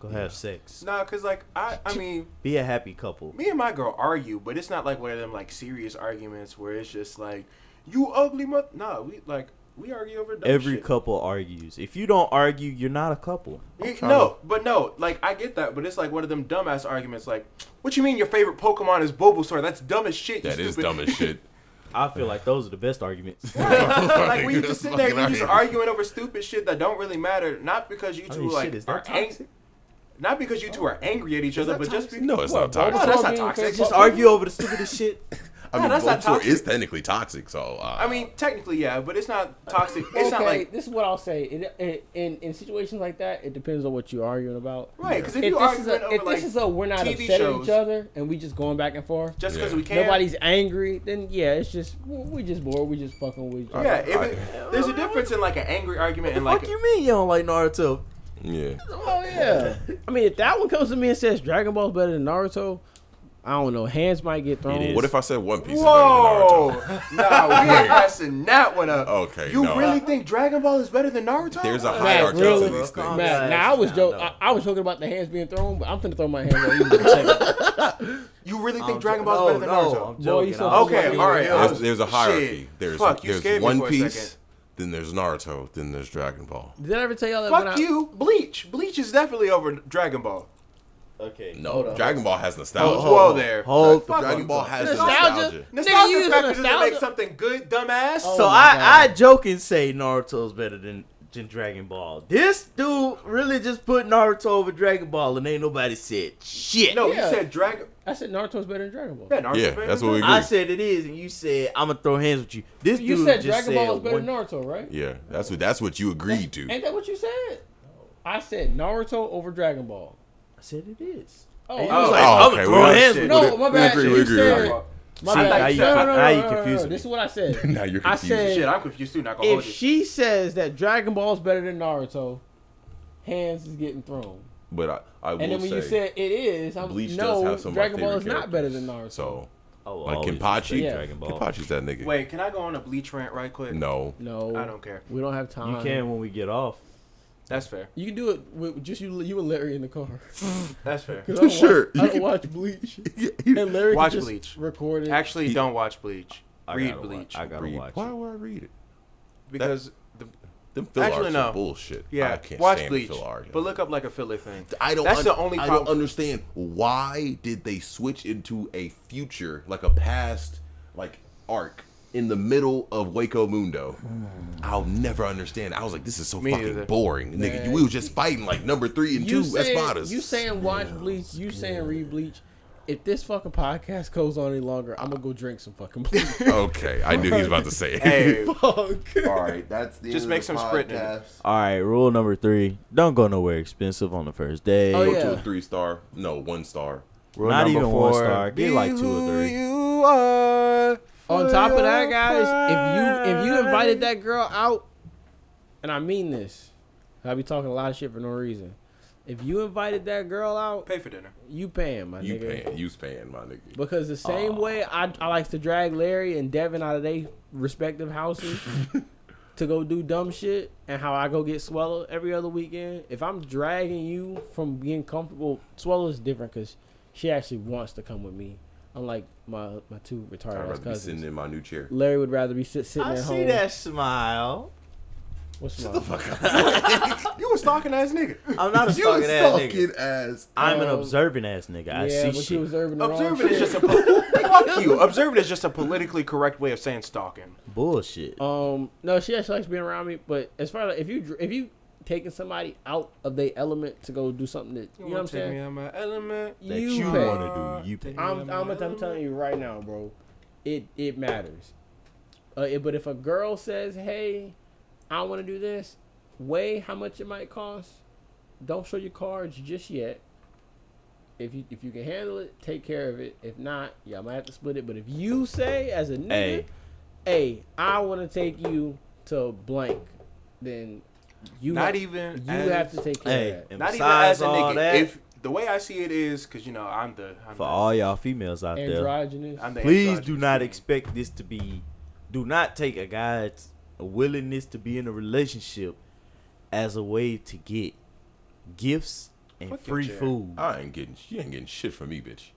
[SPEAKER 5] Go have sex.
[SPEAKER 3] nah, cause like I, I mean,
[SPEAKER 5] Be a happy couple.
[SPEAKER 3] me and my girl argue, but it's not like one of them like serious arguments where it's just like you ugly mother. Nah, we like we argue over dumb
[SPEAKER 5] Every
[SPEAKER 3] shit.
[SPEAKER 5] couple argues. If you don't argue, you're not a couple.
[SPEAKER 3] Y- No, but no, like I get that, but it's like one of them dumbass arguments. Like, what you mean your favorite Pokemon is Bulbasaur? That's dumb as shit. you
[SPEAKER 1] that is
[SPEAKER 3] stupid."
[SPEAKER 1] dumb as shit.
[SPEAKER 5] I feel like those are the best arguments.
[SPEAKER 3] like when you just sit there and
[SPEAKER 1] Fucking
[SPEAKER 3] you just
[SPEAKER 1] out here.
[SPEAKER 3] arguing over stupid shit that don't really matter, not because you two
[SPEAKER 5] I mean,
[SPEAKER 3] like
[SPEAKER 5] Oh, shit, is
[SPEAKER 3] are
[SPEAKER 5] that
[SPEAKER 3] angry,
[SPEAKER 5] toxic?
[SPEAKER 3] not because you two are angry at each other, but just because
[SPEAKER 1] No, it's not
[SPEAKER 2] Bulbasaur
[SPEAKER 1] toxic.
[SPEAKER 3] No, that's Oh, not
[SPEAKER 2] being
[SPEAKER 3] toxic.
[SPEAKER 2] crazy-
[SPEAKER 5] Just argue over the stupidest shit.
[SPEAKER 1] I mean,
[SPEAKER 3] that's not
[SPEAKER 1] Voltor is
[SPEAKER 3] toxic.
[SPEAKER 1] technically toxic, so. Uh,
[SPEAKER 3] I mean, technically, yeah, but it's not toxic. It's
[SPEAKER 2] okay,
[SPEAKER 3] not like
[SPEAKER 2] this is what I'll say. It, it, in in situations like that, it depends on what you're arguing about.
[SPEAKER 3] right because if,
[SPEAKER 2] If
[SPEAKER 3] you
[SPEAKER 2] this is
[SPEAKER 3] arguing
[SPEAKER 2] a,
[SPEAKER 3] over
[SPEAKER 2] if
[SPEAKER 3] like
[SPEAKER 2] this is a we're not
[SPEAKER 3] TV
[SPEAKER 2] upset at
[SPEAKER 3] shows.
[SPEAKER 2] each other and we just going back and forth.
[SPEAKER 3] just because
[SPEAKER 1] Yeah.
[SPEAKER 3] we can't,
[SPEAKER 2] Nobody's angry. Then yeah, it's just we we just bored. We just fucking with each other.
[SPEAKER 3] Yeah, if it, there's a difference in like an angry argument and like
[SPEAKER 5] Fuck you mean you don't like Naruto?
[SPEAKER 1] yeah.
[SPEAKER 2] Oh yeah. I mean, if that one comes to me and says Dragon Ball's better than Naruto, I don't know. Hands might get thrown.
[SPEAKER 8] It is.
[SPEAKER 1] What if I said One Piece? is better than
[SPEAKER 3] Whoa!
[SPEAKER 1] Naruto?
[SPEAKER 3] nah, we ain't passing that one up.
[SPEAKER 1] Okay,
[SPEAKER 3] You
[SPEAKER 1] no.
[SPEAKER 3] really think Dragon Ball is better than Naruto?
[SPEAKER 1] There's a
[SPEAKER 2] Matt,
[SPEAKER 1] hierarchy
[SPEAKER 2] really?
[SPEAKER 1] to these things.
[SPEAKER 5] Matt.
[SPEAKER 2] Man, now I was
[SPEAKER 5] Nah,
[SPEAKER 2] joking.
[SPEAKER 5] no.
[SPEAKER 2] I, I was joking about the hands being thrown, but I'm finna throw my hands out. You in a second.
[SPEAKER 3] You really think Dragon Ball is better than Naruto?
[SPEAKER 5] I'm
[SPEAKER 2] Boy, you
[SPEAKER 5] joking.
[SPEAKER 2] so-
[SPEAKER 5] I'm-
[SPEAKER 3] Okay,
[SPEAKER 2] Fucking
[SPEAKER 3] all right.
[SPEAKER 2] weird.
[SPEAKER 3] I
[SPEAKER 1] There's,
[SPEAKER 3] was-
[SPEAKER 1] there's a
[SPEAKER 3] shit.
[SPEAKER 1] hierarchy. There's
[SPEAKER 3] Fuck, you
[SPEAKER 1] there's
[SPEAKER 3] scared me
[SPEAKER 1] One
[SPEAKER 3] for a
[SPEAKER 1] Piece,
[SPEAKER 3] second.
[SPEAKER 1] then there's Naruto, then there's Dragon Ball.
[SPEAKER 2] Did I ever tell y'all that? when
[SPEAKER 3] Fuck
[SPEAKER 2] I,
[SPEAKER 3] you, Bleach. Bleach is definitely over Dragon Ball.
[SPEAKER 5] Okay.
[SPEAKER 1] No, Dragon Ball has nostalgia.
[SPEAKER 3] Whoa there.
[SPEAKER 5] Hold the
[SPEAKER 3] Fuck
[SPEAKER 1] Oh, Dragon
[SPEAKER 3] you.
[SPEAKER 1] Ball has
[SPEAKER 2] Nostalgia?
[SPEAKER 1] nostalgia.
[SPEAKER 2] Nigga, you
[SPEAKER 3] Nostalgia
[SPEAKER 2] using
[SPEAKER 3] factor doesn't
[SPEAKER 2] nostalgia?
[SPEAKER 3] make something good, dumbass.
[SPEAKER 2] Oh
[SPEAKER 5] So
[SPEAKER 2] my
[SPEAKER 5] I, I
[SPEAKER 2] God.
[SPEAKER 5] joke and say Naruto's better than, than Dragon Ball. This dude really just put Naruto over Dragon Ball and ain't nobody said shit.
[SPEAKER 3] no,
[SPEAKER 2] Yeah.
[SPEAKER 3] you said Dragon.
[SPEAKER 2] I said Naruto's better than Dragon Ball.
[SPEAKER 3] Yeah, Naruto's
[SPEAKER 1] Yeah,
[SPEAKER 3] better
[SPEAKER 1] that's
[SPEAKER 3] than
[SPEAKER 1] what we
[SPEAKER 3] Dragon
[SPEAKER 1] agree.
[SPEAKER 5] I said it is, and you said I'm gonna throw hands with you. This
[SPEAKER 2] You
[SPEAKER 5] dude
[SPEAKER 2] said
[SPEAKER 5] just
[SPEAKER 2] Dragon
[SPEAKER 5] said
[SPEAKER 2] Ball is better
[SPEAKER 5] one-
[SPEAKER 2] than Naruto, right?
[SPEAKER 1] Yeah, that's what that's what you agreed to.
[SPEAKER 2] Ain't that what you said? I said Naruto over Dragon Ball.
[SPEAKER 5] I said it is.
[SPEAKER 2] Oh,
[SPEAKER 5] And you
[SPEAKER 2] I
[SPEAKER 5] was
[SPEAKER 3] oh,
[SPEAKER 5] like,
[SPEAKER 1] oh,
[SPEAKER 5] I'm gonna
[SPEAKER 1] okay,
[SPEAKER 5] throw
[SPEAKER 1] well,
[SPEAKER 5] hands
[SPEAKER 1] shit.
[SPEAKER 5] with
[SPEAKER 2] no, my
[SPEAKER 1] we
[SPEAKER 2] bad.
[SPEAKER 1] agree,
[SPEAKER 2] you
[SPEAKER 1] we agree, we
[SPEAKER 2] said,
[SPEAKER 1] agree.
[SPEAKER 2] My
[SPEAKER 5] See,
[SPEAKER 2] bad.
[SPEAKER 5] now you-
[SPEAKER 2] no, no, no,
[SPEAKER 5] now you
[SPEAKER 2] no, no, no,
[SPEAKER 5] confusing
[SPEAKER 2] This is
[SPEAKER 5] me.
[SPEAKER 2] what I said.
[SPEAKER 1] now you're
[SPEAKER 2] I
[SPEAKER 1] confused.
[SPEAKER 2] said-
[SPEAKER 3] Shit, I'm confused too. Not gonna
[SPEAKER 2] if
[SPEAKER 3] hold you.
[SPEAKER 2] she says that Dragon Ball is better than Naruto, hands is getting thrown.
[SPEAKER 1] but I, I will
[SPEAKER 2] And then when
[SPEAKER 1] say,
[SPEAKER 2] you said it is, I'm
[SPEAKER 1] Bleach
[SPEAKER 2] Bleach
[SPEAKER 1] does
[SPEAKER 2] no,
[SPEAKER 1] have some of my
[SPEAKER 2] Dragon Ball is
[SPEAKER 1] favorite
[SPEAKER 2] not better than Naruto.
[SPEAKER 1] characters. so
[SPEAKER 8] I will
[SPEAKER 5] Oh,
[SPEAKER 1] like
[SPEAKER 8] always
[SPEAKER 1] Kenpachi?
[SPEAKER 8] respect
[SPEAKER 2] Yeah.
[SPEAKER 8] Dragon Ball.
[SPEAKER 1] Kenpachi's that nigga.
[SPEAKER 3] Wait, can I go on a Bleach rant right quick?
[SPEAKER 1] no,
[SPEAKER 2] no,
[SPEAKER 3] I don't care.
[SPEAKER 2] We don't have time.
[SPEAKER 5] You can when we get off.
[SPEAKER 3] That's fair.
[SPEAKER 2] You can do it with just you, you and Larry in the car.
[SPEAKER 3] That's fair.
[SPEAKER 2] 'Cause I don't
[SPEAKER 1] Sure,
[SPEAKER 2] Watch, I don't watch Bleach. And Larry
[SPEAKER 3] Watch
[SPEAKER 2] can just
[SPEAKER 3] Bleach.
[SPEAKER 2] Record it.
[SPEAKER 3] Actually, don't watch Bleach.
[SPEAKER 5] I
[SPEAKER 3] Read
[SPEAKER 5] gotta wa-
[SPEAKER 3] Bleach
[SPEAKER 5] I gotta
[SPEAKER 1] read.
[SPEAKER 5] watch.
[SPEAKER 1] Why
[SPEAKER 5] it.
[SPEAKER 1] would I read it?
[SPEAKER 3] because the
[SPEAKER 1] Them filler
[SPEAKER 3] Actually,
[SPEAKER 1] arts
[SPEAKER 3] no.
[SPEAKER 1] are bullshit.
[SPEAKER 3] yeah,
[SPEAKER 1] I can't
[SPEAKER 3] watch
[SPEAKER 1] stand
[SPEAKER 3] Bleach,
[SPEAKER 1] filler art.
[SPEAKER 3] but look up like a filler thing.
[SPEAKER 1] I don't.
[SPEAKER 3] That's
[SPEAKER 1] un-
[SPEAKER 3] the only
[SPEAKER 1] I
[SPEAKER 3] problem.
[SPEAKER 1] don't understand why did they switch into a future like a past like arc in the middle of Waco Mundo. I'll never understand. I was like, this is so
[SPEAKER 3] Me
[SPEAKER 1] fucking
[SPEAKER 3] neither.
[SPEAKER 1] boring, nigga. You, we was just fighting like number three and
[SPEAKER 2] you
[SPEAKER 1] two
[SPEAKER 2] saying,
[SPEAKER 1] Espadas.
[SPEAKER 2] You saying watch Bleach? You saying read Bleach? If this fucking podcast goes on any longer, I'm gonna go drink some fucking Bleach.
[SPEAKER 1] okay, I knew he was about to say it.
[SPEAKER 3] hey,
[SPEAKER 1] All right, that's the end
[SPEAKER 3] Just
[SPEAKER 1] of
[SPEAKER 3] make
[SPEAKER 1] the
[SPEAKER 3] some Sprint in it.
[SPEAKER 1] podcast.
[SPEAKER 5] All right, rule number three: don't go nowhere expensive on the first day.
[SPEAKER 2] Oh,
[SPEAKER 1] Go
[SPEAKER 2] yeah.
[SPEAKER 1] to a three star. No, one star.
[SPEAKER 5] Rule Not even one star. Get like two or three.
[SPEAKER 3] You
[SPEAKER 5] uh,
[SPEAKER 3] are.
[SPEAKER 2] On top of that, guys, if you if you invited that girl out, and I mean this, I be talking a lot of shit for no reason. If you invited that girl out,
[SPEAKER 3] Pay for dinner.
[SPEAKER 2] you paying my
[SPEAKER 1] You
[SPEAKER 2] nigga.
[SPEAKER 1] paying? You paying, my nigga?
[SPEAKER 2] Because the same way I, I like to drag Larry and Devin out of their respective houses to go do dumb shit, and how I go get Swallow every other weekend. If I'm dragging you from being comfortable, Swallow is different because she actually wants to come with me, unlike my my two
[SPEAKER 1] I'd
[SPEAKER 2] retarded ass
[SPEAKER 1] rather be
[SPEAKER 2] cousins.
[SPEAKER 1] sitting in my new chair.
[SPEAKER 2] Larry would rather be sit, sitting
[SPEAKER 5] I
[SPEAKER 2] at home.
[SPEAKER 5] see that smile.
[SPEAKER 2] What's
[SPEAKER 1] Shut
[SPEAKER 2] wrong?
[SPEAKER 1] the fuck up.
[SPEAKER 3] You a stalking ass nigga.
[SPEAKER 5] I'm not a
[SPEAKER 1] You
[SPEAKER 5] stalking ass nigga.
[SPEAKER 1] stalking ass.
[SPEAKER 5] I'm an
[SPEAKER 2] Um,
[SPEAKER 5] observant ass nigga. I
[SPEAKER 2] yeah,
[SPEAKER 5] see
[SPEAKER 2] but you
[SPEAKER 5] shit.
[SPEAKER 2] observing the wrong
[SPEAKER 3] Observant is
[SPEAKER 2] shit.
[SPEAKER 3] just a po- fuck you. Observant is just a politically correct way of saying stalking.
[SPEAKER 5] Bullshit.
[SPEAKER 3] Uh,
[SPEAKER 2] Um, no, she actually likes being around me. But as far as if you dr- if you taking somebody out of their element to go do something that you know what I'm saying.
[SPEAKER 5] that
[SPEAKER 2] you
[SPEAKER 5] you,
[SPEAKER 2] pay.
[SPEAKER 5] want to do. You pay.
[SPEAKER 2] I'm, I'm, I'm telling you right now, bro. It it matters. Uh, it- but if a girl says, "Hey, I want to do this," weigh how much it might cost. Don't show your cards just yet. If you if you can handle it, take care of it. If not, y'all might have to split it. But if you say as a nigga,
[SPEAKER 5] Hey.
[SPEAKER 2] "Hey, I want to take you to blank," then you
[SPEAKER 3] Not
[SPEAKER 2] have-
[SPEAKER 3] even
[SPEAKER 2] you
[SPEAKER 3] as-
[SPEAKER 2] have to take care
[SPEAKER 5] Hey,
[SPEAKER 2] of that.
[SPEAKER 5] and
[SPEAKER 3] Not even
[SPEAKER 5] besides
[SPEAKER 3] as a
[SPEAKER 5] all
[SPEAKER 3] nigga.
[SPEAKER 5] that,
[SPEAKER 3] If the way I see it is, because you know I'm the I'm
[SPEAKER 5] for
[SPEAKER 3] the,
[SPEAKER 5] all y'all females out there,
[SPEAKER 2] Androgynous.
[SPEAKER 3] I'm the
[SPEAKER 5] please
[SPEAKER 3] androgynous
[SPEAKER 5] do not
[SPEAKER 3] king.
[SPEAKER 5] expect this to be. Do not take a guy's willingness to be in a relationship as a way to get gifts and
[SPEAKER 3] Fuck your
[SPEAKER 5] free
[SPEAKER 3] chair. Uh,
[SPEAKER 5] food.
[SPEAKER 1] I ain't getting. You ain't getting shit from me, bitch.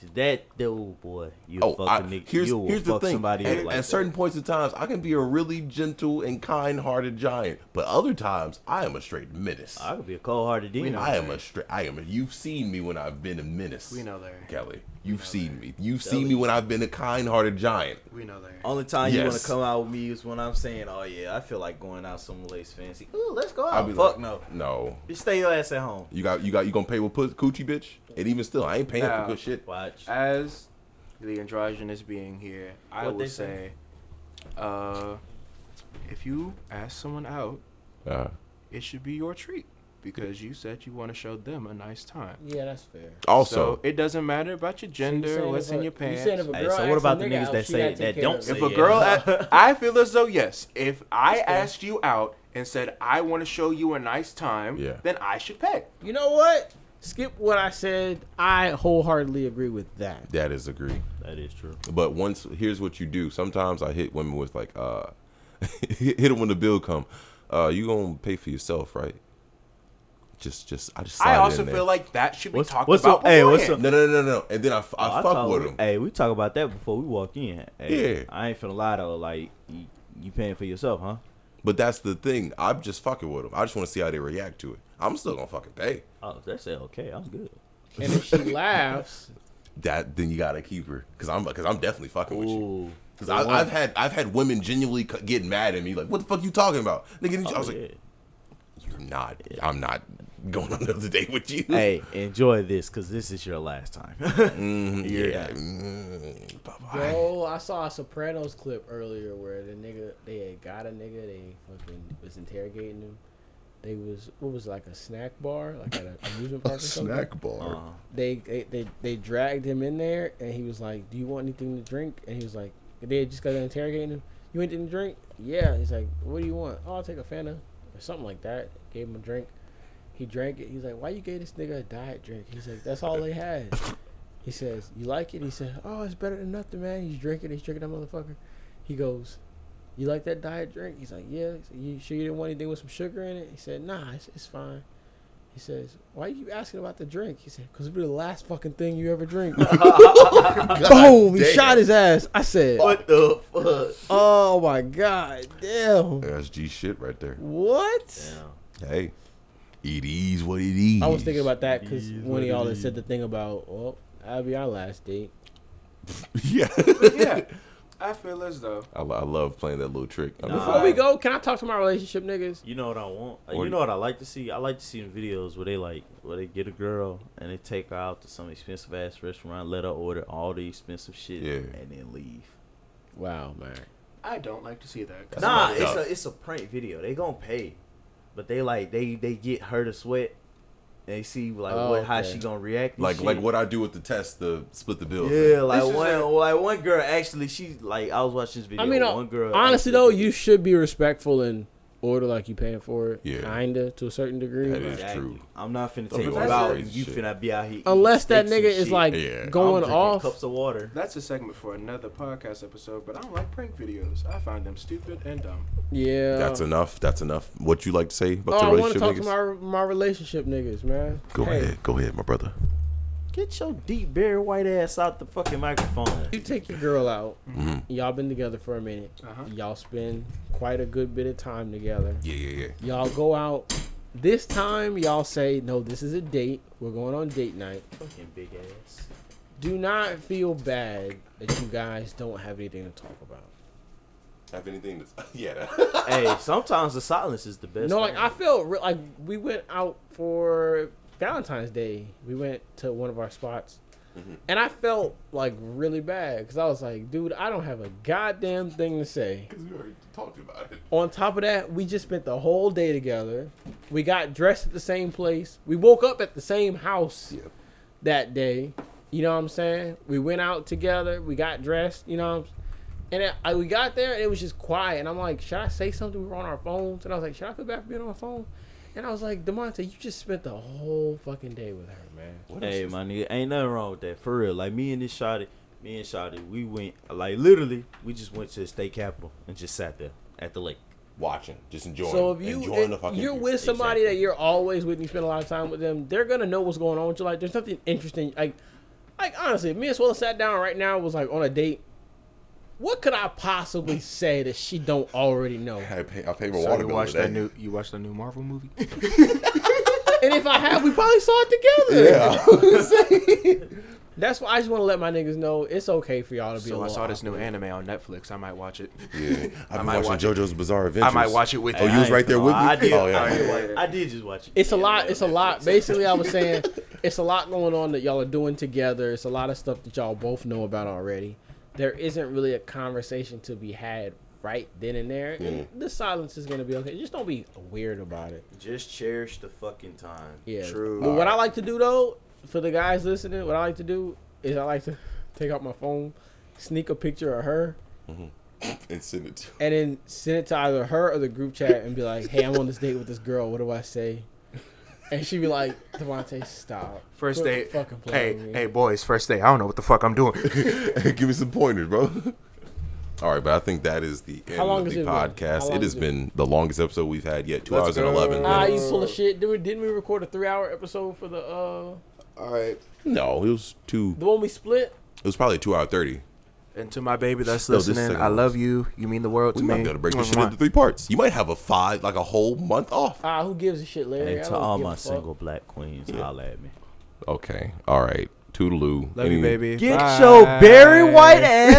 [SPEAKER 5] 'Cause That dude, boy, you
[SPEAKER 1] Oh, I,
[SPEAKER 5] fucking nigga.
[SPEAKER 1] here's,
[SPEAKER 5] you will
[SPEAKER 1] here's the
[SPEAKER 5] fuck
[SPEAKER 1] thing.
[SPEAKER 5] somebody
[SPEAKER 1] at
[SPEAKER 5] up like
[SPEAKER 1] at
[SPEAKER 5] that.
[SPEAKER 1] certain points in times, I can be a really gentle and kind-hearted giant, but other times, I am a straight menace.
[SPEAKER 5] I could be a cold hearted demon.
[SPEAKER 1] I am a straight. I am. A, you've seen me when I've been a menace.
[SPEAKER 3] We know, Larry.
[SPEAKER 1] Kelly. You've seen me. You've seen me when I've been a kind-hearted giant.
[SPEAKER 3] We know Larry.
[SPEAKER 5] Only time you want
[SPEAKER 1] Yes.
[SPEAKER 5] to come out with me is when I'm saying, "Oh yeah, I feel like going out someplace fancy. Ooh, let's go
[SPEAKER 1] I'll
[SPEAKER 5] out."
[SPEAKER 1] be
[SPEAKER 5] Fuck
[SPEAKER 1] like,
[SPEAKER 5] no.
[SPEAKER 1] no.
[SPEAKER 5] Just stay your ass at home.
[SPEAKER 1] You got. You got. You gonna pay with put, coochie, bitch? And even still, I ain't paying
[SPEAKER 3] Nah.
[SPEAKER 1] for good shit.
[SPEAKER 5] Watch.
[SPEAKER 3] As the androgynous being here, I
[SPEAKER 5] What'd
[SPEAKER 3] will
[SPEAKER 5] they say?
[SPEAKER 3] say, uh, if you ask someone out,
[SPEAKER 1] Uh,
[SPEAKER 3] it should be your treat because you said you want to show them a nice time.
[SPEAKER 2] yeah, that's fair.
[SPEAKER 1] also,
[SPEAKER 3] so it doesn't matter about your
[SPEAKER 2] So you
[SPEAKER 3] gender,
[SPEAKER 2] saying
[SPEAKER 3] what's
[SPEAKER 2] if a-
[SPEAKER 3] in your
[SPEAKER 2] you
[SPEAKER 3] pants.
[SPEAKER 2] saying if a
[SPEAKER 5] Hey,
[SPEAKER 2] girl
[SPEAKER 5] so what
[SPEAKER 2] asks a
[SPEAKER 5] about the
[SPEAKER 2] nigga
[SPEAKER 5] niggas
[SPEAKER 2] out,
[SPEAKER 5] that
[SPEAKER 2] she
[SPEAKER 5] say-
[SPEAKER 2] gotta take
[SPEAKER 5] that
[SPEAKER 2] care
[SPEAKER 5] don't
[SPEAKER 2] of
[SPEAKER 5] say
[SPEAKER 2] it.
[SPEAKER 3] If a
[SPEAKER 5] Yeah.
[SPEAKER 3] girl, a- I feel as though yes. If I
[SPEAKER 2] fair.
[SPEAKER 3] asked you out and said I want to show you a nice time,
[SPEAKER 1] Yeah.
[SPEAKER 3] then I should pay.
[SPEAKER 2] You know what? skip what I said. I wholeheartedly agree with that.
[SPEAKER 1] That is agree.
[SPEAKER 5] That is true.
[SPEAKER 1] But once here's what you do. Sometimes I hit women with like, uh, hit them when the bill come. Uh, you gonna pay for yourself, right? Just, just I just. slide
[SPEAKER 3] I
[SPEAKER 1] it
[SPEAKER 3] also
[SPEAKER 1] in there.
[SPEAKER 3] feel like that should be
[SPEAKER 5] What's-
[SPEAKER 3] talked
[SPEAKER 5] what's
[SPEAKER 3] about.
[SPEAKER 5] up- hey, what's
[SPEAKER 3] beforehand.
[SPEAKER 1] No, no, no, no, no. And then I, f- I
[SPEAKER 5] Oh,
[SPEAKER 1] fuck
[SPEAKER 5] talk-
[SPEAKER 1] with them.
[SPEAKER 5] Hey, we talk about that before we walk in. Hey,
[SPEAKER 1] Yeah.
[SPEAKER 5] I ain't finna lie though. Like you, you paying for yourself, huh?
[SPEAKER 1] But that's the thing. I'm just fucking with them. I just want to see how they react to it. I'm still gonna fucking pay.
[SPEAKER 5] Oh, if they say okay, I'm good.
[SPEAKER 2] And if she laughs,
[SPEAKER 1] That then you gotta keep her because I'm because I'm definitely fucking with you.
[SPEAKER 5] Ooh,
[SPEAKER 1] Because I've had I've had women genuinely c- get mad at me like, what the fuck you talking about, nigga? I was
[SPEAKER 5] Oh,
[SPEAKER 1] like, you're not. I'm not going on another date with you.
[SPEAKER 5] hey, enjoy this because this is your last time.
[SPEAKER 1] Mhm,
[SPEAKER 5] you're
[SPEAKER 1] yeah.
[SPEAKER 5] not.
[SPEAKER 1] Mm, bye-bye.
[SPEAKER 2] bro, I saw a Sopranos clip earlier where the nigga they had got a nigga they fucking was interrogating him. They was what was it, like a snack bar like at an amusement park or something.
[SPEAKER 1] bar.
[SPEAKER 5] Uh,
[SPEAKER 2] they they, they they dragged him in there and he was like, "Do you want anything to drink?" And he was like, "They had just got done interrogating him. You want anything to drink?" Yeah. He's like, "What do you want?" Oh, I'll take a Fanta or something like that. Gave him a drink. He drank it. He's like, "Why you gave this nigga a diet drink?" He's like, "That's all they had." He says, "You like it?" He said, "Oh, it's better than nothing, man." He's drinking. He's drinking that motherfucker. He goes, "You like that diet drink?" He's like, "Yeah." He said, you sure you didn't want anything with some sugar in it? He said, "Nah, it's, it's fine." He says, "Why you asking about the drink?" He said, "Cause it'll be the last fucking thing you ever drink." Boom! He
[SPEAKER 1] damn.
[SPEAKER 2] shot his ass. I said,
[SPEAKER 5] Oh,
[SPEAKER 4] What the fuck?
[SPEAKER 2] "Oh my god, damn!
[SPEAKER 1] That's G shit right there.
[SPEAKER 2] What?"
[SPEAKER 1] Hey, it is what it is.
[SPEAKER 2] I was thinking about that because
[SPEAKER 5] Jeez,
[SPEAKER 2] one
[SPEAKER 5] what
[SPEAKER 2] of y'all had
[SPEAKER 5] is-
[SPEAKER 2] said the thing about, "Well, that'll be our last date."
[SPEAKER 1] yeah.
[SPEAKER 3] But yeah, I feel as though
[SPEAKER 1] I, lo- I love playing that little trick. I'm
[SPEAKER 5] Nah.
[SPEAKER 1] just-
[SPEAKER 2] Before we go, can I talk to my relationship niggas?
[SPEAKER 5] You know what I want? Uh,
[SPEAKER 1] What-
[SPEAKER 5] you know what I like to see? I like to see in videos where they like where they get a girl and they take her out to some expensive ass restaurant, let her order all the expensive shit,
[SPEAKER 1] Yeah.
[SPEAKER 5] and then leave.
[SPEAKER 2] Wow, man.
[SPEAKER 3] I don't like to see that. 'cause
[SPEAKER 5] Nah,
[SPEAKER 1] fucked
[SPEAKER 5] it's
[SPEAKER 1] up.
[SPEAKER 5] a it's a prank video. They gonna pay, but they like they they get her to sweat. They see like
[SPEAKER 2] Oh,
[SPEAKER 5] what how
[SPEAKER 2] okay.
[SPEAKER 5] she gonna react. and
[SPEAKER 1] like
[SPEAKER 5] shit.
[SPEAKER 1] like what I do with the test, the split the bill. thing.
[SPEAKER 5] Yeah, like
[SPEAKER 3] This
[SPEAKER 5] one
[SPEAKER 3] is
[SPEAKER 5] like,
[SPEAKER 3] like-
[SPEAKER 5] one girl actually she like I was watching this video.
[SPEAKER 2] I mean, uh,
[SPEAKER 5] one girl
[SPEAKER 2] honestly
[SPEAKER 5] actually-
[SPEAKER 2] though, you should be respectful and order like you paying for it,
[SPEAKER 1] Yeah.
[SPEAKER 2] kinda to a certain degree.
[SPEAKER 1] That is-
[SPEAKER 5] Exactly.
[SPEAKER 1] true.
[SPEAKER 5] I'm not finna
[SPEAKER 1] Don't
[SPEAKER 5] take
[SPEAKER 1] be
[SPEAKER 5] you
[SPEAKER 3] all
[SPEAKER 5] out.
[SPEAKER 1] crazy
[SPEAKER 5] and You
[SPEAKER 1] shit.
[SPEAKER 5] finna be out here. eating
[SPEAKER 2] Unless that
[SPEAKER 5] steaks and
[SPEAKER 2] nigga is
[SPEAKER 5] shit.
[SPEAKER 2] like
[SPEAKER 1] Yeah. I'm
[SPEAKER 5] I'm
[SPEAKER 2] going
[SPEAKER 5] drinking
[SPEAKER 2] off.
[SPEAKER 5] cups of water.
[SPEAKER 3] That's a segment for another podcast episode, but I don't like prank videos. I find them stupid and dumb.
[SPEAKER 2] Yeah.
[SPEAKER 1] That's enough. That's enough. What you like to say about
[SPEAKER 2] uh, Oh,
[SPEAKER 1] the
[SPEAKER 2] I want to
[SPEAKER 1] relationship?
[SPEAKER 2] talk to
[SPEAKER 1] niggas?
[SPEAKER 2] my my relationship niggas, man.
[SPEAKER 1] Go
[SPEAKER 2] Hey,
[SPEAKER 1] ahead. Go ahead, my brother.
[SPEAKER 5] Get your deep berry white ass out the fucking microphone.
[SPEAKER 2] You take your girl out.
[SPEAKER 1] Mhm.
[SPEAKER 2] Y'all been together for a minute.
[SPEAKER 3] Uh-huh.
[SPEAKER 2] Y'all spend quite a good bit of time together.
[SPEAKER 1] Yeah, yeah, yeah.
[SPEAKER 2] Y'all go out. This time, y'all say, "No, this is a date. We're going on date night."
[SPEAKER 5] Fucking big ass.
[SPEAKER 2] Do not feel bad that you guys don't have anything to talk about.
[SPEAKER 1] Have anything that's yeah. That.
[SPEAKER 5] hey, sometimes the silence is the best.
[SPEAKER 2] no, like
[SPEAKER 5] thing.
[SPEAKER 2] I felt re- like we went out for Valentine's Day. We went to one of our spots, and I felt like really bad because I was like, "Dude, I don't have a goddamn thing to say."
[SPEAKER 1] Because we already talked about it.
[SPEAKER 2] On top of that, we just spent the whole day together. We got dressed at the same place. We woke up at the same house
[SPEAKER 1] Yep.
[SPEAKER 2] that day. You know what I'm saying? We went out together. We got dressed. You know, what I'm, s- and it, I, we got there and it was just quiet. And I'm like, should I say something? We were on our phones, and I was like, should I feel bad for being on my phone? And I was like, Demonte, you just spent the whole fucking day with her, man.
[SPEAKER 1] What
[SPEAKER 5] Hey,
[SPEAKER 1] else is-
[SPEAKER 5] my nigga, ain't nothing wrong with that. For real. Like, me and this shotty, me and shotty, we went, like, literally, we just went to the state capitol and just sat there at the lake.
[SPEAKER 1] Watching, just enjoying.
[SPEAKER 2] So if you
[SPEAKER 1] enjoying the
[SPEAKER 2] if
[SPEAKER 1] fucking
[SPEAKER 2] you're
[SPEAKER 1] view.
[SPEAKER 2] with somebody
[SPEAKER 5] Exactly.
[SPEAKER 2] that you're always with and you spend a lot of time with them, they're gonna know what's going on with you. Like there's nothing interesting. Like like honestly, if me and Swella sat down right now was like on a date. What could I possibly say that she don't already know?
[SPEAKER 1] I pay, I pay my water bill today.
[SPEAKER 3] you watched that new Marvel movie?
[SPEAKER 2] And if I have, we probably saw it together.
[SPEAKER 1] Yeah.
[SPEAKER 2] That's why I just want to let my niggas know it's okay for y'all to be. a
[SPEAKER 3] so I
[SPEAKER 2] little
[SPEAKER 3] saw this
[SPEAKER 2] awkward.
[SPEAKER 3] new anime on Netflix. I might watch it.
[SPEAKER 1] yeah. I've been
[SPEAKER 3] might
[SPEAKER 1] watching
[SPEAKER 3] watch it.
[SPEAKER 1] JoJo's Bizarre Adventures.
[SPEAKER 3] I might watch it with
[SPEAKER 1] Oh,
[SPEAKER 3] you.
[SPEAKER 1] you was
[SPEAKER 5] I ain't
[SPEAKER 1] right there
[SPEAKER 5] finna
[SPEAKER 1] with
[SPEAKER 5] lie. I
[SPEAKER 1] me?
[SPEAKER 5] did,
[SPEAKER 1] Oh, yeah.
[SPEAKER 5] I, did
[SPEAKER 3] Yeah.
[SPEAKER 5] watch, I did just watch it.
[SPEAKER 2] It's a
[SPEAKER 5] Yeah,
[SPEAKER 2] lot.
[SPEAKER 5] man,
[SPEAKER 2] It's a
[SPEAKER 5] Netflix.
[SPEAKER 2] lot. Basically, I was saying it's a lot going on that y'all are doing together. It's a lot of stuff that y'all both know about already. There isn't really a conversation to be had right then and there. And the silence is gonna be okay. Just don't be weird about it.
[SPEAKER 5] Just cherish the fucking time.
[SPEAKER 2] Yeah.
[SPEAKER 3] True.
[SPEAKER 2] But what I like to do though, for the guys listening, what I like to do is I like to take out my phone, sneak a picture of her,
[SPEAKER 1] And send it to
[SPEAKER 2] and then send it to either her or the group chat and be like, "Hey, I'm on this date with this girl. What do I say?" And she be like, Devontae, stop.
[SPEAKER 3] First
[SPEAKER 2] Quit
[SPEAKER 3] date.
[SPEAKER 2] Fucking play
[SPEAKER 3] Hey,
[SPEAKER 2] with me.
[SPEAKER 3] hey, boys, first date. I don't know what the fuck I'm doing.
[SPEAKER 1] Give me some pointers, bro. All right, but I think that is the end
[SPEAKER 2] long
[SPEAKER 1] of
[SPEAKER 2] has
[SPEAKER 1] the
[SPEAKER 2] it been? How
[SPEAKER 1] podcast.
[SPEAKER 2] long
[SPEAKER 1] It has
[SPEAKER 2] has it
[SPEAKER 1] been the longest episode we've had yet, two
[SPEAKER 8] Let's
[SPEAKER 1] hours and
[SPEAKER 8] go.
[SPEAKER 1] eleven
[SPEAKER 2] Ah,
[SPEAKER 1] minutes.
[SPEAKER 2] you full of shit. Dude, didn't we record a three hour episode for the uh
[SPEAKER 8] All right.
[SPEAKER 1] No, it was two.
[SPEAKER 2] the one we split?
[SPEAKER 1] It was probably two hour thirty.
[SPEAKER 3] And to my baby that's
[SPEAKER 1] No, this is
[SPEAKER 3] listening,
[SPEAKER 1] second
[SPEAKER 3] I
[SPEAKER 1] one.
[SPEAKER 3] love you. You mean the world
[SPEAKER 1] We
[SPEAKER 3] to
[SPEAKER 1] might
[SPEAKER 3] me.
[SPEAKER 1] be able to break this shit into three parts. You might have a five, like a whole month off.
[SPEAKER 2] Ah, who gives a shit, Larry?
[SPEAKER 5] And
[SPEAKER 2] I
[SPEAKER 5] to
[SPEAKER 2] don't
[SPEAKER 5] all
[SPEAKER 2] give a
[SPEAKER 5] my
[SPEAKER 2] fuck.
[SPEAKER 5] single black queens, holla at me.
[SPEAKER 1] Okay. All right. Toodaloo.
[SPEAKER 3] Love you,
[SPEAKER 1] Any-
[SPEAKER 3] baby.
[SPEAKER 5] Get
[SPEAKER 3] Bye.
[SPEAKER 5] your Barry White ass